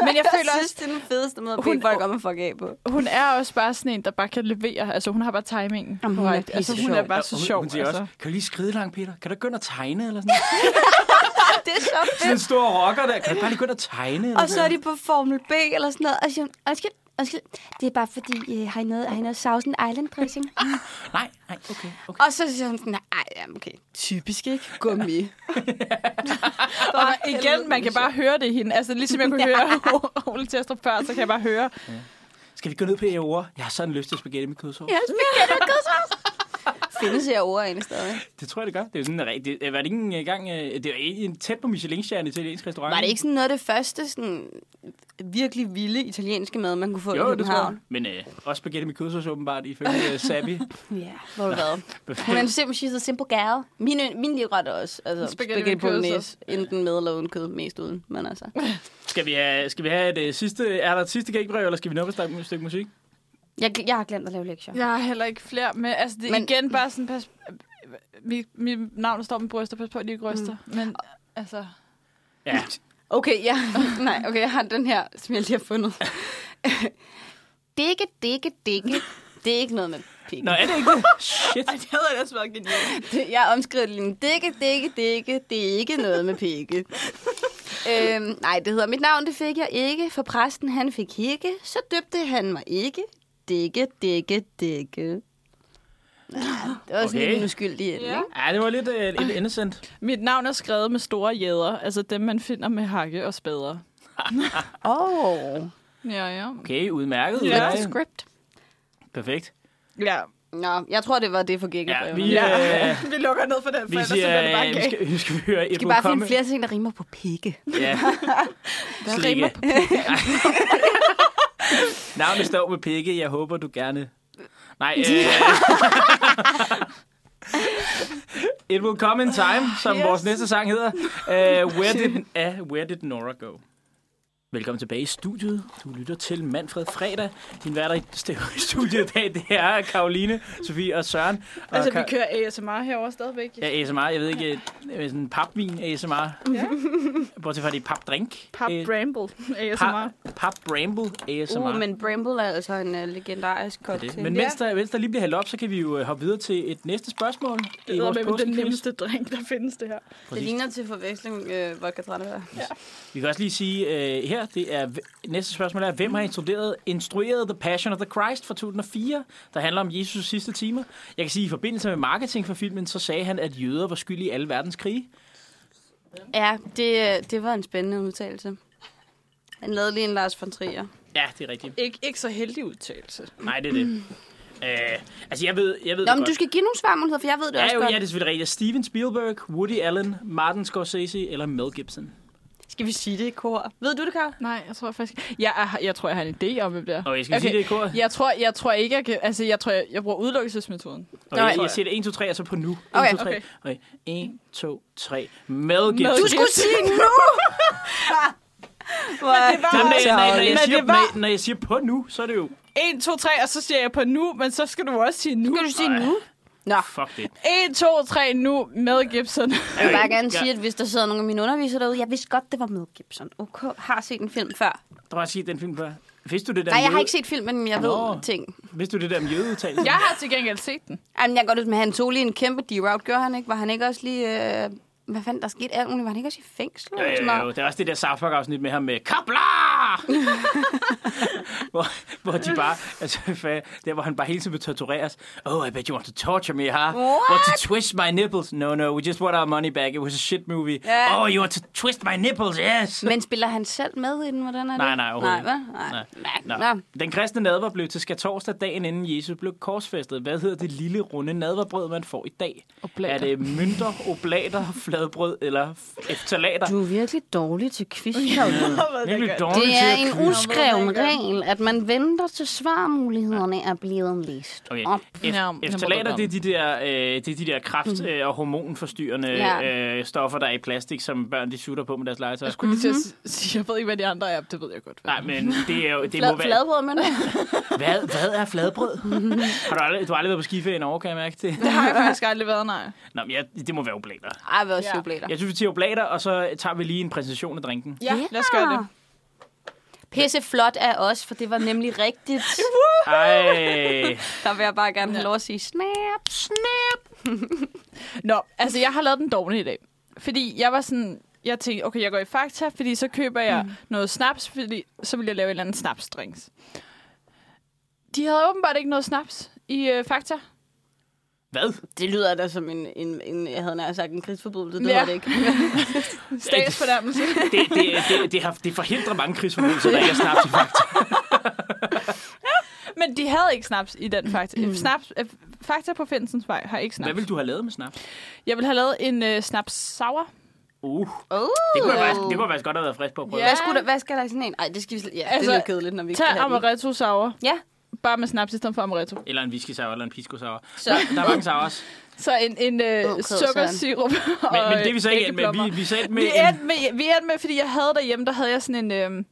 C: Men jeg føler
B: synes, det er den fedeste måde at
C: Hun-
B: bede folk om at fuck af på.
C: Hun er også bare sådan en, der bare kan levere. Altså, hun har bare timingen.
B: Jamen, hun er
C: korrekt. altså, hun er
B: pissesjov.
C: bare
A: Og
C: så
A: hun,
C: sjov.
A: Hun siger
C: altså.
A: også, kan du lige skride langt, Peter? Kan du begynde at tegne? Eller sådan noget?
B: Det er så fedt.
A: Sådan en stor rocker der. Kan du bare lige begynde at tegne? Eller
B: Og så er de på Formel B eller sådan noget. Og så siger hun, undskyld, undskyld. Det er bare fordi, øh, har I noget, har I noget Thousand Island dressing?
A: Nej, nej, okay. okay.
B: og så siger hun sådan, nej, jamen, okay. Typisk, ikke? Gummi.
C: Og igen, man kan bare høre det i hende. Altså, ligesom jeg kunne høre Ole Testrup før, så kan jeg bare høre.
A: Skal vi gå ned på Aurora? Jeg har sådan lyst til spaghetti med kødsovs.
B: Ja, spaghetti og kødsovs. Findes jeg ord egentlig stadig?
A: Det tror jeg, det gør. Det er jo sådan en rigtig... det- Var det ikke engang... øh, Det var en tæt på Michelin-stjerne til italiensk restaurant?
B: Var det ikke sådan noget af det første sådan, virkelig vilde italienske mad, man kunne få i
A: Jo, det tror jeg.
B: København?
A: Men øh, også spaghetti med kødsovs åbenbart, ifølge øh, Sabi.
B: Ja, hvor du hvad? Hun er en simpel, she's a simple gal. Min, ø- min livret er også.
C: Spaghetti
B: Altså,
C: med
B: spaghetti, spaghetti bolognese.
C: kødsovs.
B: Enten med eller uden kød, mest uden. Men altså.
A: skal, vi have, skal vi have et øh, sidste... Er der et sidste gækbrev, eller skal vi nå på et stykke musik?
B: Jeg, jeg har glemt at lave lektier.
C: Jeg har heller ikke flere med. Altså, det er
B: Men-
C: igen bare sådan, pas... Mit, mit navn står med bryster, pas på, at de ikke ryster. Mm. Men altså...
A: Ja.
B: Okay, ja. Nej, okay, jeg har den her, som jeg lige har fundet. dikke, dikke, dikke. Det er ikke noget med pik.
A: Nå, er det ikke det? Shit.
C: Ej, det havde ellers været genialt.
B: Det- Jeg omskrev det lige. nu. Dikke, dikke, dikke, det er ikke noget med pikke. øhm, nej, det hedder, mit navn det fik jeg ikke, for præsten han fik hikke, så døbte han mig ikke. Dikke, dikke, dikke. Ja, det var sådan
A: Okay.
B: lidt en uskyldig ende,
C: Ja.
B: ja. ikke?
A: Ja, det var lidt øh, lidt indesendt.
C: Mit navn er skrevet med store jæder. Altså dem, man finder med hakke og spader.
B: Åh. Oh.
C: Ja, ja.
A: Okay, udmærket.
C: Ja.
A: udmærket.
B: Script.
A: Perfekt.
C: Ja,
B: Nå, jeg tror, det var det for gækket.
A: Ja, vi,
B: vi...
A: ja. Øh,
C: vi lukker ned for den,
A: vi siger, øh, vi skal, vi skal høre
B: Vi
A: Ebro
B: skal bare
A: komme.
B: finde flere ting, der rimer på pikke.
A: Ja.
C: Der
A: Slikke.
C: rimer på
A: Navnet står med pikke. Jeg håber, du gerne... Nej, øh... It Will Come In Time, som yes. vores næste sang hedder. Uh, where, did, uh, where Did Nora Go? Velkommen tilbage i studiet. Du lytter til Manfred Fredag. Din værter i st- studiet i dag, det er Karoline, Sofie og Søren. Og
C: Altså, vi
A: Ka-
C: kører ASMR herovre stadigvæk.
A: Ja, ASMR. Jeg ved ikke, øh, sådan en papvin ASMR.
C: Ja.
A: Bortset fra det er papdrink.
C: Pap
A: Øh,
C: Bramble ASMR.
A: Pap, pap Bramble ASMR.
B: Uh, men Bramble er altså en uh, legendarisk
A: Det er
B: cocktail.
A: det. Men mens der, mens der lige bliver hældt op, så kan vi jo øh, hoppe videre til et næste spørgsmål.
C: Det er med den nemmeste drink, der findes det her.
B: det ligner til forveksling øh, vodka tranebær.
A: Vi kan også lige sige øh, her, det er hv- næste spørgsmål er, hvem har instrueret, instrueret The Passion of the Christ fra 2004, der handler om Jesus' sidste timer? Jeg kan sige, at i forbindelse med marketing for filmen, så sagde han, at jøder var skyldige i alle verdens krige.
B: Ja, det, øh, det var en spændende udtalelse. Han lavede lige en Lars von Trier.
A: Ja, det er rigtigt.
C: Ikke, ikke så heldig udtalelse.
A: Nej, det er det. Øh, altså, jeg ved, jeg ved
B: Nå,
A: det
B: men
A: godt.
B: du skal give nogle svarmuligheder, for jeg ved det
A: Ja,
B: også
A: jo, ja,
B: godt.
A: det er selvfølgelig rigtigt. Steven Spielberg, Woody Allen, Martin Scorsese eller Mel Gibson?
B: Skal vi sige det i kor? Ved du det, Kar?
C: Nej, jeg tror faktisk... Jeg, er, jeg tror, jeg har en idé om, hvem det er.
A: Okay, skal vi sige det i kor?
C: Jeg tror, jeg tror ikke, jeg kan... Altså, jeg tror, jeg, jeg bruger udelukkelsesmetoden.
A: Okay,
B: Nej.
A: jeg, jeg siger det 1, 2, 3, og så på nu. 1,
B: Okay,
A: 2, 3.
C: okay.
A: okay. 1, 2, 3. Mel Gibson.
C: Mel
B: Du
C: Gibson.
B: skulle sige nu! Men
C: var-
A: Jamen, når, når, når,
C: Men
A: jeg siger,
C: det var-
A: når, når jeg siger på nu, så er det jo...
C: 1, 2, 3, og så siger jeg på nu, men så skal du også sige nu.
B: Skal du sige nu? Nå,
A: Fuck det.
C: 1, 2, 3, nu med Gibson.
B: jeg vil bare gerne sige, at hvis der sidder nogle af mine undervisere derude, jeg vidste godt, det var med Gibson. Okay, har set en film før.
A: Du har set den film før. Vidste du det der
B: Nej,
A: med
B: jeg har
A: jøde-
B: ikke set filmen, men jeg
A: Nå.
B: ved ting.
A: Vidste du det der med jødeudtalelsen?
C: Jeg har til gengæld set den.
B: Jamen, jeg går ud med, at han tog lige en kæmpe deroute, gjorde han ikke? Var han ikke også lige... Øh, hvad fanden, der skete alt muligt? Var han ikke også i fængsel?
A: Jo,
B: eller sådan
A: jo,
B: noget?
A: jo. Det er også det der South Park-afsnit med ham med Kabla! hvor, hvor de bare, altså, fa- der hvor han bare hele tiden vil tortureres. Oh, I bet you want to torture me, huh? Want to twist my nipples? No, no, we just want our money back. It was a shit movie.
B: Ja.
A: Oh, you want to twist my nipples, yes!
B: Men spiller han selv med i den? Hvordan
A: Nej,
B: er det?
A: nej,
B: nej,
A: overhovedet
B: hvad?
A: ikke.
B: Nej,
A: Nå.
B: nej, nej.
A: Den kristne nadver blev til skatorsdag dagen inden Jesus blev korsfæstet. Hvad hedder det lille runde nadverbrød, man får i dag?
C: Oblater.
A: Er det mynter, oblater, fladbrød eller f- eftalater?
B: Du er virkelig dårlig til quiz, Karoline.
A: Virkelig dårligt
B: Det
A: til
B: er
A: at
B: en
A: quiz.
B: uskreven regel, at man venter til svarmulighederne er blevet læst
A: Okay.
B: op.
C: Ja,
A: Eft- Eftalater, det er de der, øh, det er de der kræft- øh, og hormonforstyrrende
B: Mm. Ja.
A: øh, stoffer, der er i plastik, som børn de sutter på med deres legetøj.
C: Jeg skulle lige til
B: Mhm.
C: at s- sige, jeg ved ikke, hvad de andre er. Det ved jeg godt. hvad
A: Nej, men det er jo... Det
B: Flad,
A: må være,
B: fladbrød med
A: hvad, hvad er fladbrød? har du, aldrig, du har aldrig været på skiferie i Norge, kan jeg mærke det?
C: Det har jeg faktisk aldrig været, nej.
A: Nå, men jeg, det må være oblater.
B: Ej, hvad også
C: Ja.
B: ja.
A: Jeg synes, vi tager oblater, og så tager vi lige en præsentation af drinken.
C: Ja, lad os gøre det.
B: Pisse flot af os, for det var nemlig rigtigt.
A: Ej,
B: Der vil jeg bare gerne have lov at sige snap.
C: Nå, altså jeg har lavet den dårlige i dag. Fordi jeg var sådan, jeg tænkte, okay, jeg går i Fakta, fordi så køber jeg mm. noget snaps, fordi så vil jeg lave en eller anden snapsdrinks. De havde åbenbart ikke noget snaps i øh, Fakta.
A: hvad?
B: Det lyder da som en, en, en jeg havde nær sagt, en krigsforbrydelse. Det
C: Ja.
B: ja. var det ikke.
C: Statsfornærmelse.
A: Det, det, det, det, har, det forhindrer mange krigsforbrydelser, der ikke er snaps i fakta.
C: Men de havde ikke snaps i den Fakta.
B: Mm.
C: Snaps, øh, fakta på Finsens Vej har ikke snaps.
A: Hvad vil du have lavet med snaps?
C: Jeg vil have lavet en øh, snaps sour.
A: Uh,
B: Oh.
A: det kunne jeg faktisk, det kunne jeg faktisk godt have været frisk på at prøve.
B: Hvad, skulle der, hvad skal der i sådan en? Ej, det skal vi slet... Ja, altså,
C: Altså,
B: det er lidt kedeligt, når vi ikke
C: Tag
B: kan have den.
C: amaretto sour.
B: Ja,
C: Bare med snaps i stedet for amaretto.
A: Eller en whisky sour, eller en pisco sour.
B: så...
A: Der er mange sours.
C: Så en, en øh,
B: Okay,
C: okay,
B: Søren.
C: sukkersirup
A: Men,
C: og
A: men det er vi så ikke
C: øh,
A: endt med.
C: æggeblommer.
A: Vi, vi sagde med
C: Vi
A: en,
C: endte med, vi endte med, fordi jeg havde derhjemme, der havde jeg sådan en, øh,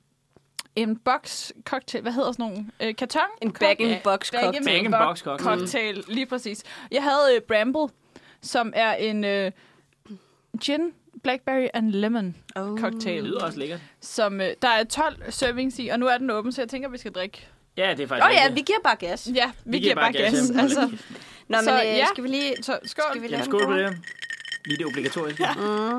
C: en box cocktail. Hvad hedder sådan nogle? Øh, karton?
B: En bag-in-box cocktail.
A: Bag-in-box
C: Bag-in-box
A: cocktail.
C: cocktail, Mm. lige præcis. Jeg havde øh, Bramble, som er en øh, gin, blackberry and lemon
B: Oh.
A: det
C: cocktail,
A: lyder også lækkert.
C: som øh, der er 12 servings i, og nu er den åben, så jeg tænker, vi skal drikke.
A: Ja, det er faktisk
B: Åh oh, ja,
A: rigtigt.
B: vi giver bare gas.
C: Ja, vi, vi giver bare gas.
A: jamen.
C: altså,
B: Nå, men
C: Så,
B: øh,
C: ja.
B: skal vi lige...
C: så skål.
B: Skal vi lave
A: Jamen,
B: den
A: skål på
B: der?
A: det. Lige det obligatoriske. Ja.
B: Uh,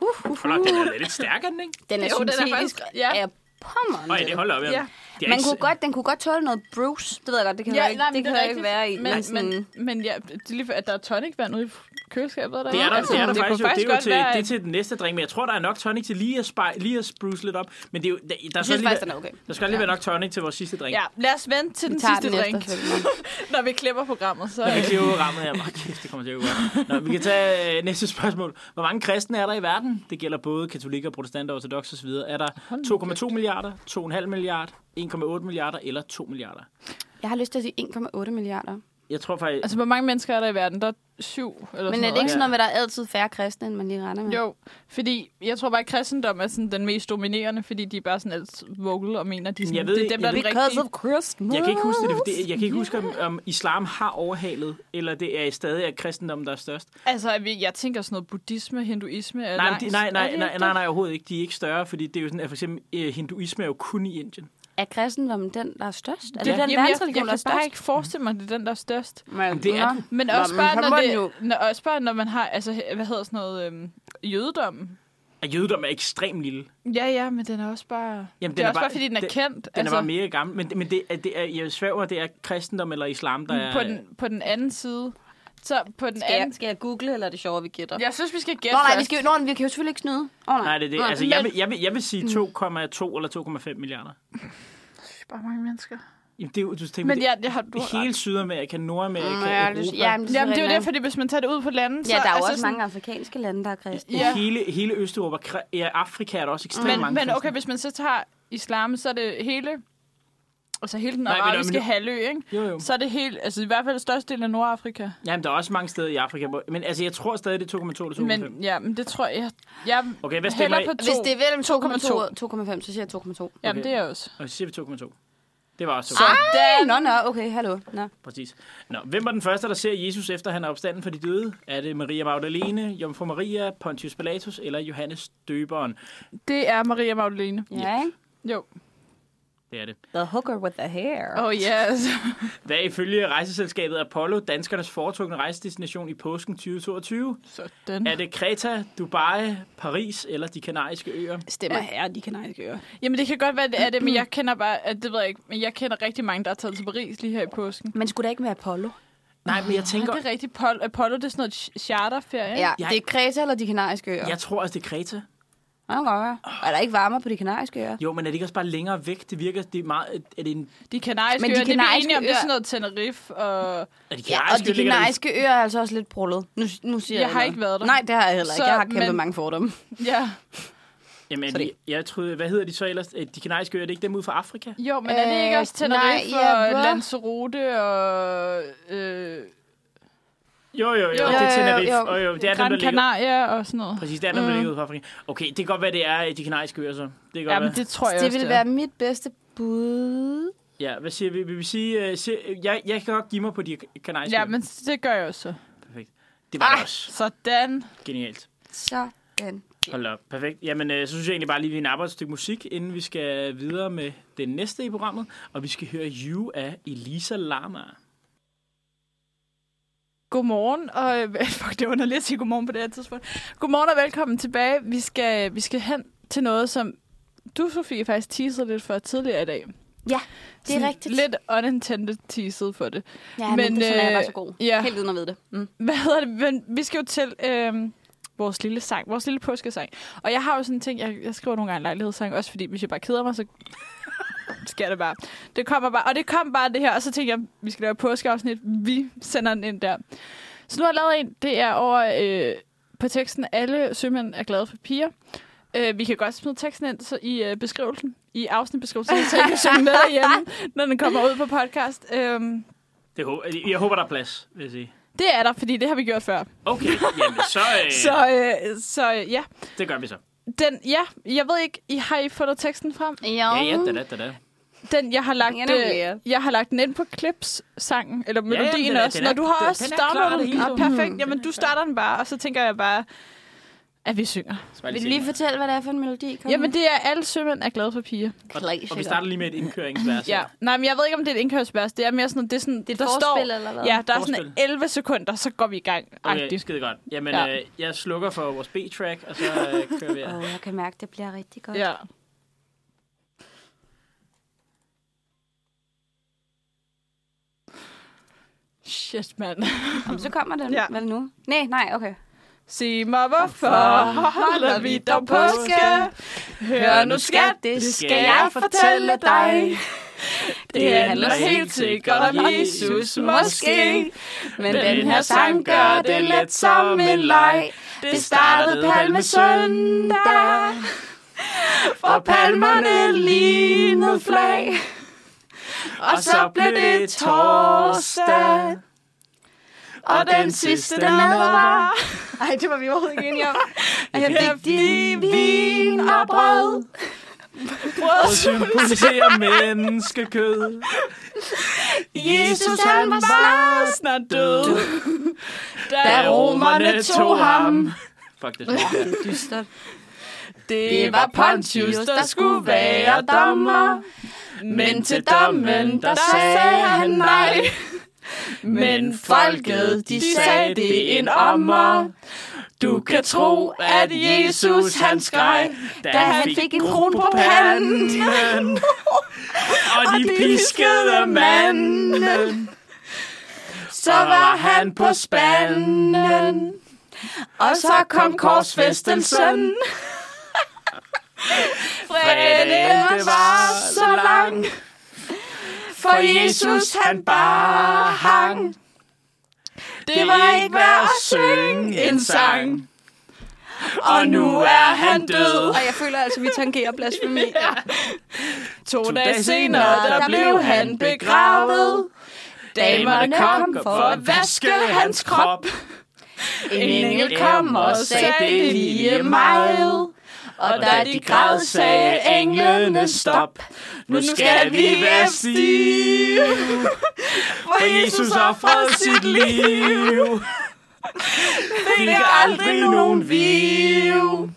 B: uh,
A: Hold op, den
B: uh.
A: er lidt stærkere, den, ikke?
B: Den er
C: Jo, den er
B: syntetisk
C: faktisk-
B: ja.
C: ja.
B: af pommeren.
A: Åh, ja, det holder op, ja.
C: Ja.
A: Det er
B: Man
A: ikke-
B: kunne godt, den kunne godt tåle noget Bruce. Det ved jeg godt, det kan ja, ikke,
C: nej,
B: det
C: men
B: kan
C: er
B: jo ikke
C: rigtigt.
B: være i. Men, men, sådan,
C: Men, men, men ja, det er lige for, at der er tonicvand ude i køleskabet. Der
A: Det er der,
C: Altså,
A: det er der
C: kunne
A: faktisk, jo, det er jo
C: godt
A: til,
C: være,
A: det er
C: at-
A: til den næste drink, men jeg tror, der er nok tonic til lige at, spy, lige at spruce lidt op. Men det er jo, der, der,
B: jeg
A: skal,
B: synes
A: Altså, lige,
B: faktisk, den
A: være-
B: er okay.
A: der skal lige være nok tonic til vores sidste drink.
C: Ja, lad os vente til
B: Vi
C: den
B: tager
C: sidste
B: den efter,
C: drink,
B: selvfølgelig.
C: når vi klipper programmet. Så,
A: Jeg kan
C: øh,
A: ikke lige rammet her. Bare kæft, det kommer til at gå godt. Nå, vi kan tage øh, næste spørgsmål. Hvor mange kristne er der i verden? Det gælder både katolikker, protestanter, ortodox osv. Er der 2,2 milliarder, 2,5 milliarder, 1,8 milliarder eller 2 milliarder?
B: Jeg har lyst til at sige 1,8 milliarder.
A: Jeg tror faktisk...
C: altså, hvor mange mennesker er der i verden? Der er syv eller sådan
B: Men er
C: noget,
B: det ikke
A: Ja.
B: sådan noget med, at der er altid færre kristne, end man lige regner med?
C: Jo, fordi jeg tror bare, at kristendom er sådan den mest dominerende, fordi de er bare sådan alt vocal og mener, de er sådan,
A: Jeg ved
C: det er
A: ikke-
C: dem, der er
A: jeg
C: den
B: Because
C: rigtige.
B: of Christmas.
A: Jeg kan ikke huske, det, det, jeg kan ikke huske om, om islam har overhalet, eller det er stadig er kristendommen, der er størst.
C: Altså, at vi- jeg tænker sådan noget buddhisme, hinduisme. er
A: Nej, men
C: langt-
A: de, nej,
C: er
A: nej,
C: det
A: nej,
C: ikke
A: nej,
C: det?
A: nej, overhovedet ikke. De er ikke større, fordi det er jo sådan, at for eksempel øh, hinduisme er jo kun i Indien.
B: Er kristendommen den, der er størst? Er det
A: Ja.
B: den
C: Jamen, jeg, jeg
B: verdensreligion, der er
C: kan bare
B: størst?
C: ikke forestille mig, at det er den, der er størst.
B: Men
A: det er den.
C: Men
B: Nå,
C: også
B: men
C: bare,
B: så må den
C: når,
B: jo-
C: det, når, også bare, når man har, altså, he- hvad hedder sådan noget, øhm, jødedommen.
A: At jødedom er ekstremt lille. Den
C: Ja, ja, men den er også bare...
A: Jamen,
C: Jamen,
A: den
C: det
A: er
C: er også
A: bare-
C: bare, fordi den er
A: den-
C: kendt. Den
A: altså, er bare mere gammel, men, men det, er- det er, jeg svæver, det er kristendom eller islam, der er...
C: på, den, på den anden side. Så på den
B: Skal jeg,
C: anden...
B: skal jeg google, eller er det sjovere, vi gætter?
C: Jeg synes, vi skal gætte
B: Nå, nej, vi,
C: først.
B: skal, jo- nå, men vi kan jo selvfølgelig ikke snyde. Åh,
A: Nej, det er det. Altså,
C: men- Mm.
A: jeg, vil, jeg, vil, jeg vil sige 2,2 eller 2,5 milliarder.
C: Bare mange mennesker.
A: Jamen, det er jo, du tænker,
C: Men
A: men ja,
C: ja, det har du
A: det, hele Sydamerika, Nordamerika,
B: Mm, ja, det-
A: Europa.
B: ja, men
C: Jamen, det er jo det,
B: rigtigt.
C: fordi hvis man tager det ud på landet, så...
B: Ja, der er jo
C: altså
B: også
C: sådan-
B: mange afrikanske lande, der er kristne.
C: Ja.
A: ja. hele, hele Østeuropa, Kre- ja, Afrika er der også ekstremt
C: Men,
A: mange
C: men
A: kristne.
C: okay, hvis man så tager islam, så er det hele... Altså hele den
A: Nej, men-
C: arabiske
A: men-
C: halvø, ikke?
A: Jo, jo.
C: Så er det helt... Altså i hvert fald størstedelen af Nordafrika.
A: Jamen, der er også mange steder i Afrika. Hvor, men altså, jeg tror stadig, det er 2,2 eller 2,5.
C: Men ja, men det tror jeg... Jeg
A: Okay, hvad stemmer
C: hælder
A: I?
C: på to.
B: Hvis det er mellem
C: 2,2.
B: 2,2 2,5, så siger jeg 2,2.
C: Jamen,
A: Okay.
C: det er jeg også.
A: Og så siger vi 2,2. Det var også 2,2.
C: Ah!
B: Sådan. Nå, nå, okay, hallo. Nå.
A: Præcis. Nå, hvem var den første, der ser Jesus efter han er opstanden fra de døde? Er det Maria Magdalene, Jomfru Maria, Pontius Pilatus eller Johannes Døberen?
C: Det er Maria Magdalene.
B: Ja, ikke?
C: Jo.
A: Det er det.
B: The hooker with the hair.
C: Oh yes.
A: Hvad er ifølge rejseselskabet Apollo danskernes foretrukne rejsedestination i påsken 2022?
C: Sådan.
A: Er det Kreta, Dubai, Paris eller de kanariske øer?
B: Stemmer her, de kanariske ører.
C: Jamen, det kan godt være, det er det, men jeg kender bare... at Det ved jeg ikke, men jeg kender rigtig mange, der er taget til Paris lige her i påsken.
B: Men skulle da ikke med Apollo?
A: Nej, men jeg tænker...
C: Tænker... Er det rigtigt? Pol- Apollo, det er sådan noget ch- charterferie, ikke?
B: Ja,
A: Jeg-
B: det er Kreta eller de kanariske ører?
A: Jeg tror også, det er Kreta.
B: Ja, det kan godt være. Er der ikke varmere på de kanariske ører?
A: Jo, men er det ikke også bare længere væk? Det virker... Det er, meget, er det en...
C: De kanariske
B: Men de
C: øer, det er vi
B: kanariske
C: enige om, det er
B: øer-
C: sådan noget Tenerife og...
A: Er det
B: Ja,
A: kanariske
B: og
A: øer,
B: de
A: ligger der i-
B: kanariske øer er altså også lidt brullet. Nu, nu siger jeg
C: Jeg har
B: noget.
C: ikke været der.
B: Nej, det har jeg heller ikke.
C: Så-
B: Jeg har kæmpet
C: men-
B: mange fordomme.
C: Ja.
A: Jamen, er de,
B: Sorry.
A: jeg troede, hvad hedder de så ellers? Er De kanariske øer, er det ikke dem ud fra Afrika?
C: Jo, men er det ikke
B: Øh,
C: også Tenerife
B: nej, ja,
C: og
B: hvor?
C: Lanzarote og øh,
A: Jo, jo, jo, det
C: Jo,
A: er
B: jo,
A: Tenerife.
B: jo.
A: Jo, jo, det er dem, der
C: Gran
A: ligger.
C: Canaria og sådan noget?
A: Præcis, det er dem, der ligger ud fra Afrika. Okay, det kan godt være, det er øh, de kanariske øer, så. Det kan godt
C: Ja, men
A: være.
C: det tror jeg
B: Det
C: også,
B: ville
C: er.
B: være mit bedste bud.
A: Ja, hvad siger vi? Vil vi sige... Uh, se, jeg, jeg kan godt give mig på de kanariske
C: Ja,
A: øer.
C: men det gør jeg også.
A: Perfekt. Det var det
B: Ah!
A: også.
C: Sådan.
A: Genialt.
B: Sådan.
A: Hold da op. Perfekt. Jamen, øh, så synes jeg egentlig bare lige, vi napper et stykke musik, inden vi skal videre med det næste i programmet. Og vi skal høre You af Elisa Lama.
C: Godmorgen, og øh, fuck, det er underligt at sige godmorgen på det her tidspunkt. Godmorgen og velkommen tilbage. Vi skal, vi skal hen til noget, som du, Sofie, faktisk teasede lidt for tidligere i dag.
B: Ja, det er
C: Sådan
B: rigtigt.
C: Lidt unintended teasede for det.
B: Ja, men, men det sådan er jeg
C: øh,
B: bare så god.
C: Ja.
B: Helt uden at vide det. Mm.
C: hvad hedder det? Men vi skal jo til øh, vores lille sang, vores lille påskesang. Og jeg har jo sådan en ting, jeg, jeg skriver nogle gange lejlighedssang, også fordi hvis jeg bare keder mig, så sker det bare. Det kommer bare, og det kom bare det her, og så tænkte jeg, vi skal lave et påskeafsnit, vi sender den ind der. Så nu har jeg lavet en, det er over øh, på teksten, alle sømænd er glade for piger. Øh, vi kan godt smide teksten ind så i øh, beskrivelsen, i afsnitbeskrivelsen, så I kan synge med derhjemme, når den kommer ud på podcast. Øh,
A: Det, hå- øh, jeg håber, der er plads, vil jeg sige.
C: det er der, fordi det har vi gjort før.
A: Okay, jamen, så, øh, så...
C: Så, øh, så øh, ja.
A: det gør vi så.
C: Den, ja, jeg ved ikke, I har I fundet teksten frem?
B: Jo.
A: Ja, ja, da, da, da, da.
C: Den, jeg har lagt,
B: Ja, nu
C: øh,
B: bliver jeg.
C: jeg har lagt den ind på Clips-sangen, eller
A: ja,
C: melodien
A: den er-
C: også.
A: den er-
C: Når du har
A: den-
C: også
A: den er klar, Hmm.
C: startet
A: det
C: den.
A: hele.
C: Ah, perfekt, jamen du starter den bare, og så tænker jeg bare, at vi synger.
A: Så bare
B: Vil
A: lige
B: du
A: se.
B: lige fortælle, hvad det er for en melodi? Kom
C: Jamen det er, alle sømænd er glade for piger.
A: Og, og vi starter lige med et indkøringsvers.
C: Ja. Nej, men jeg ved ikke, om det er et indkørsvers. Det er mere sådan, det er sådan, det der
B: forspil
C: står,
B: eller hvad?
C: Ja, der er
A: Forspil.
C: sådan 11 sekunder, så går vi i gang.
A: Okay,
C: Okay.
A: skide godt. Jamen,
C: Ja.
A: ja. øh, jeg slukker for vores B-track, og så øh, kører vi her.
B: Åh, jeg kan mærke, det bliver rigtig godt.
C: Ja. Shit, mand.
B: Jamen, så kommer den
C: Ja.
B: ja. vel nu. Nej, nej, okay.
C: Sig mig, hvorfor holder vi dog påske? Hør nu skat, det skal jeg fortælle dig. Det handler helt sikkert om Jesus, måske.
B: Men
C: Den her sang gør det let som en leg. Det startede palmesøndag, for palmerne lignede flag. Og så blev det torsdag, og den sidste den var.
B: Ej, det var vi overhovedet ikke enige om. Og jeg
C: Jeg
B: fik din vin og brød.
A: Og symboliserer menneskekød.
C: Jesus han var snart, snart død, da romerne tog ham.
A: Fuck, det er smukt.
B: Det er dystert.
C: Det var Pontius, der skulle være dommer, men til dommen, der sagde han nej. Men folket, de sagde det er en ommer. Du kan tro, at Jesus han skreg,
A: da
B: han fik en kron på panden.
A: Og de piskede manden.
C: så var han på spanden. Og så kom korsfæstelsen. Fredagen var så lang.
A: for Jesus han bare hang. Det var ikke værd at synge en sang. Og nu er han død.
B: Og jeg føler altså, vi tangerer blasfemi. ja.
C: To dage senere, der blev han begravet. Damerne kom for at vaske hans krop. En engel kom og sagde det lige meget. Og da de græd, sagde englene stop. Nu skal vi være stive,
A: For Jesus offrede sit liv. Fik aldrig nogen viv.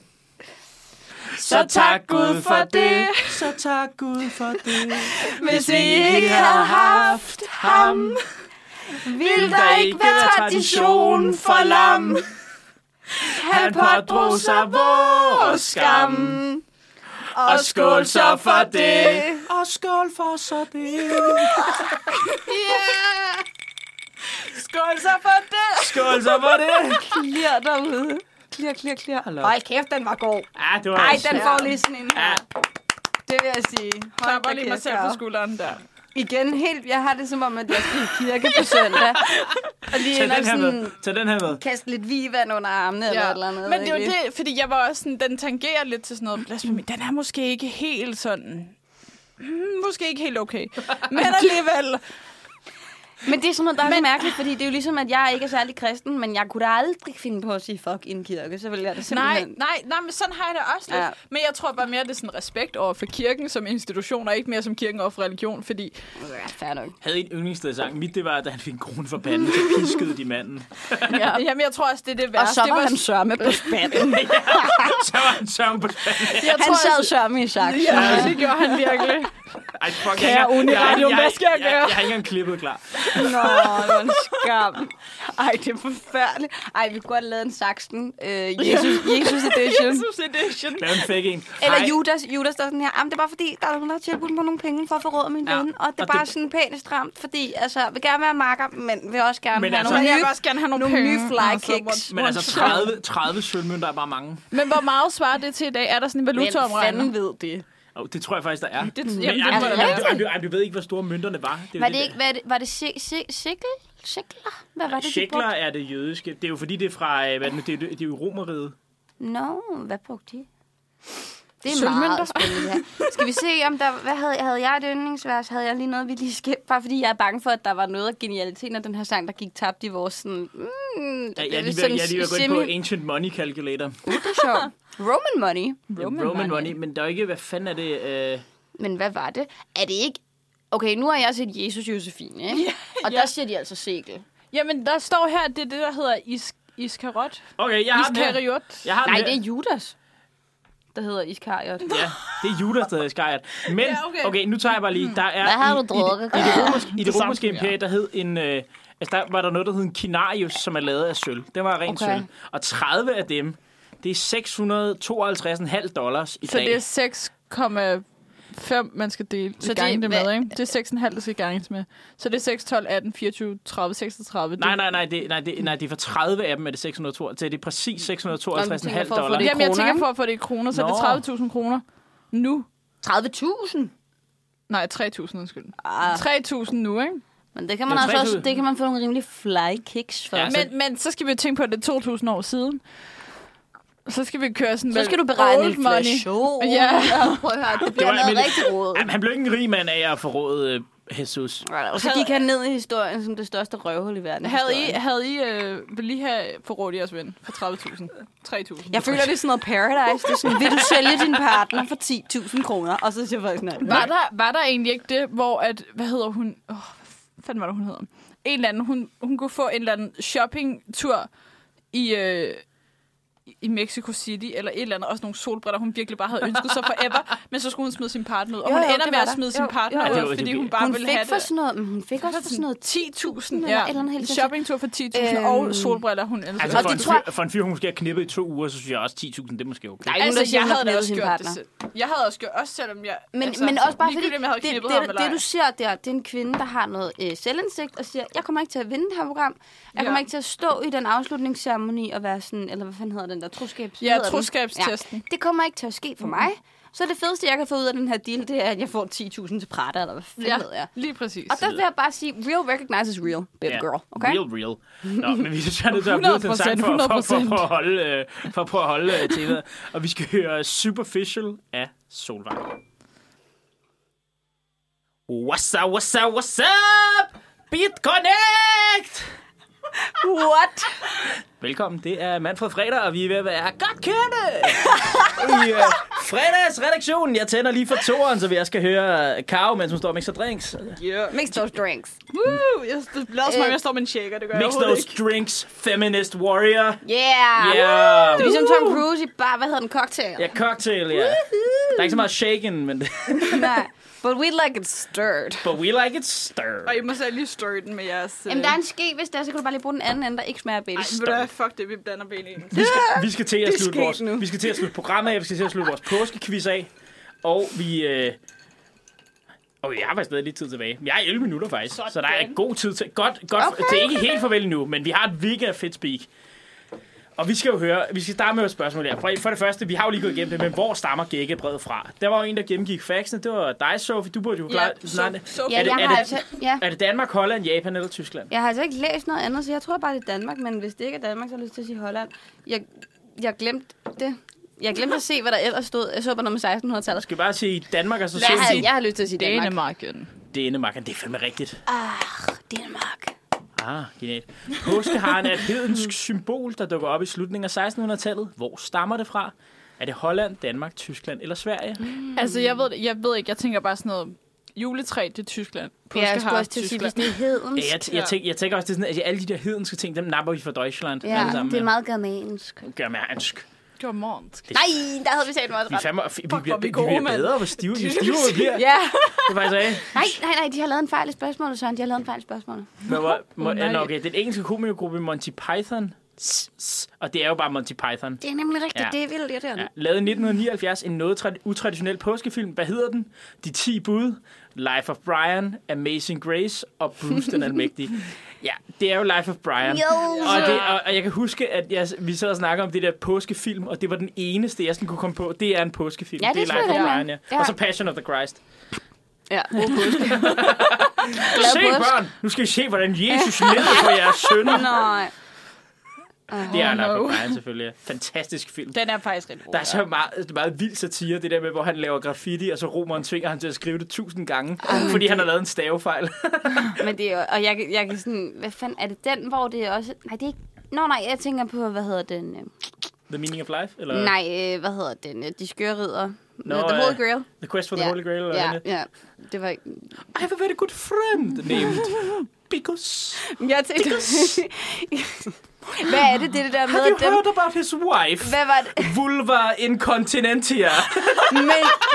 A: Så tak Gud for det. Så tak Gud for det.
C: hvis vi ikke havde haft ham.
A: Vil der ikke være tradition for lam? Han pådrog sig vores skam. Og skål så for det. Og skål for så det.
C: Yeah! Skål så for det!
A: Skål så for det.
B: Klir derude. Klir, klir, klir. Hold kæft, den var god.
A: Ja, det var
B: Ej,
A: altså-
B: den får lige sådan en her.
A: Ja.
B: Det vil jeg sige. Hold
C: Klapper
B: da
C: lige
B: kæft,
C: mig selv
B: jeg
C: på
B: er-
C: skulderen der.
B: Igen, helt, jeg har det som om, at jeg skal i kirke på søndag. Og lige
A: Tag
B: ind og
A: den her
B: sådan
A: med. Tag den her med.
B: kaste lidt vivand under armene eller et eller andet.
C: Men det er jo
B: ikke?
C: det, fordi jeg var også sådan, den tangerer lidt til sådan noget blasfemi. Den er måske ikke helt sådan... hmm, Måske ikke helt okay. Men alligevel.
B: Men det er sådan noget, der er men... mærkeligt, fordi det er jo ligesom, at jeg ikke er særlig kristen, men jeg kunne da aldrig finde på at sige fuck i en kirke, så ville jeg da
C: Nej,
B: simpelthen...
C: nej, nej, men sådan har jeg det også lidt.
B: Ja.
C: Ja. Men jeg tror bare mere, det er sådan respekt over for kirken som institution, og ikke mere som kirken over for religion, fordi...
B: Ja, fair nok.
A: Havde I en yndlingstedsang? Mit, det var, da han fik en krone for panden, så piskede de manden.
C: Ja. Jamen, jeg tror også, det er det værste.
B: Og så var,
C: det
B: han sørme på spanden.
A: Så var han søvn på spanden.
C: jeg
B: han
C: tror,
B: sad sørme i sak. Ja.
C: Ja, det gjorde han virkelig.
A: Ej, fuck.
C: Kære
A: jeg-
C: Uniradio, hvad skal jeg
A: Jeg,
C: gøre?
A: jeg har ikke engang klippet klar.
B: Nå, det var en skam. Ej, det er forfærdeligt. Ej, vi kunne godt have lavet en saksen. Øh, Jesus, Jesus edition.
C: Jesus edition.
A: Lav en fake en.
B: Eller
A: Hej.
B: Judas, Judas der er sådan her, "Jamen, det er bare fordi, der er nogen, der har tilbudt mig nogle penge for at forråde min
A: Ja,
B: ven, og det er
A: og
B: bare
A: det-
B: sådan pænt stramt, fordi altså, jeg vil gerne være makker, men vil også gerne
A: Men
B: have
A: altså-
B: nogle
C: Jeg
B: nye
C: vil også gerne have nogle,
B: nogle nye
C: penge.
B: flykicks.
A: Men altså, 30, 30 sølvmønter er bare mange.
C: Men hvor meget svarer det til i dag? Er der sådan en valutaomregner?
B: ved det? Mm.
A: Oh, det tror jeg faktisk, der er.
C: Det,
A: Men-
C: jamen, det
A: ej,
C: må
A: men-
C: der
A: men-
C: være.
A: du- ej, du- ej, du ved ikke, hvor store mønterne var. Det er jo
B: Var det ikke, var det, var det si- si- sikkel? Sikler? Hvad var
A: der-
B: det, de
A: Shekler
B: brugte?
A: er det jødiske. Det er jo fordi, det er fra... øh, Hvad er det, nu? det, er, det er jo romeriet.
B: Nå, no, hvad brugte de? Det er
C: Sølvmønter.
B: meget spændende, det her. Skal vi se, om der... Hvad havde, havde jeg et yndlingsvers? Havde jeg lige noget, vi lige skæbte? Bare fordi jeg er bange for, at der var noget af genialiteten af den her sang, der gik tabt i vores sådan... Mm, det,
A: Jeg,
B: det
A: jeg, er lige ved,
B: sådan
A: jeg er lige ved at gå ind
B: semi-
A: på Ancient Money Calculator.
B: Uh, det er sjovt. Roman money.
A: Roman, Roman money. men der er jo ikke... Hvad fanden er det? Øh,
B: Men hvad var det? Er det ikke... Okay, nu har jeg set Jesus Josefine, ikke? og der siger de altså sikkel.
C: Jamen, der står her, det er det, der hedder is iskarot.
A: Okay, jeg har den her.
C: Iskariot.
A: Jeg har den
B: Nej,
A: her.
B: det er Judas, der hedder Iskariot.
A: Ja, det er Judas, der hedder Skajat. Men, ja, okay.
C: okay.
A: okay, nu tager jeg bare lige. Der er
B: Hmm. Hvad har
A: i,
B: du drukket?
A: I, i, det romerske, i det romerske imperie, der hed en... Øh, altså, der var der noget, der hed en kinarius, som er lavet af sølv. Det var rent
B: Okay.
A: sølv. Og 30 af dem, det er 652,5 dollars i
C: Så
A: dag.
C: det er 6,5 man skal dele. Så
B: det-
C: det, gange det med,
B: hvad-
C: ikke? Det er 6,5, der skal ganges med. Så det er 6, 12, 18, 24, 30, 36.
A: Nej, nej, nej, det, nej, det, nej, det er for 30 af dem, er det 602. Så altså, det er præcis 652,5
B: Nå, men tænker jeg for at få
A: dollar.
B: det-
C: Jamen, jeg
B: kroner,
C: tænker
B: ikke?
C: for at få det i kroner, så er det 30.000 kroner. Nu.
B: 30.000?
C: Nej, 3.000, undskyld.
B: Ah,
C: 3.000 nu, ikke?
B: men det kan man
A: Det er
B: altså
A: 3.000.
B: også, det kan man få nogle rimelig fly kicks for.
A: Ja,
B: Ja,
A: Altså-
C: Men, men så skal vi jo tænke på, at det er 2.000 år siden. Så skal vi køre sådan...
B: så
C: vel
B: skal du beregne
C: old money.
B: inflation.
C: Ja.
B: Prøv at høre, det
A: Det
B: bliver
A: var-
B: noget
A: men-
B: rigtig råd.
A: Jamen, han blev ikke en rig mand af at forråde øh, Jesus.
B: Og så gik han ned i historien som det største røvhul i verden.
C: Havde I, havde I øh, vil lige have forrådt jeres ven for 30.000? 3.000?
B: Jeg føler, det er sådan noget paradise. Det er sådan, vil du sælge din partner for 10.000 kroner? Og så siger folk sådan, nej.
C: Var der, var der egentlig ikke det, hvor at, hvad hedder hun, åh, hvad fanden var det, hun hedder? En eller anden, hun, hun kunne få en eller anden shoppingtur i, øh, i Mexico City, eller et eller andet, også nogle solbriller, hun virkelig bare havde ønsket sig forever, men så skulle hun smide sin partner ud. Og
B: Jo,
C: hun
B: jo,
C: ender
B: det
C: med
B: var
C: at
B: der.
C: smide
B: Jo,
C: sin partner
B: jo,
A: jo.
C: ud, fordi hun bare
B: Hun
C: ville
B: fik
C: have
B: for
C: det.
B: sådan noget, men hun fik også for sådan noget 10.000 eller et eller andet helt
C: en shoppingtur for 10.000
B: Øhm.
C: og solbriller, hun elsker.
A: Altså,
B: Og
A: for,
B: det
A: en
B: tror
A: fyr, for en fyr, hun måske har knippet i to uger, så synes jeg også 10.000, det er måske okay.
B: Nej,
C: Altså, jeg havde da også gjort det selv. Jeg havde også gjort, også selvom jeg...
B: Men,
C: altså,
B: altså, men også bare fordi,
C: ligegyldigt, om jeg havde
B: det, det,
C: knippet ham
B: det,
C: eller
B: det
C: ej.
B: du ser der, det er en kvinde, der har noget øh, selvindsigt og siger, jeg kommer ikke til at vinde det her program. Jeg
C: Ja.
B: kommer ikke til at stå i den afslutningsceremoni og være sådan, eller hvad fanden hedder den der, troskabs...
C: Ja,
B: hedder den?
C: troskabstesten. Mm.
B: Ja, det kommer ikke til at ske for mig. Så det fedeste, jeg kan få ud af den her deal, det er, at jeg får 10.000 til Prada, eller hvad fanden ja. ved jeg.
F: lige præcis.
B: Og der vil jeg bare sige, real recognizes real, baby girl. Okay?
A: Real, real. Nå, men vi er nødt til at blive den sang for, for, for, for, at holde, øh, for at prøve at holde øh, temaet. Og vi skal høre Superficial af Solvej. What's up, what's up, what's up? BitConnect!
B: What?
A: Velkommen, det er Manfred Fredag, og vi er ved at være godt kendte i øh, fredagsredaktionen. Jeg tænder lige for toeren, så jeg skal høre Karo, mens hun står og mixer drinks.
B: Mixed those drinks.
C: Woo! Jeg lader som om,
B: Øh,
C: jeg står med en shaker, det gør jeg
A: Mix
C: overhovedet
A: those
C: ikke.
A: drinks, feminist warrior.
B: Yeah.
A: Yeah.
B: Det er ligesom Tom Cruise i bare, hvad hedder den, cocktail?
A: Ja, cocktail, ja. Der er ikke så meget shaken, men
B: Nej. But we like it stirred.
A: but we like it stirred.
C: Og I må selv lige støje den med jeres... øh,
B: Jamen, der er en ske, hvis der så kan du bare lige bruge den anden ende, der ikke smager bedre.
C: Ej, ved du hvad? Fuck det, vi blander ben i.
A: Vi skal, vi skal til at
B: det er
A: slutte
B: sket
A: vores,
B: nu.
A: vi skal til at slutte programmet af, vi skal til at slutte vores påskequiz af, og vi... Øh, og jeg har faktisk stadig lidt tid tilbage. Jeg er 11 minutter faktisk, Sådan. så der er god tid til. Godt, godt, okay. Det er ikke helt farvel nu, men vi har et mega fedt speak. Og vi skal jo høre, vi skal starte med et spørgsmål her. For, for det første, vi har jo lige gået igennem det, men hvor stammer gækkebrevet fra? Der var jo en, der gennemgik faxene. Det var dig, Sofie. Du burde jo klare...
C: så, så,
B: Ja,
A: Er det-
B: jeg
A: er
B: har
A: det-
B: altså, ja.
A: Er det Danmark, Holland, Japan eller Tyskland?
B: Jeg har altså ikke læst noget andet, så jeg tror bare, det er Danmark. Men hvis det ikke er Danmark, så har jeg lyst til at sige Holland. Jeg, jeg glemte det. Jeg glemte at se, hvad der ellers stod. Jeg så bare noget med 1600-tallet.
A: Skal vi bare sige Danmark, og så
B: Jeg har,
A: sige
B: jeg har lyst til at sige Danmark.
F: Danemarken.
A: Danmark. Det er fandme rigtigt.
B: Danmark.
A: Ah, genialt. Påskeharen er et hedensk symbol, der dukker op i slutningen af 1600-tallet. Hvor stammer det fra? Er det Holland, Danmark, Tyskland eller Sverige?
C: altså, jeg ved, jeg ved ikke, jeg tænker bare sådan noget... Juletræ til Tyskland.
B: Jeg skulle
C: Påskehar
B: også til at sige, hvis det er hedensk.
A: Ja, jeg, jeg, tænker, jeg tænker også, det er sådan, at alle de der hedenske ting, dem napper vi fra Deutschland. alle
B: Ja,
A: sammen.
B: det er meget germansk.
A: Gør mig ansk.
C: Godmorgensk.
B: Nej, der havde vi sagt meget
A: Vi, er
B: ret.
A: fandme, vi, vi, bliver,
C: hvor er vi
A: vi
C: gode,
A: bliver
C: mand.
A: bedre, hvor stive, jo stivere vi bliver.
B: Ja.
A: Det er faktisk af.
B: Nej, nej, nej, de har lavet en fejl i spørgsmålet, Søren. De har lavet en fejl i spørgsmålet.
A: Men hvor, må,
C: nej.
A: oh, okay, den engelske komikergruppe Monty Python. S- s- Og det er jo bare Monty Python.
B: Det er nemlig rigtigt,
A: Ja.
B: ja. det er vildt irriterende.
A: Ja. Lavede i 1979 en noget tra- utraditionel påskefilm. Hvad hedder den? De 10 bud, Life of Brian, Amazing Grace og Bruce den Almægtige. Ja, det er jo Life of Brian.
B: Jo.
A: Og, det, og, og jeg kan huske, at jeg, vi sad og snakkede om det der påskefilm, og det var den eneste, jeg sådan kunne komme på. Det er en påskefilm.
B: Ja, det
A: er
B: tror jeg,
A: Life of
B: det er.
A: Brian, ja.
B: Ja.
A: Og så Passion of the Christ.
B: Ja.
A: Se,
B: påske.
A: børn! Nu skal I se, hvordan Jesus leder på jeres sønner.
B: Nej.
A: Det er Life of Brian selvfølgelig. Fantastisk film.
C: Den er faktisk rigtig god.
A: Der er så meget, altså, meget vild satire, det der med, hvor han laver graffiti, og så romeren tvinger ham til at skrive det tusind gange, fordi han har lavet en stavefejl.
B: Men det er jo, og jeg, kan- jeg kan sådan, hvad fanden, er det den, hvor det er også, nej, det er ikke, Nå nej, jeg tænker på, hvad hedder den? Øh,
A: The Meaning of Life? Eller
B: nej, øh, hvad hedder den? Øh, de skøre ridder.
A: Nå,
B: Nå, The Holy
A: øh,
B: Grail.
A: The Quest for the
B: Ja.
A: Holy Grail? Eller
B: Ja,
A: yeah.
B: ja. Det var ikke...
A: I have a very good friend named Because
B: Jeg tænkte... hvad er det, det, er det der med,
A: have you
B: at dem...
A: heard about his wife?
B: Hvad var det?
A: Vulva incontinentia.
B: Men,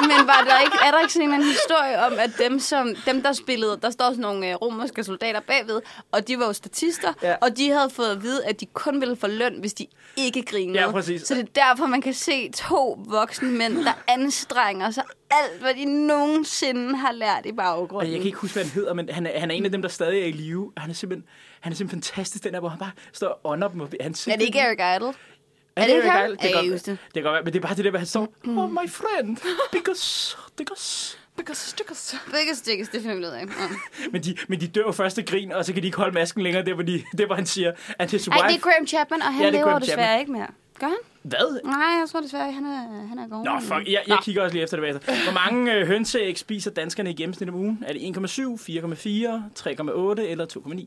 B: men var der ikke, er der ikke sådan en eller anden historie om, at dem, som, dem der spillede, der står sådan nogle øh, romerske soldater bagved, og de var jo statister,
A: Ja.
B: ja. og de havde fået at vide, at de kun ville få løn, hvis de ikke grinede.
A: Ja, præcis.
B: Så det er derfor, man kan se to voksne mænd, der anstrenger sig alt, hvad de nogensinde har lært i
A: Og
B: baggrunden.
A: jeg kan ikke huske, hvad han hedder, men han er, han er en af dem, der stadig er i live. Han er simpelthen, han er simpelthen fantastisk, den der, hvor han bare står og ånder dem. Og han
B: Er det ikke Eric Idle?
A: Er
B: det ikke
A: Eric Idle?
B: ham? Ja,
A: Det kan
B: jeg
A: godt,
B: husker Mm.
A: det kan
B: det.
A: godt være, men det er bare det der, hvor han står, oh, my friend, because, because.
C: Because stickers.
B: Begge stikkes, det finder vi ud af. Ja.
A: Men de, men de dør jo først af grin, og så kan de ikke holde masken længere. Det var, de, det var han siger, at his wife...
B: Ej, det er Graham Chapman, og han
A: Ja,
B: ja,
A: det er
B: lever
A: Graham
B: desværre
A: Chapman.
B: ikke mere. Gør han?
A: Hvad?
B: Nej, jeg tror desværre, ikke. han er, han er gone.
A: Nå, fuck. Jeg, jeg kigger også lige efter det bagefter. Hvor mange øh, hønseæg spiser danskerne i gennemsnit om ugen? Er det 1,7, 4,4, 3,8 eller 2,9?
B: Det er i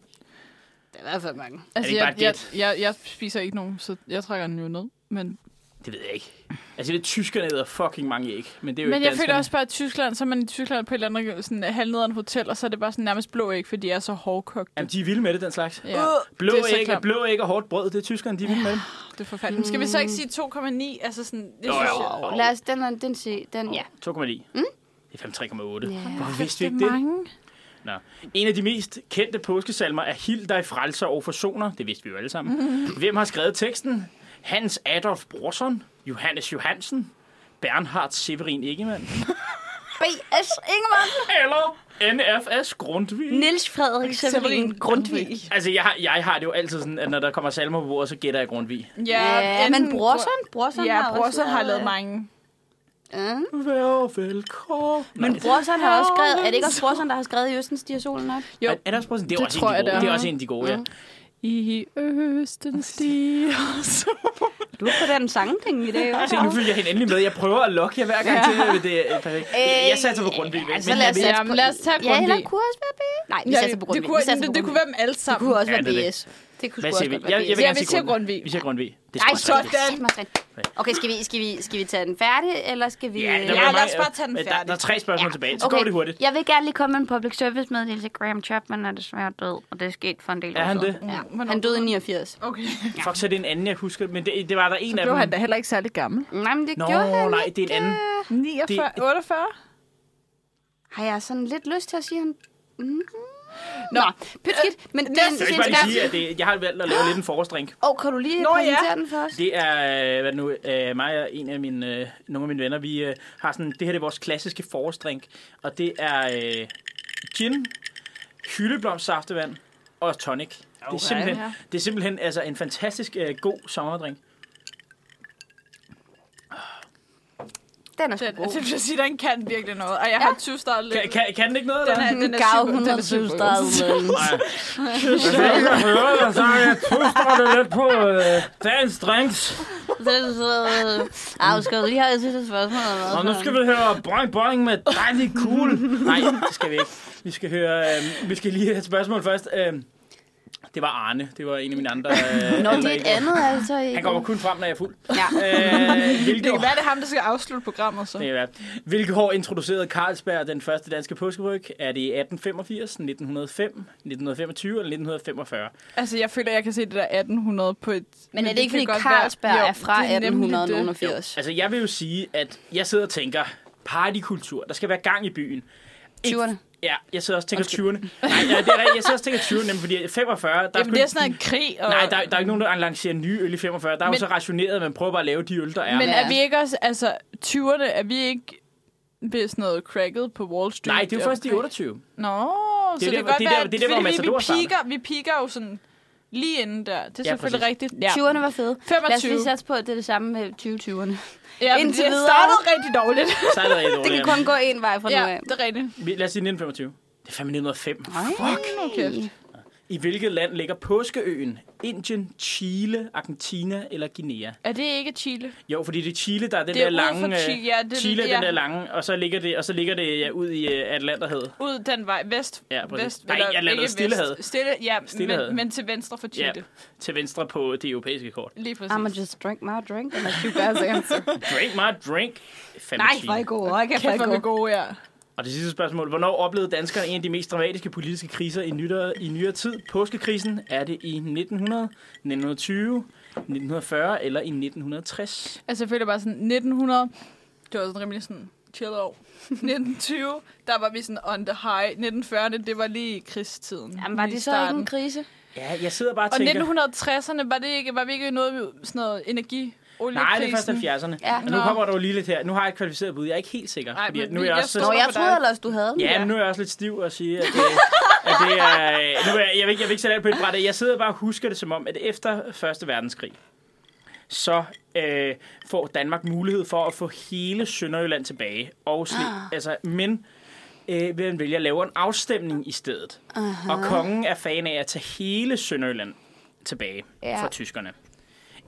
B: hvert fald mange.
A: ikke bare
C: jeg,
A: et
C: jeg,
A: gæt?
C: jeg, jeg, spiser ikke nogen, så jeg trækker den jo ned. Men,
A: Det ved jeg ikke. Altså, det er tyskerne, der fucking mange æg. Men det er jo
C: men
A: ikke
C: jeg føler
A: danskerne.
C: også bare, at Tyskland, så er man i Tyskland på et eller andet sådan, halvnederen hotel, og så er det bare sådan nærmest blå æg, fordi de er så hårdkogte.
A: Jamen, de er vilde med det, den slags.
C: Ja,
A: Blå
C: det er så
A: æg,
C: klamt.
A: blå æg og hårdt brød, det er tyskerne, de er vilde med det.
C: det er forfærdeligt. Skal vi så ikke sige 2,9? Altså sådan, det
A: Jo,
C: synes
A: jo.
C: jeg...
A: Åh.
B: Lad os, den, er- den se, den, ja.
A: 2,9. Mm? Det er fandme 3,8.
B: Ja.
A: Hvor vidste vi ikke det? Nå. En af de mest kendte påskesalmer er Hild dig frelser og forsoner. Det vidste vi jo alle sammen. Hvem har skrevet teksten? Hans Adolf Brorson? Johannes Johansen? Bernhard Severin Ingemann?
B: B.S. Ingemann.
A: Eller NFS Grundtvig?
B: Niels Frederik Severin Grundtvig.
A: Altså, jeg, har- jeg har det jo altid sådan, at når der kommer salmer på bordet, så gætter jeg Grundtvig.
C: Ja,
B: Ja, men
C: enten-
B: Brorson, Brorson
C: Ja,
B: har også
C: Brorson har lavet mange.
B: Mm.
A: Vær velkommen.
B: Men Brorson har også skrevet... Er det ikke også Brorson, der har skrevet i Østen stiger solen op?
A: Jo. Er, er der også prøvet, det, er
C: Det
A: også
C: tror
A: en af
C: jeg,
A: de gode.
C: det er.
A: Det er også en af de gode, ja.
B: Mm.
C: I østen stiger solen.
B: Du er på den sangting i dag,
A: Se, nu følger jeg hende endelig med. Jeg prøver at lokke jer hver gang til, men det er perfekt. Jeg, jeg satser på Grundtvig.
B: Øh, ja,
A: ikke?
B: så
A: Men
B: lad
A: jeg
B: os
A: ved-
B: satse
C: Jamen, lad os tage
B: Ja, eller
C: Grundtvig.
B: Kursbaby. Nej, vi
C: Ja,
B: satser på
C: det,
B: Grundtvig.
C: kunne,
B: Vi satser
C: det,
B: på
C: det kunne
B: Grundtvig.
C: være dem alle
B: Det kunne
C: sammen.
A: Ja,
B: også være
A: det er det.
B: BS. Det kunne
A: Hvad
B: sgu
A: siger vi?
B: også godt
A: Jeg,
B: være
A: jeg vil
B: BS.
C: Ja,
A: gerne
C: vi
A: sige
C: siger
A: Grundtvig.
C: Grundtvig.
A: Vi siger Grundtvig. Det er
B: Ej,
A: sgu meget
B: sådan. Okay, skal vi, skal, vi, skal vi tage den færdig, eller skal vi...
A: Ja, der
C: Ja,
A: var
C: lad os
A: mange-
C: bare tage den
A: men Der,
C: færdig.
A: der er tre spørgsmål tilbage, så går det hurtigt.
B: Jeg vil gerne lige komme med en public service meddelelse. Graham Chapman er desværre død, og det er sket for en del
A: Er
B: år
A: han
B: siden.
A: det?
B: Ja.
C: Hvornår
B: Han døde i 89.
C: Okay.
A: Fuck, så er det en anden, jeg husker. Men det, det var der en
C: Så
A: af
C: blev
A: dem.
C: han da heller ikke særlig gammel.
B: Nej, men det
A: Nå,
B: gjorde han
A: nej, det er en anden.
C: 49, 48?
B: Har jeg sådan lidt lyst til at sige, han... Mm. Nå, pytskidt, men det er en
A: Jeg vil
B: sindssygt
A: bare lige sige, at det, jeg har valgt at lave lidt en forårsdrink.
B: Åh, kan du lige
C: Nå, ja.
B: præsentere den for os?
A: Det er, øh, hvad er det nu, øh, mig og en af mine, øh, nogle af mine venner, vi øh, har sådan, det her det er vores klassiske forårsdrink, og det er øh, gin, hyldeblomstsaftevand og tonic. Det er simpelthen,
C: Ja.
A: det er simpelthen altså, en fantastisk øh, god sommerdrink.
B: Den er sgu
C: Den,
B: god.
C: det vil sige, den kan virkelig noget. Og jeg har tyvstartet lidt.
A: Kan, kan, kan den ikke noget, eller?
C: Den
A: hvad?
C: er-
B: Den
C: super-
B: gav
C: den er
B: 120
C: super.
B: grader.
A: Nej. Hvis jeg ikke kan høre dig, så jeg tuster det lidt på øh, dagens drinks.
B: Så er det så... Ej, du skal jo lige have et sidste spørgsmål. Eller hvad?
A: Og nu skal vi høre boing boing med dejlig cool. Nej, det skal vi ikke. Vi skal, høre, øh, vi skal lige have et spørgsmål først. Øh, det var Arne. Det var en af mine andre. Øh,
B: Nå,
A: andre
B: det er et
A: egoer.
B: andet, altså. Ikke?
A: Han kommer kun frem, når jeg er fuld.
B: Ja.
A: Øh,
C: Det
A: hvilke,
C: kan
A: år,
C: være, det er ham, der skal afslutte programmet så.
A: det kan være. hvilke år introducerede Carlsberg den første danske påskebryg? Er det i 1885, 1905, 1925 eller 1945?
C: Altså, jeg føler, jeg kan se det der 1800 på et...
B: Men er det ikke,
C: kan
B: fordi
C: godt
B: Carlsberg
C: være- Jo,
B: er fra
C: det er nemlig det.
B: 1880?
A: Altså, jeg vil jo sige, at jeg sidder og tænker, partykultur, der skal være gang i byen. Ikke-
B: 20'erne.
A: Ja, jeg sidder også og tænker 20'erne. Nej, ja, det er rigtigt. Jeg sidder også og tænker 20'erne, nemlig, fordi 45, der er sgu
C: Jamen, det er
A: ikke-
C: sådan en krig. Og...
A: Nej, der, der er ikke nogen, der lancerer nye øl i 45. Der er men, jo
C: Men-
A: så rationeret, at man prøver bare at lave de øl, der er.
C: Men
A: Men,
C: er vi ikke også... Altså, 20'erne, er vi ikke ved sådan noget cracket på Wall Street?
A: Nej, det er jo først i
C: omkring?
A: 28.
C: Nå, så
A: der,
C: det, kan
A: hvor-
C: godt
A: det er der-
C: være,
A: det er der, hvor
C: fordi vi,
A: Matador
C: vi,
A: starter.
C: piker, vi piker jo sådan lige inden der. Det er
A: Ja,
C: ja, selvfølgelig
A: præcis.
C: rigtigt. Ja.
B: 20'erne var fede. Lad os
C: 25.
B: lige satse på, at det er det samme med 2020'erne.
C: Ja, men
B: indtil
C: det
B: videre.
C: startede rigtig dårligt.
A: Så er det rigtig
B: Det
A: dårligt.
B: kan kun gå en vej fra nu
C: ja,
B: af.
C: det er rigtigt.
A: Vi- Lad os sige 1925. Det er fandme 1905.
B: Fuck. Mm.
C: Okay.
A: I hvilket land ligger påskeøen? Indien, Chile, Argentina eller Guinea?
C: Er det ikke Chile?
A: Jo, fordi det er Chile, der er den
C: Det er
A: der
C: ud
A: lange...
C: for Chi-
A: øh,
C: ja, det er
A: Chile er
C: det,
A: den
C: ja.
A: der lange, og så ligger det, og så ligger det ja, ud i øh, Atlanterhavet.
C: Ud den vej. Vest.
A: Ja, præcis.
C: vest
A: Nej, jeg lander
C: ikke vest.
A: Stillehavet.
C: Stille, ja,
A: Stillehavet.
C: Men, men til venstre for Chile.
A: Ja, til venstre på det europæiske kort.
C: Lige præcis.
B: I'ma just drink my drink and let you guys answer.
A: Drink my drink. Fandme
B: Nej,
A: Chile.
B: hvor er I gode. Ej, kæft, hvor er I
C: Kæft, hvor er vi
B: gode.
C: gode, ja.
A: Og det sidste spørgsmål. Hvornår oplevede danskerne en af de mest dramatiske politiske kriser i, nyere, i nyere tid? Påskekrisen er det i 1900, 1920, 1940 eller i 1960?
C: Altså, jeg føler bare sådan, 1900, det var sådan rimelig sådan chill år. 1920, der var vi sådan on the high. 1940'erne, det var lige i krigstiden.
B: Jamen, var
C: lige i
B: det så
C: starten.
B: ikke en krise?
A: Ja, jeg sidder bare og
C: Og
A: tænker...
C: 1960'erne, var, det ikke, var vi ikke noget med sådan noget energi?
A: Nej, det er først
C: oliekrisen?
A: 70'erne.
B: Ja.
A: Ja. Og nu
C: Nå.
A: kommer der jo lige lidt her. Nu har jeg et kvalificeret bud. Jeg er ikke helt sikker.
C: Nej,
A: fordi
C: men
A: at nu er
C: vi-
A: jeg
C: jeg
A: også...
B: Nå,
C: Nå,
B: jeg
C: for
B: troede
C: dig.
B: ellers, du havde den.
A: Ja, men nu er jeg også lidt stiv og sige, at det, at det er... øh, Nu er jeg, jeg, vil ikke, jeg vil ikke sætte alt på et bræt. Jeg sidder bare og husker det som om, at efter Første Verdenskrig, så øh, får Danmark mulighed for at få hele Sønderjylland tilbage. Og sli, altså, men øh, vil han vælge at lave en afstemning i stedet. Uh-huh. Og kongen er fan af at tage hele Sønderjylland tilbage
B: Ja.
A: ja. fra tyskerne.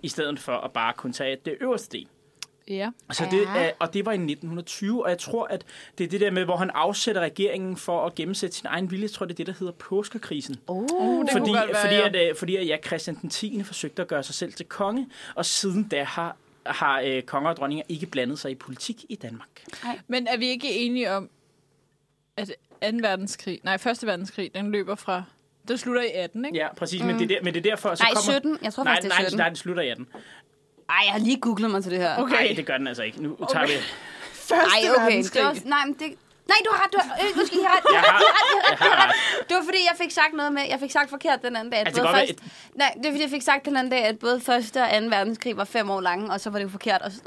A: I stedet for at bare kun tage det øverste del.
C: Ja.
A: Så det,
B: Ja.
A: ja. og det var i 1920, og jeg tror, at det er det der med, hvor han afsætter regeringen for at gennemsætte sin egen vilje, jeg tror, det er det, der hedder påskekrisen.
C: Uh, det
A: fordi,
C: kunne godt være,
A: fordi,
C: ja.
A: at, øh, fordi at ja, Christian den 10. forsøgte at gøre sig selv til konge, og siden da har, har øh, konger og dronninger ikke blandet sig i politik i Danmark.
C: Men er vi ikke enige om, at 2. verdenskrig, nej, 1. verdenskrig, den løber fra, den slutter i 18, ikke?
A: Ja, præcis, mm. men, det er der, men det er derfor... Så
B: Nej,
A: kommer,
B: 17. Jeg tror
A: nej,
B: faktisk, det er
A: nej,
B: 17.
A: nej, den slutter i 18.
B: Ej, jeg har lige googlet mig til det her.
A: Nej, det gør den altså ikke. Nu tager vi...
B: Ej, okay. Det
C: verdenskrig.
B: var, nej, men det... Nej, du har ret. Du har, øh, undskyld, jeg har ret.
A: Jeg har, altså, jeg har ret.
B: Det var fordi, jeg fik sagt noget med... Jeg fik sagt forkert den anden dag. At
A: Altså,
B: både
A: det kan godt
B: først, Nej, det er fordi, jeg fik sagt den anden dag, at både første og anden verdenskrig var fem år lange, og så var det jo forkert. Og så,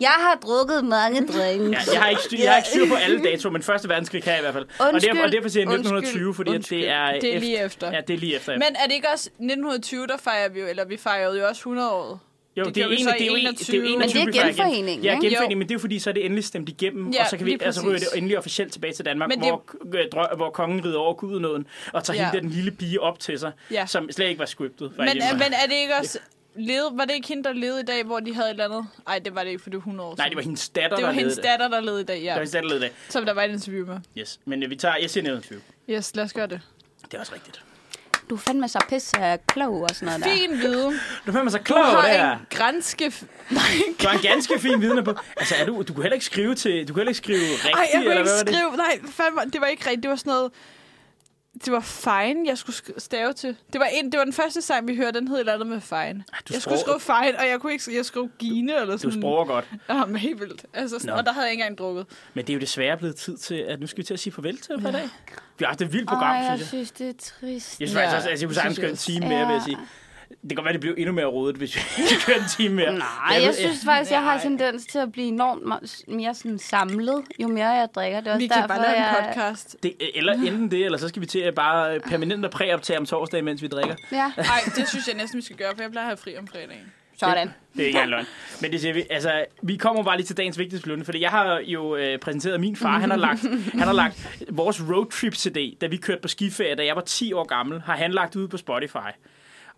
B: jeg har drukket mange drinks.
A: Ja, jeg, har ikke styr, jeg har ikke styr på alle datoer, men Første Verdenskrig kan jeg i hvert fald. og,
B: Undskyld,
A: derfor, og derfor siger jeg
B: undskyld,
A: 1920, fordi at
B: undskyld.
A: det er...
C: Det er lige efter.
A: Ja, det er lige efter.
C: Men er det ikke også 1920, der fejrer vi jo, eller vi fejrede jo også 100 året
A: Jo, det,
C: Det
A: det, er,
C: gør vi
A: en,
C: så
A: af- det,
C: i
A: er jo en, det er jo
C: 21.
A: en af
C: Men
B: det er
A: Tribute Fire igen.
B: genforeningen,
A: Ja,
B: ikke?
C: Jo.
A: genforeningen, men det er jo fordi, så er det endelig stemt igennem,
C: Ja,
A: ja, og så kan vi,
C: lige
A: altså ryger det
C: præcis.
A: endelig officielt tilbage til Danmark,
C: Men det-
A: hvor, øh, drø- hvor kongen rider over gudenåden og tager
C: Ja.
A: ja. hende der, den lille pige op til sig,
C: Ja.
A: ja. som slet ikke var scriptet.
C: Men,
A: faktisk.
C: er, men er det ikke også... Levede, var det ikke hende, der levede i dag, hvor de havde et eller andet? Nej, det var det ikke, for det var 100 år
A: Nej, det var hendes datter,
C: det var
A: der
C: hendes
A: ledede det.
C: datter, der levede i dag,
A: Det
C: ja.
A: var hendes datter, der ledede det.
C: Som der var et interview med.
A: Yes. Men øh, vi tager, jeg siger 29.
C: Yes, lad os gøre det.
A: Det er også rigtigt.
B: Du er fandme så pisse klog og sådan noget der.
C: Fin viden.
A: Nu er man så
C: Du
A: klog,
C: har
A: det her.
C: en grænske... Nej, en
A: Du har en ganske fin vidne på. Altså, er du, du kunne heller ikke skrive til... Du kunne heller ikke skrive rigtigt,
C: Ej, jeg kunne
A: eller
C: ikke
A: hvad var det?
C: skrive... Nej, fandme, det var ikke rigtigt. Det var sådan noget... Det var fine, jeg skulle sk- stave til. Det var, en, det var den første sang, vi hørte, den hed et eller andet med fine.
A: Ah, du
C: jeg skulle skrive
A: sprog-
C: fine, og jeg kunne ikke jeg skrev gine eller
A: Du
C: sådan.
A: sproger godt.
C: Jamen, helt vildt. Altså, sådan,
A: Nå.
C: og der havde jeg ikke engang drukket.
A: Men det er jo desværre blevet tid til, at nu skal vi til at sige farvel til for i dag. Vi har haft et vildt program,
B: Åh, jeg
A: synes jeg.
B: synes, det er trist.
A: Jeg synes
C: Ja,
A: faktisk også, at jeg
C: det
A: kunne sagtens
C: synes jeg
A: køre en
C: også.
A: time mere, vil jeg
B: Ja.
A: sige. Det kan godt være, det blev endnu mere rodet, hvis vi kører en time mere.
B: Nej, jeg synes faktisk, jeg har tendens til at blive enormt me- mere sådan samlet, jo mere jeg drikker. Det er også
C: Vi
B: derfor,
C: kan bare lave en
B: jeg...
C: podcast.
A: Det, eller enten det, eller så skal vi til at bare øh, permanent at præoptage om torsdag, mens vi drikker.
B: Ja,
C: Nej, det synes jeg næsten, vi skal gøre, for jeg plejer at have fri om fredagen.
B: sådan.
A: Det er ikke engang løgn. Men det siger vi. Altså, vi kommer bare lige til dagens vigtigste blunde, fordi jeg har jo øh, præsenteret min far. Han har lagt, han har lagt vores roadtrip CD, da vi kørte på skiferie, da jeg var 10 år gammel, har han lagt ud på Spotify.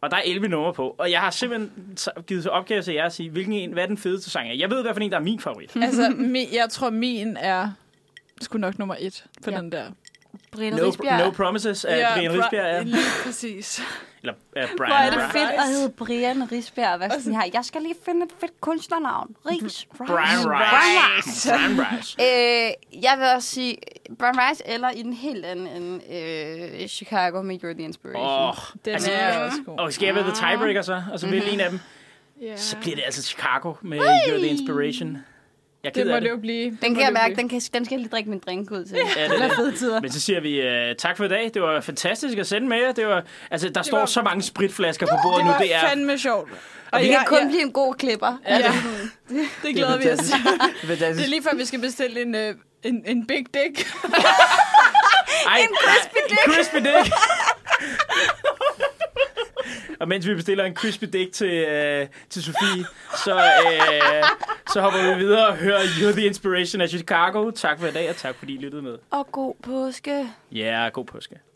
A: Og der er 11 numre på. Og jeg har simpelthen så- givet til opgave til jer at sige, hvilken en, hvad er den fedeste sang er. Jeg ved i hvert fald en, der er min favorit.
C: Altså, mi, jeg tror, min er sgu nok nummer et på ja. den der.
B: Brine
A: No,
B: Risbjerg.
A: no Promises af Brian
C: Bra-
A: Risbjerg. Ja.
C: Lige præcis.
A: Eller af Brian
B: Hvor er det
A: Ra-
B: fedt at hedde Brian Risbjerg. Hvad sådan her? Jeg skal lige finde et fedt kunstnernavn. Ries.
A: Brian
B: Rice.
A: Rice. Brian Rice.
B: Øh, jeg vil også sige Brian Rice, eller i den helt anden ende, øh, Chicago med You're the Inspiration.
A: Åh,
C: Den
A: Altså,
C: er også god. Mhm.
A: Og skal jeg være The Tiebreaker så? Og så vælge en af dem. Så bliver det altså Chicago med You're the Inspiration. Jeg
C: Det
A: keder
C: må det jo blive.
B: Den kan jeg mærke, den, kan, den skal jeg lige drikke min drink ud til.
A: Ja, det er det. Men så siger vi uh, tak for i dag. Det var fantastisk at sende med jer. Det var, altså, der står
C: var-
A: så mange spritflasker på bordet
C: Det
A: nu.
C: var
A: Det er
C: fandme sjovt. Og
B: Det
C: jeg-
B: kan kun
C: jeg-
B: blive en god klipper.
C: Ja, det, det glæder vi os til. Det er
A: fantastisk.
C: lige før, vi skal bestille en, øh, en, en big dick.
A: Ej, en crispy dick. En crispy dick. Og mens vi bestiller en crispy dick til, øh, til Sofie, så, øh, så hopper vi videre og hører You're the Inspiration af Chicago. Tak for i dag, og tak fordi I lyttede med.
B: Og god påske.
A: Ja, yeah, god påske.